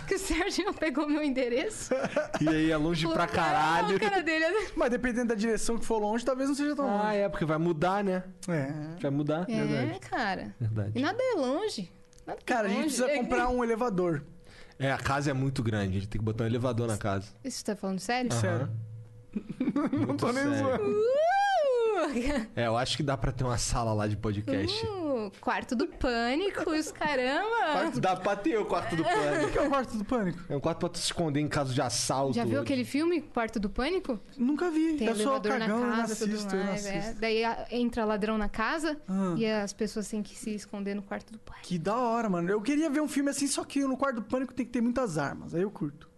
que o Sérgio não pegou meu endereço. E aí é longe pra caralho. A cara dele é- Mas dependendo da direção que for longe, talvez não seja tão longe. Ah, é, porque vai mudar, né? É. Vai mudar. É, cara. Verdade. E nada é longe. Nada é Cara, a gente longe. precisa comprar um elevador. É, a casa é muito grande, a gente tem que botar um elevador na casa. Isso tá falando sério? Aham. Não tô nem sério. zoando. Uh! É, eu acho que dá pra ter uma sala lá de podcast. Uh, o quarto do pânico e os caramba. Quarto da patê, o quarto do pânico. O que é o quarto do pânico? É um quarto pra tu se esconder em caso de assalto. Já viu aquele filme, Quarto do Pânico? Nunca vi. Tem Eu sou elevador cagão, eu na não casa, tudo assisto, eu não mais, é. assisto. Daí a- entra ladrão na casa Ah. e as pessoas têm que se esconder no quarto do pânico. Que da hora, mano. Eu queria ver um filme assim, só que no quarto do pânico tem que ter muitas armas. Aí eu curto.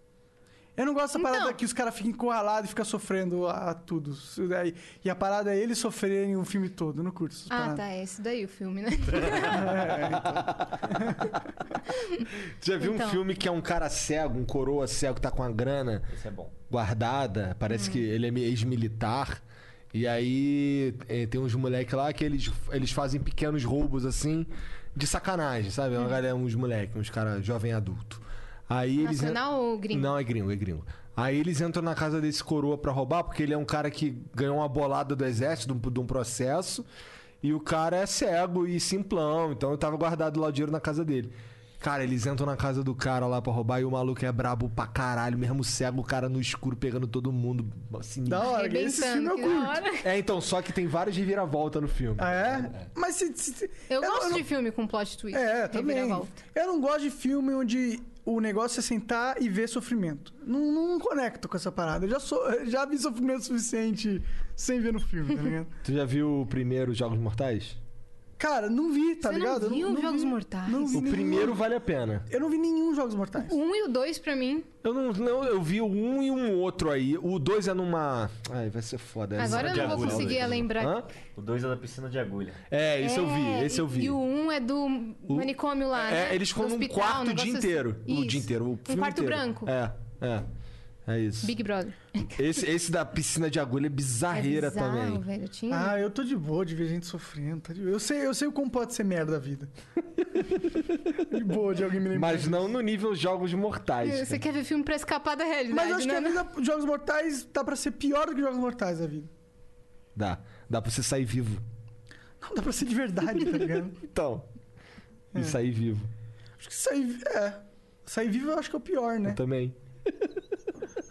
Eu não gosto da parada Então. que os caras ficam encurralados e ficam sofrendo a, a tudo. Isso daí- E a parada é eles sofrerem o filme todo. Eu não curto essas Ah, paradas. tá, é esse daí o filme, né? Já viu Então. um filme que é um cara cego, um coroa cego que tá com a grana Esse é bom. guardada? Parece que ele é meio ex-militar. E aí eh, tem uns moleques lá que eles, eles fazem pequenos roubos assim, de sacanagem, sabe? É Uma galera, uns moleques, uns caras jovem adulto. Aí eles en- né? Nacional ou gringo? Não, é gringo, é gringo. Aí eles entram na casa desse coroa pra roubar, porque ele é um cara que ganhou uma bolada do exército, de um, de um processo. E o cara é cego e simplão, então tava guardado lá o dinheiro na casa dele. Cara, eles entram na casa do cara lá pra roubar e o maluco é brabo pra caralho, mesmo cego, o cara no escuro pegando todo mundo. Assim, Da hora, esse filme eu curto. É, então, só que tem vários reviravolta no filme. Ah, é? Mas se. se- Eu, não- gosto não- de filme com plot twist. É, também. reviravolta. Eu não gosto de filme onde o negócio é sentar e ver sofrimento. Não, não conecto com essa parada. Eu já, sou, eu já vi sofrimento suficiente sem ver no filme, tá ligado? Tu já viu o primeiro Jogos Mortais? Cara, não vi, tá Você não ligado? Eu viu Jogos vi- Mortais? Não vi O nenhum. primeiro vale a pena. Eu não vi nenhum Jogos Mortais. O um e o dois pra mim. Eu não, não, eu vi o um e um outro aí. O dois é numa. Ai, vai ser foda. é essa. Agora eu não vou conseguir lembrar. Hã? O 2 é da piscina de agulha. né? É, esse eu vi, esse eu vi. E o um é do manicômio lá, é, né? eles ficam Do num hospital, quarto o negócio dia assim. inteiro. O Isso. um dia inteiro. O filme quarto inteiro. branco. É, é. É isso. Big Brother. Esse, esse da piscina de agulha é bizarreira É bizarro, também. velho. Eu tinha... Ah, eu tô de boa de ver gente sofrendo. tá de- Eu sei, eu sei como pode ser merda a vida. de boa de alguém me lembrar. Mas não no nível Jogos Mortais. Você quer ver filme pra escapar da realidade, Mas eu acho que né? é a vida Jogos Mortais dá pra ser pior do que Jogos Mortais a vida. Dá. Dá pra você sair vivo. Não dá pra ser de verdade, tá ligado? Então. É. E sair vivo. Acho que sair. vi- É. Sair vivo eu acho que é o pior, né? Eu também.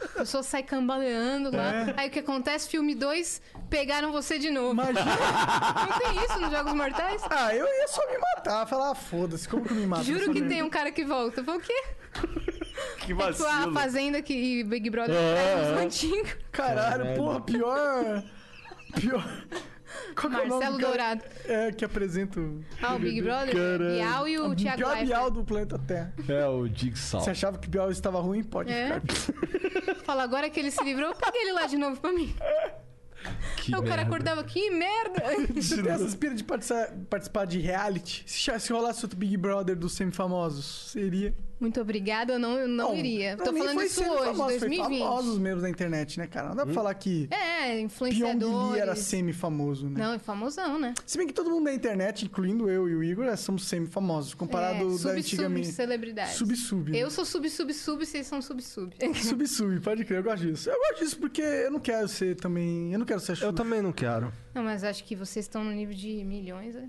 A pessoa sai cambaleando lá. É. Aí o que acontece? Filme 2, pegaram você de novo. Não tem isso nos Jogos Mortais? Ah, eu ia só me matar, falar, ah, foda-se, como que eu me mato? Juro nessa que merda? tem um cara que volta. Eu falo, o quê? Que É tipo a Fazenda que, e Big Brother É, é, é. os antigos. Caralho, porra, pior. Pior. Qual que é o nome do Marcelo cara- Dourado. É, que apresenta o. Ah, o Big Brother? Caralho. Bial e o Thiago Pior Leifert. Bial do planeta Terra. É o Jigsaw. Você achava que Bial estava ruim? Pode É. ficar. Fala, agora que ele se livrou, pega ele lá de novo pra mim. Que Aí o merda. cara acordava, que merda! Você tem essa aspira de participar, participar de reality? Se, cha- se rolasse outro Big Brother dos semifamosos, seria. Muito obrigada, eu não, eu não, Bom, iria. pra Tô mim falando foi isso semifamosos, hoje, Foi 2020. famosos mesmo da internet, né, cara? Não Hum? dá pra falar que É, Pyong Lee influenciadores. era semifamoso, né? Não, é famosão, né? Se bem que todo mundo da internet, incluindo eu e o Igor, é, somos semi-famosos, comparado é, da sub, antiga sub, minha. celebridade. Sub-sub, né? Eu sou sub, sub, sub, vocês são sub, sub. Sub-sub, pode crer, eu gosto disso. Eu gosto disso porque eu não quero ser também. Eu não quero ser Eu também não quero. Não, mas acho que vocês estão no nível de milhões. É,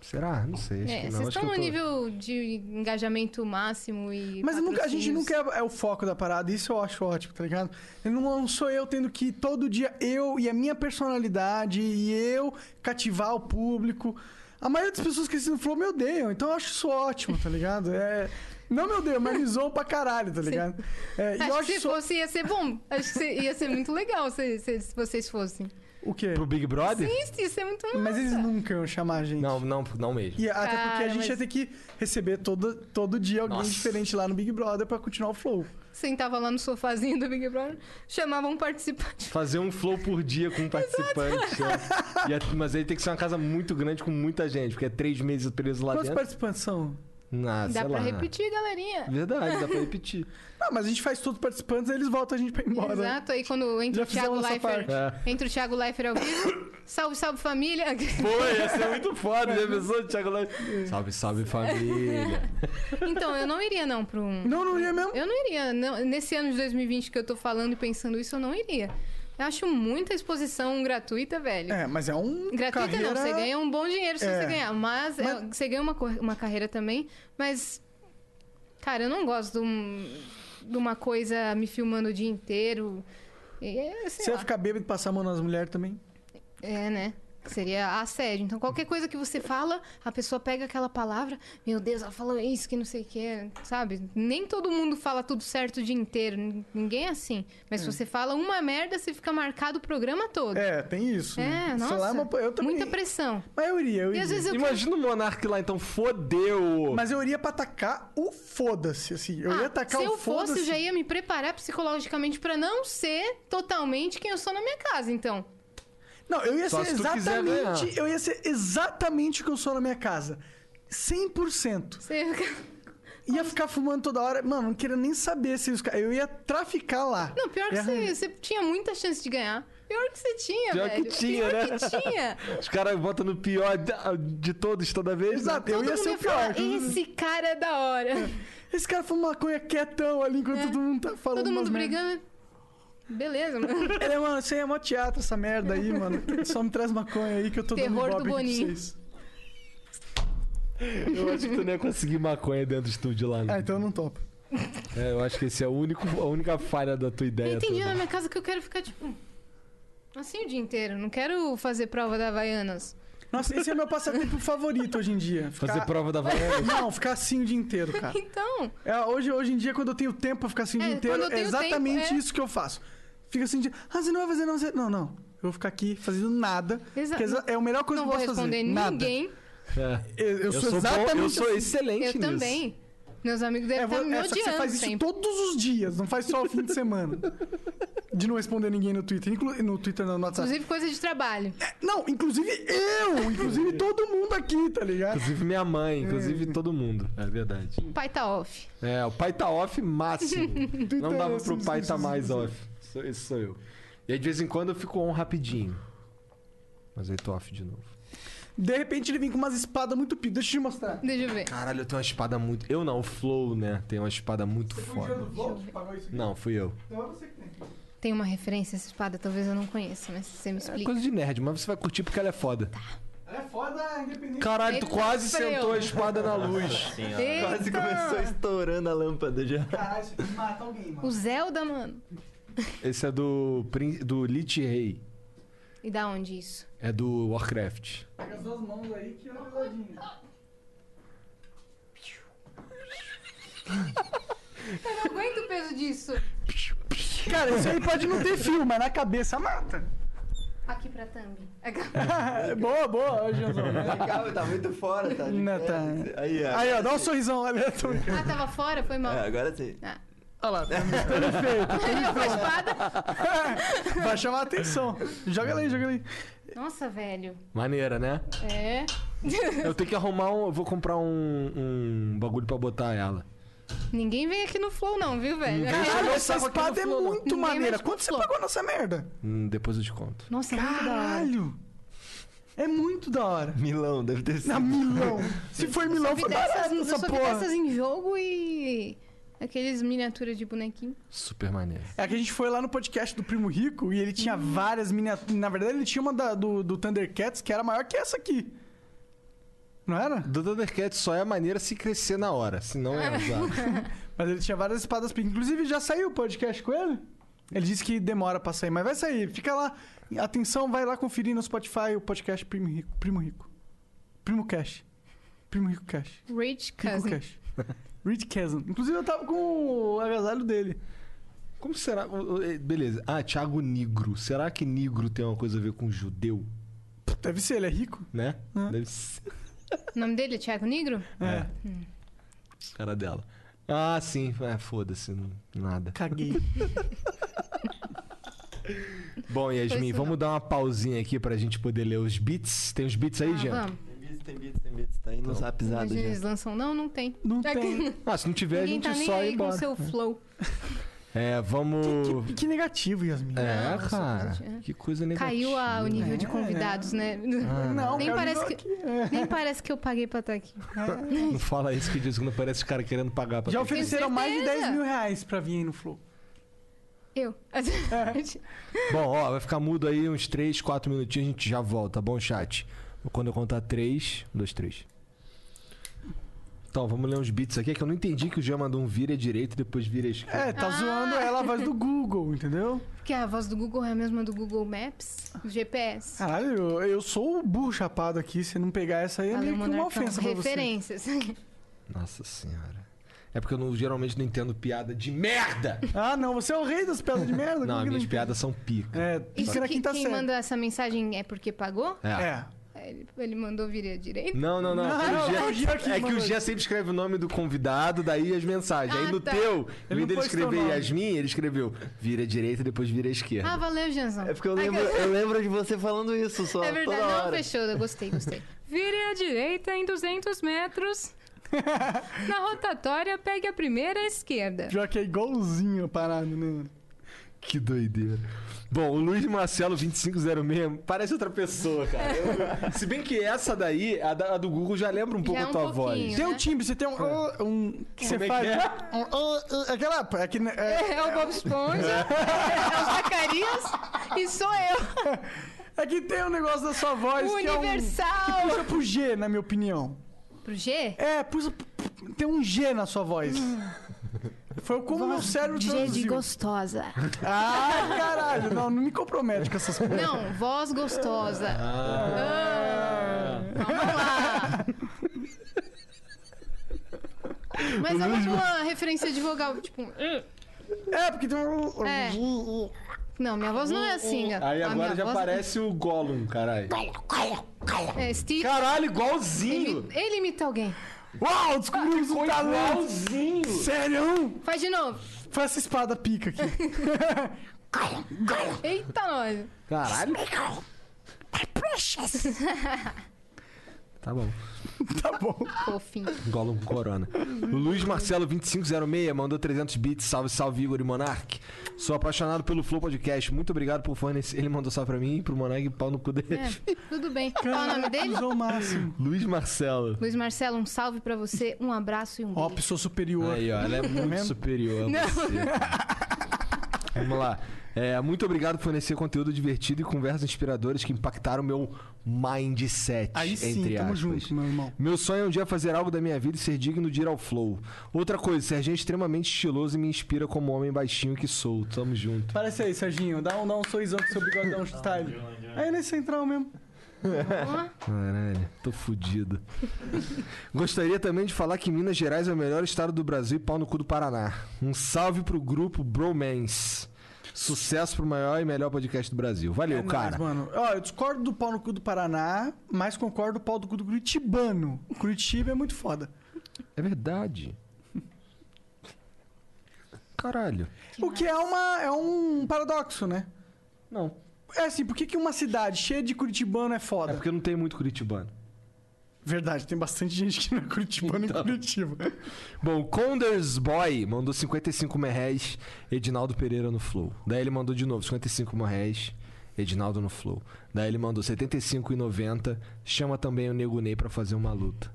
Será? Não sei. Acho é, que não. Acho vocês estão que eu no tô- nível de engajamento máximo e. Mas nunca- a gente patrocínios. nunca é, é o foco da parada, isso eu acho ótimo, tá ligado? Eu Não, não sou eu tendo que todo dia eu e a minha personalidade e eu cativar o público. A maioria das pessoas que assistem falou me odeiam, então eu acho isso ótimo, tá ligado? É. Não me odeiam, mas me zoam pra caralho, tá ligado? É, e eu Acho acho que se isso- fosse, ia ser bom. Acho que se- ia ser muito legal se, se- se vocês fossem. O quê? Pro Big Brother? Sim, isso ia ser muito massa. Mas eles nunca iam chamar a gente. Não, não, não mesmo. E até Cara, porque a gente mas- ia ter que receber todo, todo dia alguém Nossa. diferente lá no Big Brother pra continuar o Tá flow. Sentava lá no sofazinho do Big Brother, chamavam um participante. Fazer um flow por dia com um participante. né? E a- mas aí tem que ser uma casa muito grande com muita gente, porque é três meses preso lá Quantos dentro. participantes são? Ah, Dá sei lá. pra repetir, galerinha. Verdade, dá pra repetir. Não, mas a gente faz todos os participantes, aí eles voltam a gente pra ir embora. Exato, aí quando Já entra o Thiago fizemos essa Leifert. parte. Entra o Thiago Leifert ao vivo. salve, salve família. Pô, ia ser muito foda, né, pessoa? Thiago lá. Salve, salve família. Então, eu não iria não pra um. Não, não iria mesmo? Eu não iria. não. Nesse ano de 2020 que eu tô falando e pensando isso, eu não iria. Eu acho muita exposição gratuita, velho. É, mas é um. Gratuita carreira... não, você ganha um bom dinheiro se É. você ganhar. Mas, é, você ganha uma, cor- uma carreira também, mas. Cara, eu não gosto de, um- de uma coisa me filmando o dia inteiro. É, sei Você lá. ia ficar bêbado e passar a mão nas mulheres também? É, né? que seria assédio. Então, qualquer coisa que você fala, a pessoa pega aquela palavra, meu Deus, ela falou isso, que não sei o que, sabe? Nem todo mundo fala tudo certo o dia inteiro, n- ninguém é assim. Mas É. se você fala uma merda, você fica marcado o programa todo. É, tem isso. É, né? Sei nossa, lá, mas eu também- muita pressão. Mas eu iria, eu E iria. às vezes eu Imagina o Monark lá, então fodeu. Mas eu iria pra atacar o foda-se, assim. Eu ia Ah, atacar se o eu foda-se. fosse, eu já ia me preparar psicologicamente pra não ser totalmente quem eu sou na minha casa, então. Não, eu ia Só ser se tu quiser exatamente. ganhar. Eu ia ser exatamente o que eu sou na minha casa. 100%. Ia ficar fumando toda hora. Mano, não queria nem saber se os caras. Eu ia traficar lá. Não, pior que Ia- você, você tinha muita chance de ganhar. Pior que você tinha, Pior velho. que tinha, Pior né? que tinha. Os caras botam no pior de, ah, de todos toda vez. né? Exato, eu Todo ia mundo ser ia o pior. falar, Esse cara é da hora. Esse cara foi uma maconha quietão ali enquanto todo mundo tá falando. É. Todo mundo umas merda. brigando. Beleza, mano. Ele, mano, isso aí é mó teatro, essa merda aí, mano. Só me traz maconha aí que eu tô Terror dando ibope aqui do pra Boninho. vocês. Eu acho que tu nem ia Tipo, né, conseguir maconha dentro do estúdio lá. Não. Ah, então eu não topo. É, eu acho que esse é o único, a única falha da tua Eu ideia. entendi toda. na minha casa que eu quero ficar, tipo. Assim o dia inteiro. Não quero fazer prova da Havaianas. Nossa, esse é meu passatempo favorito hoje em dia. Fazer prova da Havaianas? Não, ficar assim o dia inteiro, cara. Então. É, hoje, hoje em dia, quando eu tenho tempo pra ficar assim o É, dia inteiro, quando eu é tenho exatamente tempo, é. isso que eu faço. Fica assim, de, ah, você não vai fazer, não, você... Não, não. Eu vou ficar aqui fazendo nada. Exa- que é exa- É a melhor coisa não que eu vou posso fazer. responder Nada. ninguém. Eu, eu Eu sou, sou bom- exatamente eu sou assim. excelente Eu também. Meus amigos devem É, vo- estar tá me é, só que odiando você faz isso sempre. todos os dias, não faz só o fim de semana. De não responder ninguém no Twitter. Inclu- no Twitter, não, no WhatsApp. Inclusive coisa de trabalho. Não, inclusive eu, inclusive todo mundo aqui, tá ligado? Inclusive minha mãe, inclusive todo mundo. É verdade. O pai tá off. É, o pai tá off máximo. Não dava pro pai tá mais off. Sou- Esse sou eu. E aí de vez em quando eu fico on rapidinho. Mas aí tô off de novo. De repente ele vem com umas espadas muito pica. Deixa eu te mostrar. Deixa eu ver. Caralho, eu tenho uma espada muito. Eu não, o Flow, né? Tem uma espada muito foda. Não, fui eu. então é Tem uma referência a essa espada, talvez eu não conheça, mas você É me explica. coisa de nerd, mas você vai curtir porque ela é foda. Ela é foda, independente. Caralho, tu Eita, quase freio. sentou a espada na luz. Nossa senhora. É, Quase começou estourando a lâmpada já. Caralho, Ah, isso aqui mata alguém, né? mano. O Zelda, mano. Esse é do, prin- do Lich Rei. E da onde isso? É do Warcraft. Pega as duas mãos aí que é pesadinha. Eu não aguento o peso disso. Cara, isso aí pode não ter fio, mas na cabeça mata. Aqui pra thumb. É É, boa, boa, Janzão. Legal, tá muito fora, tá? Não, tá. Aí, ó. Aí, ó, dá um sorrisão aleatório. Ah, tava fora? Foi mal. É, agora sim. Ah. Olha lá, tá perfeito. Ele olhou pra espada. Vai chamar a atenção. Joga ela aí, joga ela aí. Nossa, velho. Maneira, né? É. Eu tenho que arrumar um. Eu vou comprar um, um bagulho pra botar ela. Ninguém vem aqui no Flow, não, viu, velho? Ninguém Aquela- Caralho, essa espada é muito Ninguém maneira. mais Quanto você pagou nessa merda? Hum, depois eu te conto. Nossa, é muito da hora. Caralho. É muito da hora. Milão, deve ter sido. Na Milão. Se foi Milão, Eu vi foi dessas, barato eu só essa vi porra. dessas em jogo e. Aqueles miniaturas de bonequinho. Super maneiro. É que a gente foi lá no podcast do Primo Rico e ele tinha Hum. várias miniaturas. Na verdade, ele tinha uma da- do, do Thundercats que era maior que essa aqui. Não era? Do Thundercat só é maneira se crescer na hora, se não é usado. Mas ele tinha várias espadas pica. Inclusive, já saiu o podcast com ele? Ele disse que demora pra sair, mas vai sair. Fica lá. Atenção, vai lá conferir no Spotify o podcast Primo Rico. Primo Rico. Primo Cash. Primo Rico Cash. Rich Rico Cousin. Cash. Rich Cousin. Inclusive, eu tava com o agasalho dele. Como será? o- o- eh, Beleza. Ah, Thiago Negro. Será que negro tem uma coisa a ver com judeu? Deve ser, ele é rico. Né? Deve ser. O nome dele é Thiago Negro? É. Cara dela. Ah, sim. É, foda-se. não- Nada. Caguei. Bom, Foi Yasmin, isso, vamos dar uma pausinha aqui pra gente poder ler os beats. Tem os beats aí, Ah, Jean? vamos. Tem bits, tem bits, tem bits. Tá indo no Mas zapzado eles já. lançam. Não, não tem. Não tem. Ah, se não tiver, Ninguém a tá gente nem só aí ir embora. com seu flow. É, vamos. Que negativo, Yasmin. É, Nossa, cara. gente, é. Que coisa negativa. Caiu a- o nível de É. convidados, né? Não, nem cara, parece, não é. que, nem parece que eu paguei pra estar aqui. Não fala isso que diz que não parece os caras querendo pagar pra Já ter- ofereceram mais de certeza. 10 mil reais pra vir aí no Flow. Eu. É. Bom, ó, vai ficar mudo aí uns 3, 4 minutinhos, a gente já volta, tá bom, chat? Quando eu contar 3, 2, 3. Então, vamos ler uns bits aqui, que eu não entendi que o Jean mandou um vira direito e depois vira esquerda. É, tá zoando ela a voz do Google, entendeu? Porque a voz do Google é a mesma do Google Maps, do GPS. Caralho, eu, eu sou o burro chapado aqui. Se não pegar essa aí, é meio que uma Monarcão, ofensa pra você. Referências. Nossa senhora. É porque eu não- geralmente não entendo piada de merda! Ah, não, você é o rei das piadas de merda. Não, como que minhas não- piadas são pica. É, Isso na que, quinta quem série. manda essa mensagem é porque pagou? É. Ele, ele mandou vir à direita? Não, não, não. porque Ah, o Gia- não, é que o Gia sempre escreve o nome do convidado, daí as mensagens. aí Ah, no tá. teu, Ele em vez dele não pôs teu escrever nome. Yasmin, ele escreveu vira direita e depois vira esquerda. Ah, valeu, Janzão. É porque eu lembro, eu lembro de você falando isso só É verdade, toda não, hora. fechou. Eu gostei, gostei. Vire à direita em 200 metros. Na rotatória, pegue a primeira à esquerda. Pior que é igualzinho a parada, né? mano? Que doideira. Bom, o Luiz Marcelo 2506 parece outra pessoa, cara. Eu- se bem que essa daí, a, da- a do Google, já lembra um é pouco a tua voz. Tem um timbre, você tem um. ah, um que você Como é que faz. é? um, ah, ah, aquela. aquele- É o Bob Esponja, é o Zacarias e sou eu. É que tem um negócio da sua voz que é um- Universal. que puxa pro G, na minha opinião. Pro G? É, puxa, tem um G na sua voz. Foi como meu cérebro G de traduziu. gostosa. Ah, caralho. Não, não me compromete com essas coisas. Não, voz gostosa. Ah. Ah, Mas é uma boa referência de vogal, tipo... É, porque tem um... É. Hum, Não, minha voz não é assim. a- Aí a agora minha já voz- parece o Gollum, caralho. É, Steve... Caralho, igualzinho! Ele, ele imita alguém. Uau, descobrimos um talento. Ah, Igualzinho! Sério? Faz de novo. Faz essa espada pica aqui. Eita, nós. Caralho. My precious. Tá bom. tá bom. Fofinho. Gollum com corona. O Luiz Marcelo 2506 mandou 300 bits. Salve, salve, Igor e Monark. Sou apaixonado pelo Flow Podcast. Muito obrigado por fornecer. Ele mandou só pra mim, pro Monark e pau no cu dele. É, tudo bem. Qual é o nome dele? Usou o máximo. Luiz Marcelo. Luiz Marcelo, um salve pra você, um abraço e um Ó, beijo. pessoa superior. Aí, ó, ela é muito superior. a Não. você. Vamos lá. É, muito obrigado por fornecer conteúdo divertido e conversas inspiradoras que impactaram meu mindset. Aí sim, entre tamo aspas. junto, meu irmão. Meu sonho é um dia fazer algo da minha vida e ser digno de ir ao flow. Outra coisa, Serginho é extremamente estiloso e me inspira como homem baixinho que sou. Tamo junto. Parece aí, Serginho. Dá um, dá um sorrisão com seu bigodão style. Aí nesse central mesmo. Caralho, tô fudido. Gostaria também de falar que Minas Gerais é o melhor estado do Brasil e pau no cu do Paraná. Um salve pro grupo Bromance. Sucesso pro maior e melhor podcast do Brasil. Valeu, É nóis, cara. mano. Ó, eu discordo do pau no cu do Paraná, mas concordo do pau do cu do Curitibano. Curitiba é muito foda. É verdade. Caralho. o que é, uma, é um paradoxo, né? Não. É assim, por que, que uma cidade cheia de curitibano é É foda? porque não tem muito curitibano. Verdade, tem bastante gente que não é curitibano Então. em Curitiba. Bom, Conders Boy mandou 55 merréis, Edinaldo Pereira no Flow. Daí ele mandou de novo 55 merréis, Edinaldo no Flow. Daí ele mandou 75 e 90, chama também o Nego Ney pra fazer uma luta.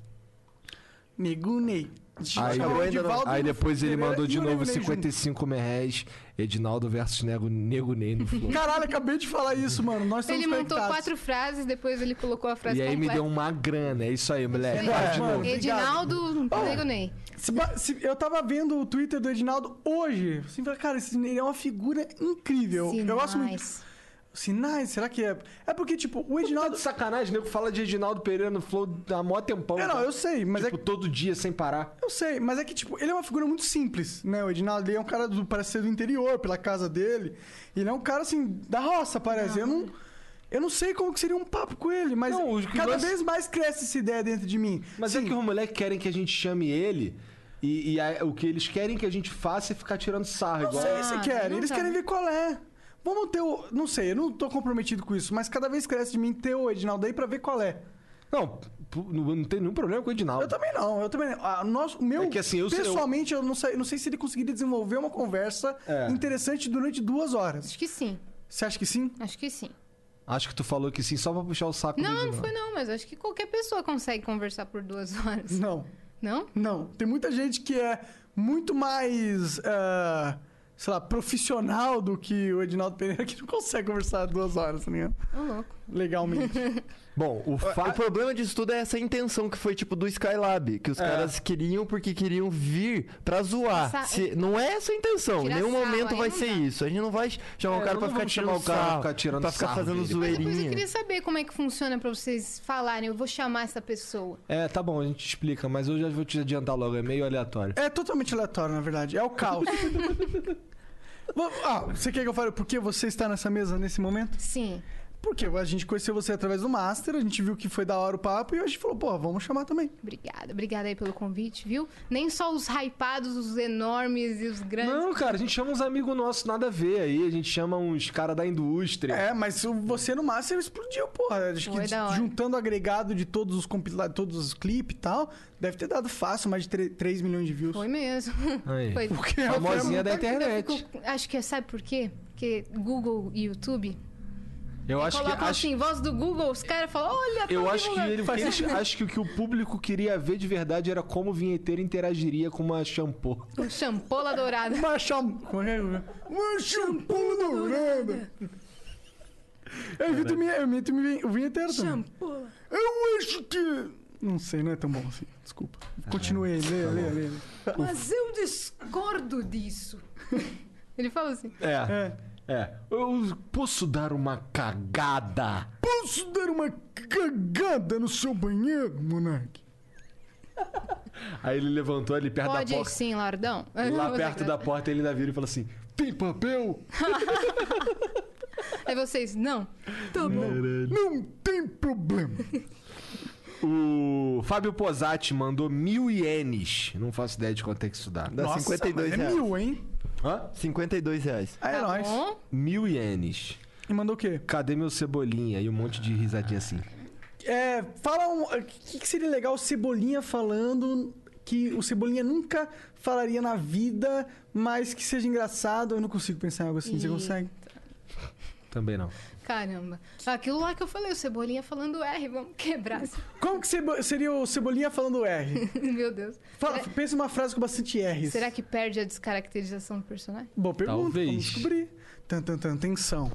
Negunei. Aí, Acabou ainda não. aí depois ele Pereira mandou e de o novo Nego Ney junto. 55 merréis, Edinaldo versus Nego, Nego Ney no Flow. Caralho, acabei de falar isso, mano. Nós estamos Ele montou conectados. quatro frases, depois ele colocou a frase é um E aí me completa. deu um uma grana, é isso aí, moleque. É, Vai de mano, novo. Edinaldo, Obrigado. Nego Ney. Se ba- se- eu tava vendo o Twitter do Edinaldo hoje. Assim, falei, cara, esse, ele é uma figura incrível. Eu gosto muito. Sinais, será que é? É porque, tipo, o Tá Edinaldo. de sacanagem, nego fala de Edinaldo Pereira no Flow há mó tempão. É, não, cara. eu sei, mas tipo, é. todo dia sem parar. Eu sei, mas é que, tipo, ele é uma figura muito simples, né? O Edinaldo ele é um cara do. Parece ser do interior, pela casa dele. Ele é um cara, assim, da roça, parece. Eu não. Eu não sei como que seria um papo com ele, mas Não, o que cada nós- vez mais cresce essa ideia dentro de mim. Mas é que os moleques querem que a gente chame ele. E, e a- o que eles querem que a gente faça é ficar tirando sarro. Não igual... sei se querem, não eles tá. querem ver qual é. Vamos ter o. Não sei, eu não tô comprometido com isso, mas cada vez cresce de mim ter o Edinaldo aí pra ver qual é. Não, pu- não, não tem nenhum problema com o Edinaldo. Eu também não, eu também não. Ah, nós- o meu, É que assim, eu- pessoalmente, eu, não, sei, não sei se ele conseguiria desenvolver uma conversa É. interessante durante duas horas. Acho que sim, Você acha que sim? acho que sim. Acho que tu falou que sim, só pra puxar o saco do Não, não Edinaldo. foi não, mas acho que qualquer pessoa consegue conversar por duas horas. Não, Não? não. Tem muita gente que é muito mais, ah, sei lá, profissional do que o Edinaldo Pereira que não consegue conversar duas horas, tá ligado? Ô, louco. Legalmente. Bom, o, o problema disso tudo é essa intenção que foi tipo do Skylab, que os É. caras queriam porque queriam vir pra zoar. Essa- Se- não é essa a intenção. Em Tirar nenhum sarro, é momento aí vai não ser dá. isso. A gente não vai chamar É, o cara não pra ficar vamos chamar tirando o o sarro, carro, ficar tirando pra ficar sarro fazendo dele. Mas depois eu zoeirinha. queria saber como é que funciona pra vocês falarem. Eu vou chamar essa pessoa. É, tá bom, a gente explica, mas eu já vou te adiantar logo, é meio aleatório. É totalmente aleatório, na verdade. É o caos. Vam- ah, você quer que eu fale por que você está nessa mesa nesse momento? Sim. Porque a gente conheceu você através do Master, a gente viu que foi da hora o papo e hoje falou, pô, vamos chamar também. Obrigada, obrigada aí pelo convite, viu? Nem só os hypados, os enormes e os grandes. Não, cara, a gente chama uns amigos nossos nada a ver aí, a gente chama uns caras da indústria. É, mas o- você no Master explodiu, porra. Acho Foi que da hora. juntando o agregado de todos os compilados, todos os clipes e tal, deve ter dado fácil mais de 3 milhões de views. Foi mesmo. Aí. Foi. Porque é Famosinha da internet. Eu fico- acho que é- sabe por quê? Porque Google e YouTube Eu acho que colocam acho, assim, voz do Google, os caras falam, olha, tá eu acho que divulgando. ele eles- acho que o que o público queria ver de verdade era como o vinheteiro interagiria com uma shampoo. Um champola dourada. Uma champola. Uma é, shampoo dourada. Eu imito, minha, eu imito minha- o vinheteiro também. Champola. Eu acho que... Não sei, não é tão bom assim. Desculpa. Continue aí, lê, lê, lê. Mas eu discordo disso. ele fala assim. É. É. Eu posso dar uma cagada. Posso dar uma cagada no Tá seu banheiro, moleque? Aí ele levantou ali perto Pode tá- da ir porta. sim, Lardão. Lá perto da porta ele ainda vira e fala assim: Tem papel? Aí É vocês, não. Tá bom. Não tem problema. O Fábio Posati mandou mil ienes. Não faço ideia de quanto é que isso dá. Dá Nossa, 52 mas é reais. mil, hein? Hã? 52 reais. Tá Aí é nóis. Mil ienes. E mandou o quê? Cadê meu cebolinha? E um monte de risadinha assim. É, fala um. O que, que seria legal o Cebolinha falando que o Cebolinha nunca falaria na vida, mas que seja engraçado? Eu não consigo pensar em algo assim. Você Ih. consegue? Também não. Caramba. Aquilo lá que eu falei, o Cebolinha falando R, vamos quebrar. Como que Cebo- seria o Cebolinha falando R? Meu Deus. Fala- Pensa uma frase com bastante R's. Será que perde a descaracterização do personagem? Boa pergunta, Talvez. vamos descobrir. Tan, tan, tan, tensão.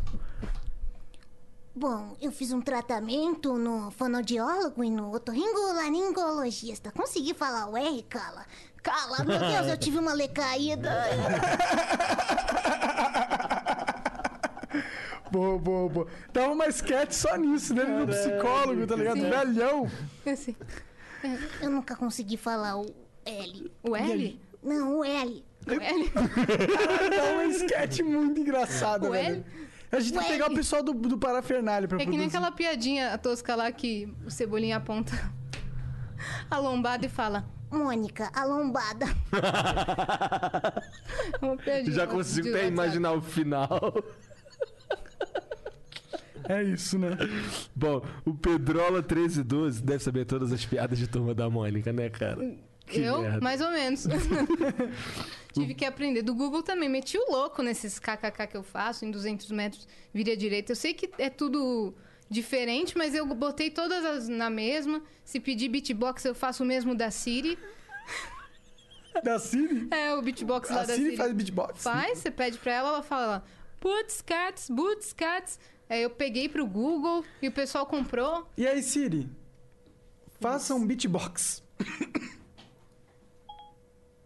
Bom, eu fiz um tratamento no fonoaudiólogo e no otorringolaringologista. Consegui falar o R, cala? Cala, meu Deus, eu tive uma lecaída. Boa, boa, boa. Dava uma sketch só nisso, dele no psicólogo, tá ligado? Sim. Velhão. Assim. Eu nunca consegui falar o L. O E aí? L? Não, o L. O L? Dá uma sketch muito engraçada, O velho. L? A gente tem que O pegar o L? pessoal do, do parafernália pra É que nem produzir. aquela piadinha tosca lá que o Cebolinha aponta a lombada e fala. Mônica, a lombada. É uma piadinha Já consigo de até WhatsApp. imaginar o final. É isso, né? Bom, o Pedrola 1312 deve saber todas as piadas de turma da Mônica, né, cara? Que eu? merda. Mais ou menos. Tive que aprender. Do Google também. Meti o louco nesses kkk que eu faço, em 200 metros, vira direita. Eu sei que é tudo diferente, mas eu botei todas as na mesma. Se pedir beatbox, eu faço o mesmo da Siri. Da Siri? É, o beatbox lá A da Siri Siri. faz beatbox? Faz, você pede pra ela, ela fala... Boots, cats, boots, cats. Aí eu peguei pro Google e o pessoal comprou. E aí, Siri? Faça um beatbox.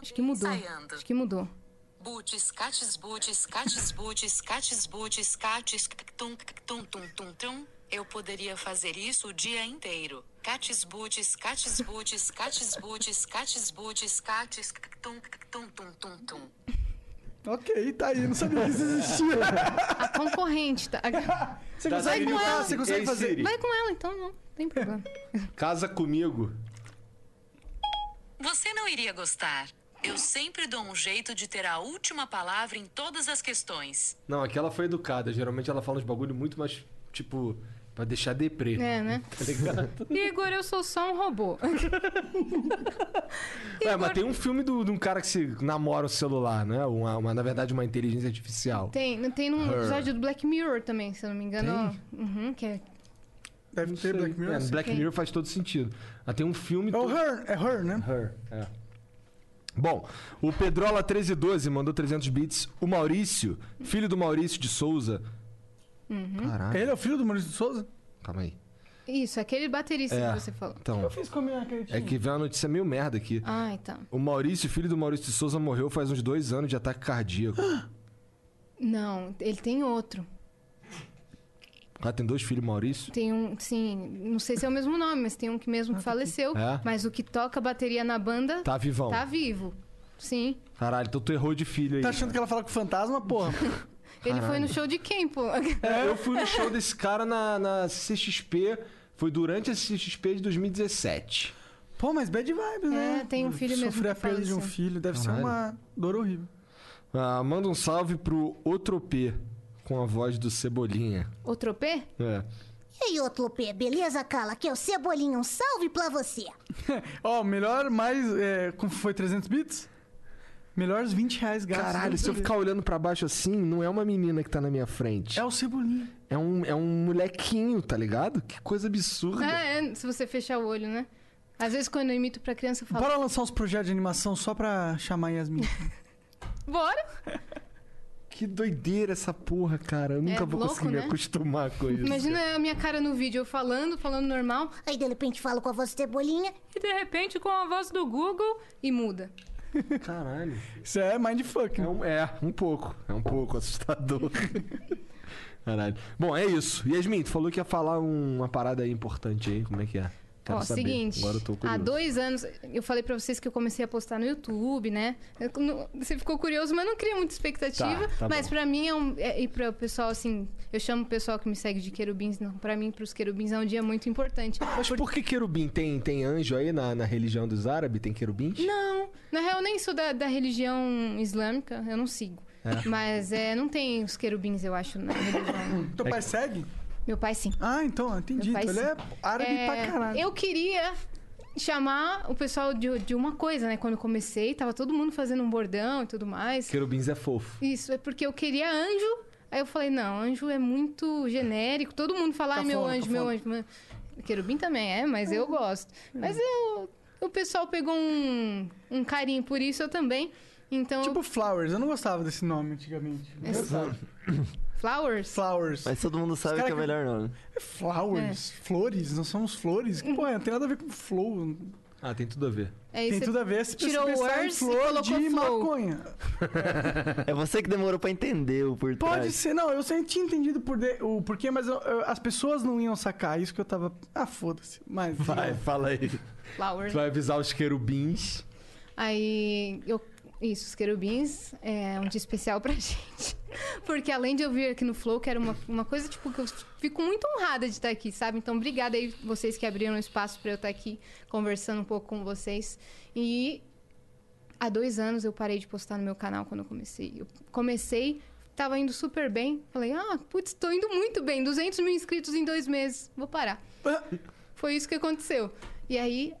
Acho que mudou. Ensaiando. Acho que mudou. Butes, cates, butes, cates, butes, cates, butes, cates, tum, tum, tum, tum, tum. Eu poderia fazer isso o dia inteiro. Cates, butes, cates, butes, cates, butes, cates, butes, cates, tum, tum, tum, tum, tum. Ok, tá aí. Não sabia que isso existia. A concorrente, tá? Você Tá, consegue Siri, imitar? tá, Você consegue Ei, fazer? Siri. Vai com ela, então, não tem problema. Casa comigo. Você não iria gostar. Eu sempre dou um jeito de ter a última palavra em todas as questões. Não, aqui ela foi educada. Geralmente ela fala uns bagulho muito mais, tipo, pra deixar deprê. É, né? Tá ligado? Igor, eu sou só um robô. Ué, mas tem um filme do- de um cara que se namora o celular, né? Uma, uma, na verdade, uma inteligência artificial. Tem, tem num Her. episódio do Black Mirror também, se eu não me engano. Uhum, que é Deve ter Black Mirror. É, sim. Black Tem. Mirror faz todo sentido. Ah, tem um filme. É o Her, é Her, né? Her, é. Bom, o Pedrola1312 mandou 300 bits. O Maurício, filho do Maurício de Souza. Uhum. Caraca. Ele é o filho do Maurício de Souza? Calma aí. Isso, aquele baterista É, que você falou. Então, comer aquele é que vem uma notícia meio merda aqui. Ah, então. O Maurício, filho do Maurício de Souza, morreu faz uns dois anos de ataque cardíaco. Não, ele tem outro. Ah, tem dois filhos, Maurício. Tem um, sim, não sei se é o mesmo nome, mas tem um que mesmo que faleceu. É? Mas o que toca bateria na banda Tá vivão. tá vivo. Sim. Caralho, então tu errou de filho aí. Tá achando que ela fala com fantasma, porra? Ele foi Caralho. no show de quem, pô? É, eu fui no show desse cara na, na CXP. Foi durante a CXP de 2017. Pô, mas bad vibes, né? É, tem um filho mesmo Sofrer a que perda de um faleceu. filho deve ser Caralho. uma dor horrível. Ah, manda um salve pro Otropê com a voz do Cebolinha. O tropê? É. E aí, Otlopê, beleza, Cala? Aqui é o Cebolinha, um salve pra você. Ó, melhor mais. É, como foi 300 bits? Melhores 20 reais gastos. Caralho, se eu ficar olhando pra baixo assim, não é uma menina que tá na minha frente. É o Cebolinha. É um, é um molequinho, tá ligado? Que coisa absurda. Ah, é, se você fechar o olho, né? Às vezes quando eu imito pra criança, eu falo, Bora lançar uns projetos de animação só pra chamar a Yasmin. bora! Que doideira essa porra, cara. Eu nunca vou louco, conseguir né? me acostumar com isso. Imagina a minha cara no vídeo, eu falando, falando normal, aí de repente falo com a voz do Cebolinha. e de repente com a voz do Google e muda. Caralho. Isso é mindfuck. É um, é, um pouco. É um pouco assustador. Caralho. Bom, é isso. Yasmin, tu falou que ia falar um- uma parada aí importante aí. Como é que é? Quero Ó, saber. seguinte, Agora eu tô há curioso. dois anos eu falei pra vocês que eu comecei a postar no YouTube, né? Eu não- Você ficou curioso, mas não cria muita expectativa. Tá, tá mas bom. pra mim é um. é- e para o pessoal, assim, eu chamo o pessoal que me segue de querubins, não. Pra mim, pros querubins é um dia muito importante. Mas por que querubim? Tem, tem anjo aí na, na religião dos árabes? Tem querubins? Não, na real eu nem sou da, da religião islâmica, eu não sigo. É. Mas é, não tem os querubins, eu acho, na religião. É Teu pai segue? Meu pai sim. Ah, então, entendi. Meu pai, Então ele é sim. árabe É, pra caralho. Eu queria chamar o pessoal de, de uma coisa, né? Quando eu comecei, tava todo mundo fazendo um bordão e tudo mais. Querubins é fofo. Isso, é porque eu queria anjo. Aí eu falei, não, anjo é muito genérico. Todo mundo Tá fala, ai, meu Cafona, anjo, meu cafona. anjo, meu anjo. Querubim também é, mas eu gosto. Mas eu, o pessoal pegou um, um carinho por isso, eu também. Então, Tipo Flowers, eu não gostava desse nome antigamente. É Flowers? Flowers. Mas todo mundo sabe Cara, que é o que- melhor nome. É Flowers, É. flores, nós somos flores. Que, Pô, não tem nada a ver com flow. Ah, tem tudo a ver. É, tem você tudo a ver se tirou você pensar em words e flor colocou de flow. maconha. É você que demorou pra entender o porquê. Pode ser, não, eu sempre tinha entendido por de- o porquê, mas eu- eu- as pessoas não iam sacar isso que eu tava. Ah, foda-se. Mas. é, Vai, fala aí. Flowers. Tu vai avisar os querubins. Aí eu. Isso, os querubins é um dia especial pra gente. Porque além de eu vir aqui no Flow, que era uma, uma coisa, tipo, que eu fico muito honrada de estar aqui, sabe? Então, obrigada aí vocês que abriram espaço pra eu estar aqui conversando um pouco com vocês. E há dois anos eu parei de postar no meu canal quando eu comecei. Eu comecei, tava indo super bem. Falei, ah, putz, tô indo muito bem. 200 mil inscritos em dois meses. Vou parar. Foi isso que aconteceu. E aí,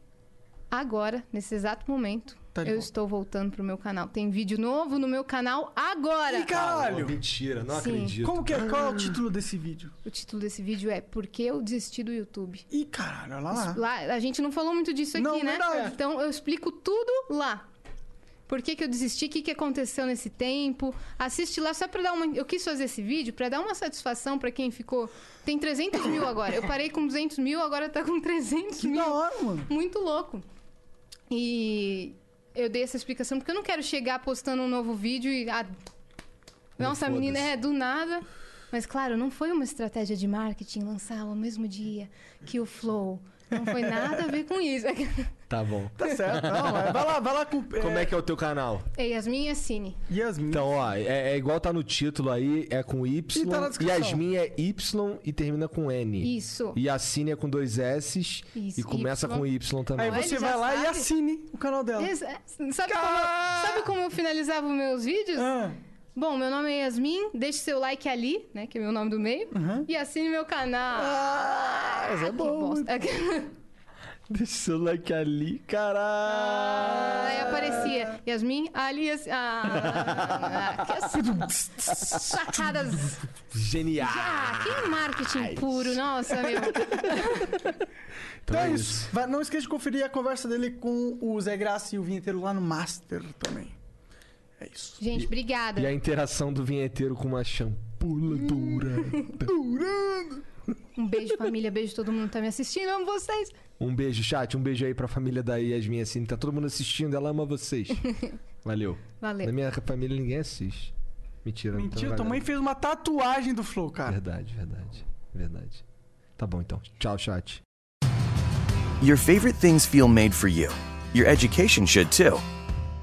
agora, nesse exato momento, Tá de eu volta. estou voltando pro meu canal. Tem vídeo novo no meu canal agora. Ih, caralho! Ah, mentira, não Sim. acredito. Como que é? Qual é o título desse vídeo? O título desse vídeo é Por que eu desisti do YouTube? Ih, caralho, olha lá. a gente não falou muito disso aqui, Não, né? verdade. Então eu explico tudo lá. Por que, que eu desisti? O que, que aconteceu nesse tempo? Assiste lá só pra dar uma. Eu quis fazer esse vídeo pra dar uma satisfação pra quem ficou. Tem 300 mil agora. Eu parei com 200 mil, agora tá com 300 mil. Da hora, mano. Muito louco. E eu dei essa explicação porque eu não quero chegar postando um novo vídeo e. ah, nossa, a foda-se. menina é do nada. Mas claro, não foi uma estratégia de marketing lançar ao mesmo dia que o Flow. Não foi nada a ver com isso. Tá bom. Tá certo. Não, é- vai lá, vai lá com. Como é que é o teu canal? É Yasmin Yassine. Yasmin. Então, ó, é, é igual tá no título aí, é com Y. E tá na descrição. Yasmin é Y e termina com N. Isso. E assine é com dois S e Isso, começa Y. com Y também. Aí você vai lá e assine o canal dela. Ex- Sabe como, eu- sabe como eu finalizava os meus vídeos? Ah. Bom, meu nome é Yasmin, deixe seu like ali, né? Que é meu nome do meio. E assine meu canal. Ah, mas é que bosta. Deixa o seu like ali, caralho. Aí aparecia Yasmin, ali... Yas- Ah, ah, que as- sacadas. Genial. Ah, que marketing puro, nossa, meu. Então é isso. Vai- não esqueça de conferir a conversa dele com o Zé Graça e o Vinheteiro lá no Master também. É isso. Gente, obrigada. E a interação do vinheteiro com uma champula dura. Um beijo, família. Beijo todo mundo que tá me assistindo. Amo vocês. Um beijo, chat. Um beijo aí pra família da Yasmin assim. Tá todo mundo assistindo, ela ama vocês. Valeu. Valeu. Na minha família ninguém assiste. Mentira, Então não tá Mentira, tua valendo. mãe fez uma tatuagem do Flow, cara. Verdade, verdade, verdade. Tá bom então. Tchau, chat. Your favorite things feel made for you. Your education should too.